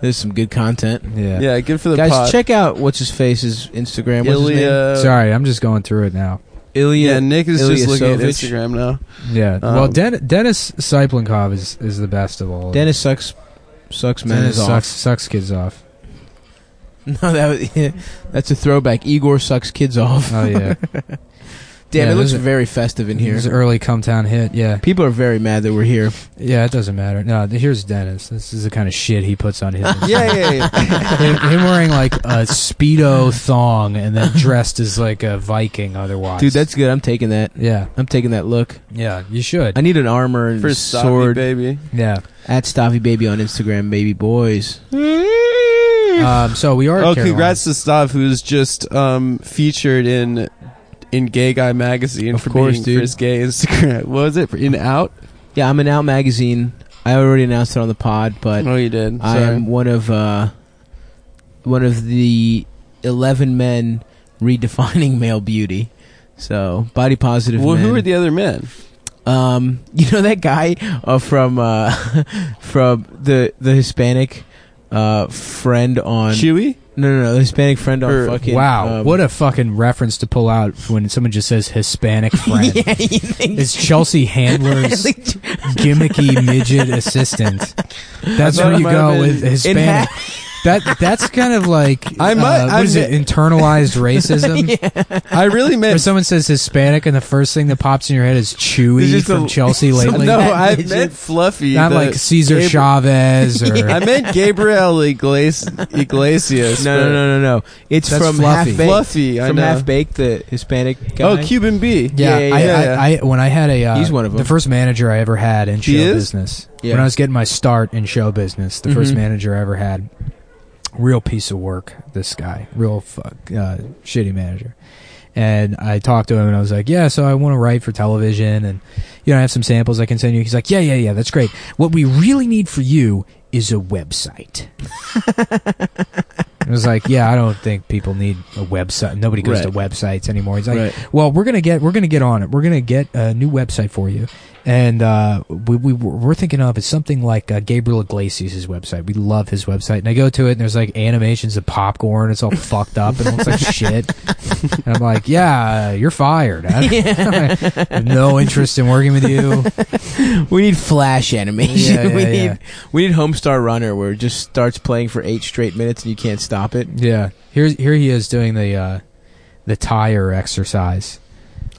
[SPEAKER 1] There's some good content.
[SPEAKER 2] Yeah.
[SPEAKER 3] Yeah, good for the
[SPEAKER 1] Guys,
[SPEAKER 3] pot.
[SPEAKER 1] check out what's his face's Instagram. What's his name?
[SPEAKER 3] Ilya.
[SPEAKER 2] Sorry, I'm just going through it now.
[SPEAKER 1] Ilya.
[SPEAKER 3] Yeah, Nick is
[SPEAKER 1] Ilya
[SPEAKER 3] just looking at
[SPEAKER 1] Sovich.
[SPEAKER 3] Instagram now.
[SPEAKER 2] Yeah. well,
[SPEAKER 3] Um,
[SPEAKER 2] Den- Dennis Siplenkov is, is the best of all.
[SPEAKER 1] Dennis sucks. Sucks man
[SPEAKER 2] Dennis
[SPEAKER 1] is
[SPEAKER 2] sucks
[SPEAKER 1] off.
[SPEAKER 2] sucks kids off.
[SPEAKER 1] No, that was, that's a throwback. Igor sucks kids off.
[SPEAKER 2] Oh yeah.
[SPEAKER 1] Damn,
[SPEAKER 2] Yeah,
[SPEAKER 1] it looks
[SPEAKER 2] those are-
[SPEAKER 1] very festive in here.
[SPEAKER 2] His early come town hit. Yeah.
[SPEAKER 1] People are very mad that we're here.
[SPEAKER 2] Yeah, it doesn't matter. No, th- here's Dennis. This is the kind of shit he puts on his.
[SPEAKER 3] Yeah, yeah, yeah.
[SPEAKER 2] him, him wearing like a speedo thong and then dressed as like a Viking. Otherwise,
[SPEAKER 1] Dude, that's good. I'm taking that.
[SPEAKER 2] yeah,
[SPEAKER 1] I'm taking that look.
[SPEAKER 2] yeah. You should.
[SPEAKER 1] I need an armor and
[SPEAKER 3] for
[SPEAKER 1] sword.
[SPEAKER 3] Savi, baby.
[SPEAKER 2] yeah.
[SPEAKER 1] At Stavi Baby on Instagram, baby boys.
[SPEAKER 2] Um, so we are. at
[SPEAKER 3] Oh,
[SPEAKER 2] Carolina.
[SPEAKER 3] congrats to Stav, who's just um, featured in in Gay Guy Magazine
[SPEAKER 1] Of
[SPEAKER 3] for
[SPEAKER 1] course,
[SPEAKER 3] being
[SPEAKER 1] dude.
[SPEAKER 3] Chris Gay Instagram. What was it? For In Out?
[SPEAKER 1] Yeah, I'm in Out Magazine. I already announced it on the pod, but
[SPEAKER 3] oh, you did.
[SPEAKER 1] I
[SPEAKER 3] Sorry.
[SPEAKER 1] am one of uh, one of the eleven men redefining male beauty. So body positive.
[SPEAKER 3] well,
[SPEAKER 1] men.
[SPEAKER 3] who are the other men?
[SPEAKER 1] Um, you know that guy uh, from uh, from the the Hispanic uh, friend on
[SPEAKER 3] Chewy?
[SPEAKER 1] no no no the Hispanic friend on
[SPEAKER 3] Or-
[SPEAKER 1] fucking
[SPEAKER 2] wow,
[SPEAKER 1] um,
[SPEAKER 2] what a fucking reference to pull out when someone just says Hispanic friend.
[SPEAKER 1] yeah you think
[SPEAKER 2] It's Chelsea Handler's gimmicky midget assistant. That's
[SPEAKER 3] I thought
[SPEAKER 2] where
[SPEAKER 3] it
[SPEAKER 2] you
[SPEAKER 3] might have
[SPEAKER 2] go
[SPEAKER 3] been-
[SPEAKER 2] with
[SPEAKER 1] it
[SPEAKER 2] Hispanic.
[SPEAKER 1] had-
[SPEAKER 2] That that's kind of like
[SPEAKER 3] I might-
[SPEAKER 2] uh, what is
[SPEAKER 3] I'm-
[SPEAKER 2] it? Internalized racism.
[SPEAKER 3] I really
[SPEAKER 2] Or
[SPEAKER 3] meant.
[SPEAKER 2] someone says Hispanic, and the first thing that pops in your head is
[SPEAKER 3] This
[SPEAKER 2] Chewy
[SPEAKER 3] is
[SPEAKER 2] from
[SPEAKER 3] the-
[SPEAKER 2] Chelsea lately.
[SPEAKER 3] no,
[SPEAKER 1] that
[SPEAKER 3] I
[SPEAKER 1] midget.
[SPEAKER 3] meant Fluffy.
[SPEAKER 2] Not
[SPEAKER 3] the
[SPEAKER 2] like Caesar
[SPEAKER 3] Gabriel-
[SPEAKER 2] Chavez or
[SPEAKER 3] I meant Gabriel Igles- Iglesias.
[SPEAKER 1] no
[SPEAKER 3] but-
[SPEAKER 1] no no no no it's
[SPEAKER 2] That's
[SPEAKER 1] from
[SPEAKER 2] Fluffy.
[SPEAKER 1] half baked
[SPEAKER 3] Fluffy. I
[SPEAKER 1] from
[SPEAKER 3] know.
[SPEAKER 1] half baked the Hispanic guy
[SPEAKER 3] Oh, Cuban B.
[SPEAKER 2] Yeah,
[SPEAKER 1] Yeah, yeah,
[SPEAKER 2] I,
[SPEAKER 3] yeah.
[SPEAKER 2] I, I when I had a uh,
[SPEAKER 1] He's one of
[SPEAKER 2] the
[SPEAKER 1] them.
[SPEAKER 2] first manager I ever had in show
[SPEAKER 3] He is?
[SPEAKER 2] business.
[SPEAKER 1] Yeah.
[SPEAKER 2] When I was getting my start in show business, the first
[SPEAKER 1] Mhm.
[SPEAKER 2] manager I ever had, real piece of work. This guy, real fuck uh, shitty manager. And I talked to him and I was like, "Yeah, so I want to write for television, and you know I have some samples I can send you." He's like, "Yeah, yeah, yeah, that's great. What we really need for you is a website." I was like, "Yeah, I don't think people need a website. Nobody goes to websites anymore." He's like,
[SPEAKER 1] right
[SPEAKER 2] well we're gonna get we're gonna get on it we're gonna get a new website for you and uh, we, we we're thinking of it's something like uh, Gabriel Iglesias' website. We love his website, and I go to it, and there's like animations of popcorn. It's all fucked up and it looks like shit. And I'm like, yeah, you're fired. I have no interest in working with you.
[SPEAKER 1] we need flash animation
[SPEAKER 2] Yeah, yeah,
[SPEAKER 1] we
[SPEAKER 2] yeah.
[SPEAKER 1] need we need Homestar Runner where it just starts playing for eight straight minutes and you can't stop it
[SPEAKER 2] Yeah, here here he is doing the uh, the tire exercise.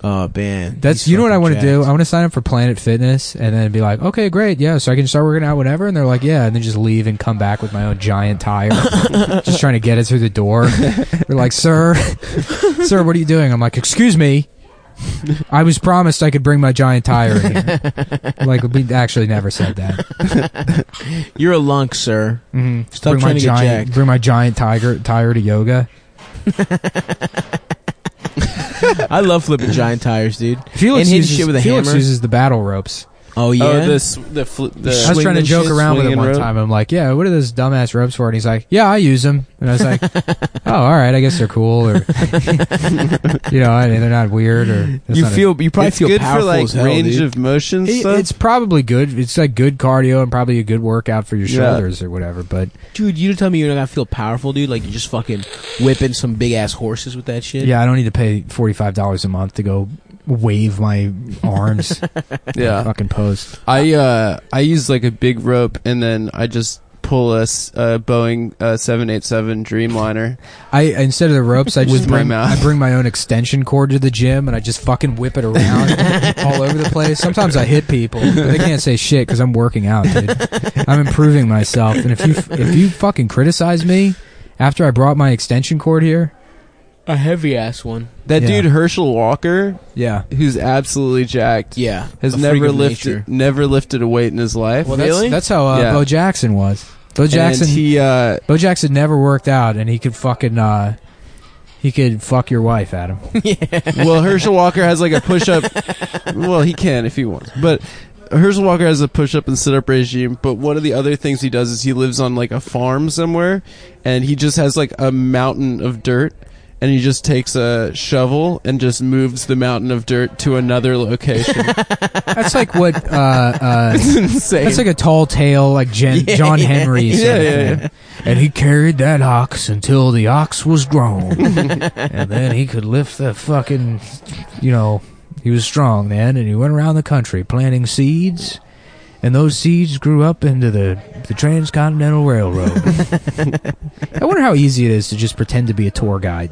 [SPEAKER 1] oh man
[SPEAKER 2] That's
[SPEAKER 1] he's
[SPEAKER 2] you know what I
[SPEAKER 1] fucking
[SPEAKER 2] want to do.
[SPEAKER 1] jacked.
[SPEAKER 2] I want to sign up for Planet Fitness and then be like, okay, great, yeah, so I can start working out whenever. And they're like, yeah, and then just leave and come back with my own giant tire, just trying to get it through the door. they're like, sir, sir, what are you doing? I'm like, excuse me, I was promised I could bring my giant tire. In here. like we actually never said that.
[SPEAKER 1] you're a lunk sir
[SPEAKER 2] Mm-hmm.
[SPEAKER 1] Stop
[SPEAKER 2] bring my
[SPEAKER 1] trying to get
[SPEAKER 2] giant,
[SPEAKER 1] jacked.
[SPEAKER 2] bring my giant tiger tire to yoga.
[SPEAKER 1] I love flipping giant tires dude
[SPEAKER 2] Felix
[SPEAKER 1] hitting
[SPEAKER 2] uses
[SPEAKER 1] shit with a
[SPEAKER 2] Felix
[SPEAKER 1] hammer.
[SPEAKER 2] uses the battle ropes.
[SPEAKER 1] oh yeah
[SPEAKER 3] Oh, the s- the, fl-
[SPEAKER 2] I
[SPEAKER 3] the
[SPEAKER 2] was trying to
[SPEAKER 3] swinging
[SPEAKER 2] joke
[SPEAKER 3] shit,
[SPEAKER 2] around with him
[SPEAKER 3] swinging
[SPEAKER 2] one
[SPEAKER 3] rope.
[SPEAKER 2] time. I'm like, "Yeah, what are those dumbass ropes for?" And he's like, "Yeah, I use them." And I was like, "Oh, all right, I guess they're cool, or you know, I mean, they're not weird, or that's
[SPEAKER 1] you
[SPEAKER 2] not a-
[SPEAKER 1] feel you probably
[SPEAKER 3] it's
[SPEAKER 1] feel
[SPEAKER 3] good
[SPEAKER 1] powerful
[SPEAKER 3] for like
[SPEAKER 1] as hell,
[SPEAKER 3] range
[SPEAKER 1] dude.
[SPEAKER 3] of motion
[SPEAKER 2] It-
[SPEAKER 3] stuff.
[SPEAKER 2] it's probably good. It's like good cardio and probably a good workout for your
[SPEAKER 3] Yeah.
[SPEAKER 2] shoulders or whatever. But
[SPEAKER 1] Dude, you tell me you're not gonna feel powerful, dude. Like you're just fucking whipping some big ass horses with that shit.
[SPEAKER 2] yeah, I don't need to pay forty five dollars a month to go wave my arms,
[SPEAKER 3] yeah,
[SPEAKER 2] fucking pose.
[SPEAKER 3] I uh I use like a big rope and then I just pull a s- a Boeing uh, 787 Dreamliner.
[SPEAKER 2] I instead of the ropes, I just
[SPEAKER 3] With my
[SPEAKER 2] bring,
[SPEAKER 3] mouth.
[SPEAKER 2] I bring my own extension cord to the gym and I just fucking whip it around all over the place. Sometimes I hit people, but they can't say shit because I'm working out, dude. I'm improving myself, and if you if you fucking criticize me after I brought my extension cord here,
[SPEAKER 1] a heavy ass one.
[SPEAKER 3] That
[SPEAKER 2] Yeah.
[SPEAKER 3] dude Herschel Walker,
[SPEAKER 2] yeah,
[SPEAKER 3] who's absolutely jacked,
[SPEAKER 1] Yeah,
[SPEAKER 3] has
[SPEAKER 1] a freak
[SPEAKER 3] never
[SPEAKER 1] of
[SPEAKER 3] lifted
[SPEAKER 1] nature.
[SPEAKER 3] never lifted a weight in his life.
[SPEAKER 2] well, that's, that's how uh,
[SPEAKER 3] Yeah.
[SPEAKER 2] Bo Jackson was. Bo Jackson,
[SPEAKER 3] And he uh
[SPEAKER 2] Bo Jackson never worked out, and he could fucking uh, he could fuck your wife, Adam.
[SPEAKER 3] well Herschel Walker has like a push up. well, he can if he wants, but. Herschel Walker has a push up and sit up regime, but one of the other things he does is he lives on like a farm somewhere and he just has like a mountain of dirt and he just takes a shovel and just moves the mountain of dirt to another location.
[SPEAKER 2] That's like what uh, uh,
[SPEAKER 3] insane.
[SPEAKER 2] That's like a tall tale, like Jen, John Henry.
[SPEAKER 3] Yeah,
[SPEAKER 2] said
[SPEAKER 3] yeah,
[SPEAKER 2] it. And he carried that ox until the ox was grown, and then he could lift that fucking, you know, he was strong then, and he went around the country planting seeds, and those seeds grew up into the the transcontinental railroad. I wonder how easy it is to just pretend to be a tour guide,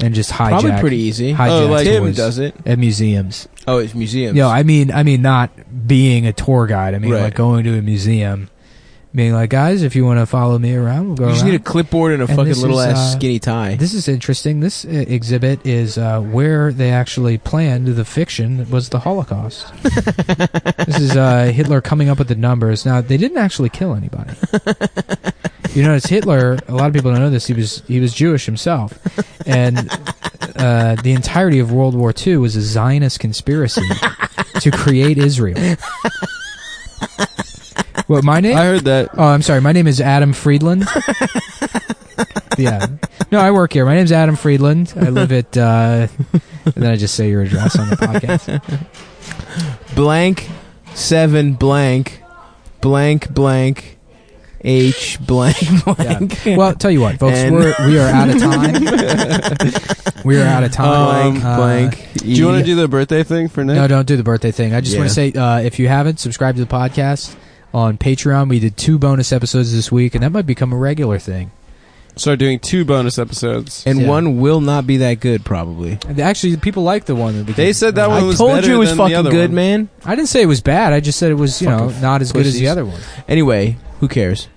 [SPEAKER 2] and just hijack
[SPEAKER 1] Probably pretty easy.
[SPEAKER 2] hijack
[SPEAKER 3] Oh, like
[SPEAKER 1] Tim
[SPEAKER 2] tours
[SPEAKER 1] does it.
[SPEAKER 2] at museums.
[SPEAKER 1] Oh, it's museums.
[SPEAKER 2] No, I mean, I mean, not being a tour guide. I mean,
[SPEAKER 1] Right.
[SPEAKER 2] like going to a museum, being like, guys, if you want to follow me around, we'll go.
[SPEAKER 1] you just
[SPEAKER 2] around."
[SPEAKER 1] need a clipboard and a
[SPEAKER 2] And
[SPEAKER 1] fucking
[SPEAKER 2] this is,
[SPEAKER 1] little ass
[SPEAKER 2] uh,
[SPEAKER 1] skinny tie.
[SPEAKER 2] this is interesting. This uh, exhibit is uh, where they actually planned the fiction that was the Holocaust. this is uh, Hitler coming up with the numbers. Now they didn't actually kill anybody. you notice Hitler. A lot of people don't know this. He was he was Jewish himself, and uh, the entirety of World War II was a Zionist conspiracy to create Israel. What my name?
[SPEAKER 3] I heard that.
[SPEAKER 2] Oh, I'm sorry. My name is Adam Friedland. yeah. No, I work here. My name's Adam Friedland. I live at. Uh, and then I just say your address on the podcast.
[SPEAKER 1] blank seven blank blank blank H blank blank.
[SPEAKER 2] Well, tell you what, folks,
[SPEAKER 1] And-
[SPEAKER 2] we're, we are out of time. we are out of time.
[SPEAKER 1] Um, blank
[SPEAKER 2] Uh,
[SPEAKER 1] blank. E
[SPEAKER 3] Do you want to do the birthday thing for Nick?
[SPEAKER 2] No, don't do the birthday thing. I just want
[SPEAKER 1] Yeah.
[SPEAKER 2] to say uh, if you haven't, subscribe to the podcast on Patreon. We did two bonus episodes this week, and that might become a regular thing.
[SPEAKER 3] Start doing two bonus episodes.
[SPEAKER 1] and
[SPEAKER 2] Yeah.
[SPEAKER 1] one will not be that good probably.
[SPEAKER 2] And Actually, people like the one. That we
[SPEAKER 3] They
[SPEAKER 2] did.
[SPEAKER 3] said that one
[SPEAKER 1] I
[SPEAKER 3] was
[SPEAKER 1] told
[SPEAKER 3] better
[SPEAKER 1] you it was
[SPEAKER 3] than the
[SPEAKER 1] fucking
[SPEAKER 3] other
[SPEAKER 1] good,
[SPEAKER 3] one.
[SPEAKER 1] man.
[SPEAKER 2] I didn't say it was bad. I just said it was, you know,
[SPEAKER 1] Fucking
[SPEAKER 2] not as good as the
[SPEAKER 1] pussies.
[SPEAKER 2] other one.
[SPEAKER 1] Anyway, who cares?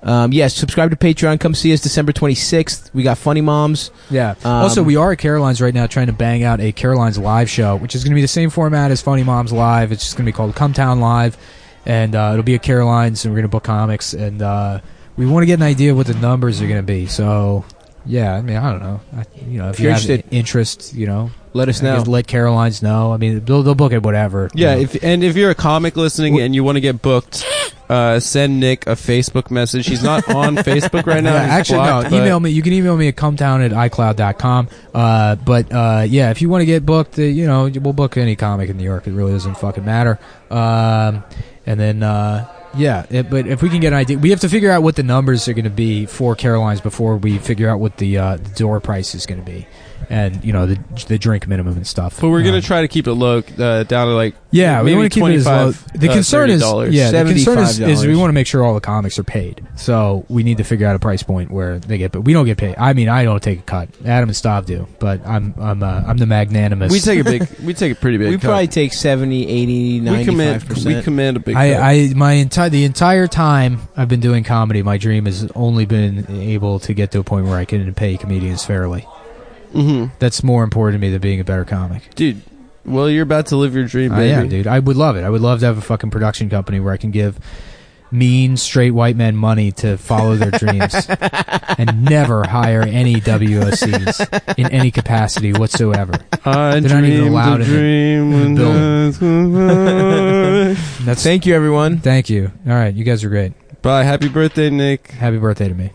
[SPEAKER 1] Um, yes, subscribe to Patreon. Come see us December 26th. We got Funny Moms.
[SPEAKER 2] Yeah.
[SPEAKER 1] Um,
[SPEAKER 2] also, we are at Caroline's right now trying to bang out a Caroline's live show, which is going to be the same format as Funny Moms Live. It's just going to be called Come Town Live, and uh, it'll be at Caroline's, and we're going to book comics, and uh, we want to get an idea of what the numbers are going to be. So, yeah, I mean, I don't know. I, you know, if
[SPEAKER 1] If
[SPEAKER 2] you
[SPEAKER 1] you're
[SPEAKER 2] have
[SPEAKER 1] interested-
[SPEAKER 2] interest, you know,
[SPEAKER 1] Let us
[SPEAKER 2] I guess
[SPEAKER 1] know.
[SPEAKER 2] let Caroline's know. I mean, they'll, they'll book it whatever. you
[SPEAKER 3] Yeah,
[SPEAKER 2] know.
[SPEAKER 3] if, and if you're a comic listening
[SPEAKER 2] W-
[SPEAKER 3] and you want to get booked, uh, send Nick a Facebook message. He's not on Facebook right now.
[SPEAKER 2] Yeah,
[SPEAKER 3] he's
[SPEAKER 2] actually,
[SPEAKER 3] blocked,
[SPEAKER 2] no.
[SPEAKER 3] but-
[SPEAKER 2] Email me. You can email me at cometown at icloud.com. Uh, but uh, yeah, if you want to get booked, uh, you know, we'll book any comic in New York. It really doesn't fucking matter. Um, and then, uh, yeah, it, but if we can get an idea, we have to figure out what the numbers are going to be for Caroline's before we figure out what the, uh, the door price is going to be. And you know the the drink minimum and stuff.
[SPEAKER 3] But we're gonna
[SPEAKER 2] Um,
[SPEAKER 3] try to keep it low, uh, down to like
[SPEAKER 2] yeah, we
[SPEAKER 3] maybe
[SPEAKER 2] want to keep it as low.
[SPEAKER 3] 25,
[SPEAKER 2] The
[SPEAKER 3] uh,
[SPEAKER 2] concern is,
[SPEAKER 3] $30.
[SPEAKER 2] yeah, the concern is,
[SPEAKER 1] $75.
[SPEAKER 2] is we want to make sure all the comics are paid. So we need to figure out a price point where they get, but we don't get paid. I mean, I don't take a cut. Adam and Stav do, but I'm I'm uh, I'm the magnanimous.
[SPEAKER 3] we take a big, we take a pretty big.
[SPEAKER 1] We
[SPEAKER 3] cut.
[SPEAKER 1] probably take 70, 80,
[SPEAKER 3] we
[SPEAKER 1] 95
[SPEAKER 3] commit, we
[SPEAKER 1] percent.
[SPEAKER 3] command a big. cut.
[SPEAKER 2] I, I my entire the entire time I've been doing comedy, my dream has only been able to get to a point where I can pay comedians fairly.
[SPEAKER 3] Mhm.
[SPEAKER 2] That's more important to me than being a better comic.
[SPEAKER 3] dude. Well, you're about to live your dream,
[SPEAKER 2] I
[SPEAKER 3] baby.
[SPEAKER 2] am, Uh, Oh, dude. I would love it. I would love to have a fucking production company where I can give mean straight white men money to follow their dreams and never hire any WOCs in any capacity whatsoever. They're
[SPEAKER 3] I
[SPEAKER 2] not even
[SPEAKER 3] dreamed a
[SPEAKER 2] allowed in the-
[SPEAKER 3] dream
[SPEAKER 2] in the
[SPEAKER 3] when I-
[SPEAKER 2] That's
[SPEAKER 1] Thank you, everyone.
[SPEAKER 2] thank you. All right, you guys are great.
[SPEAKER 3] Bye. Happy birthday, Nick.
[SPEAKER 2] Happy birthday to me.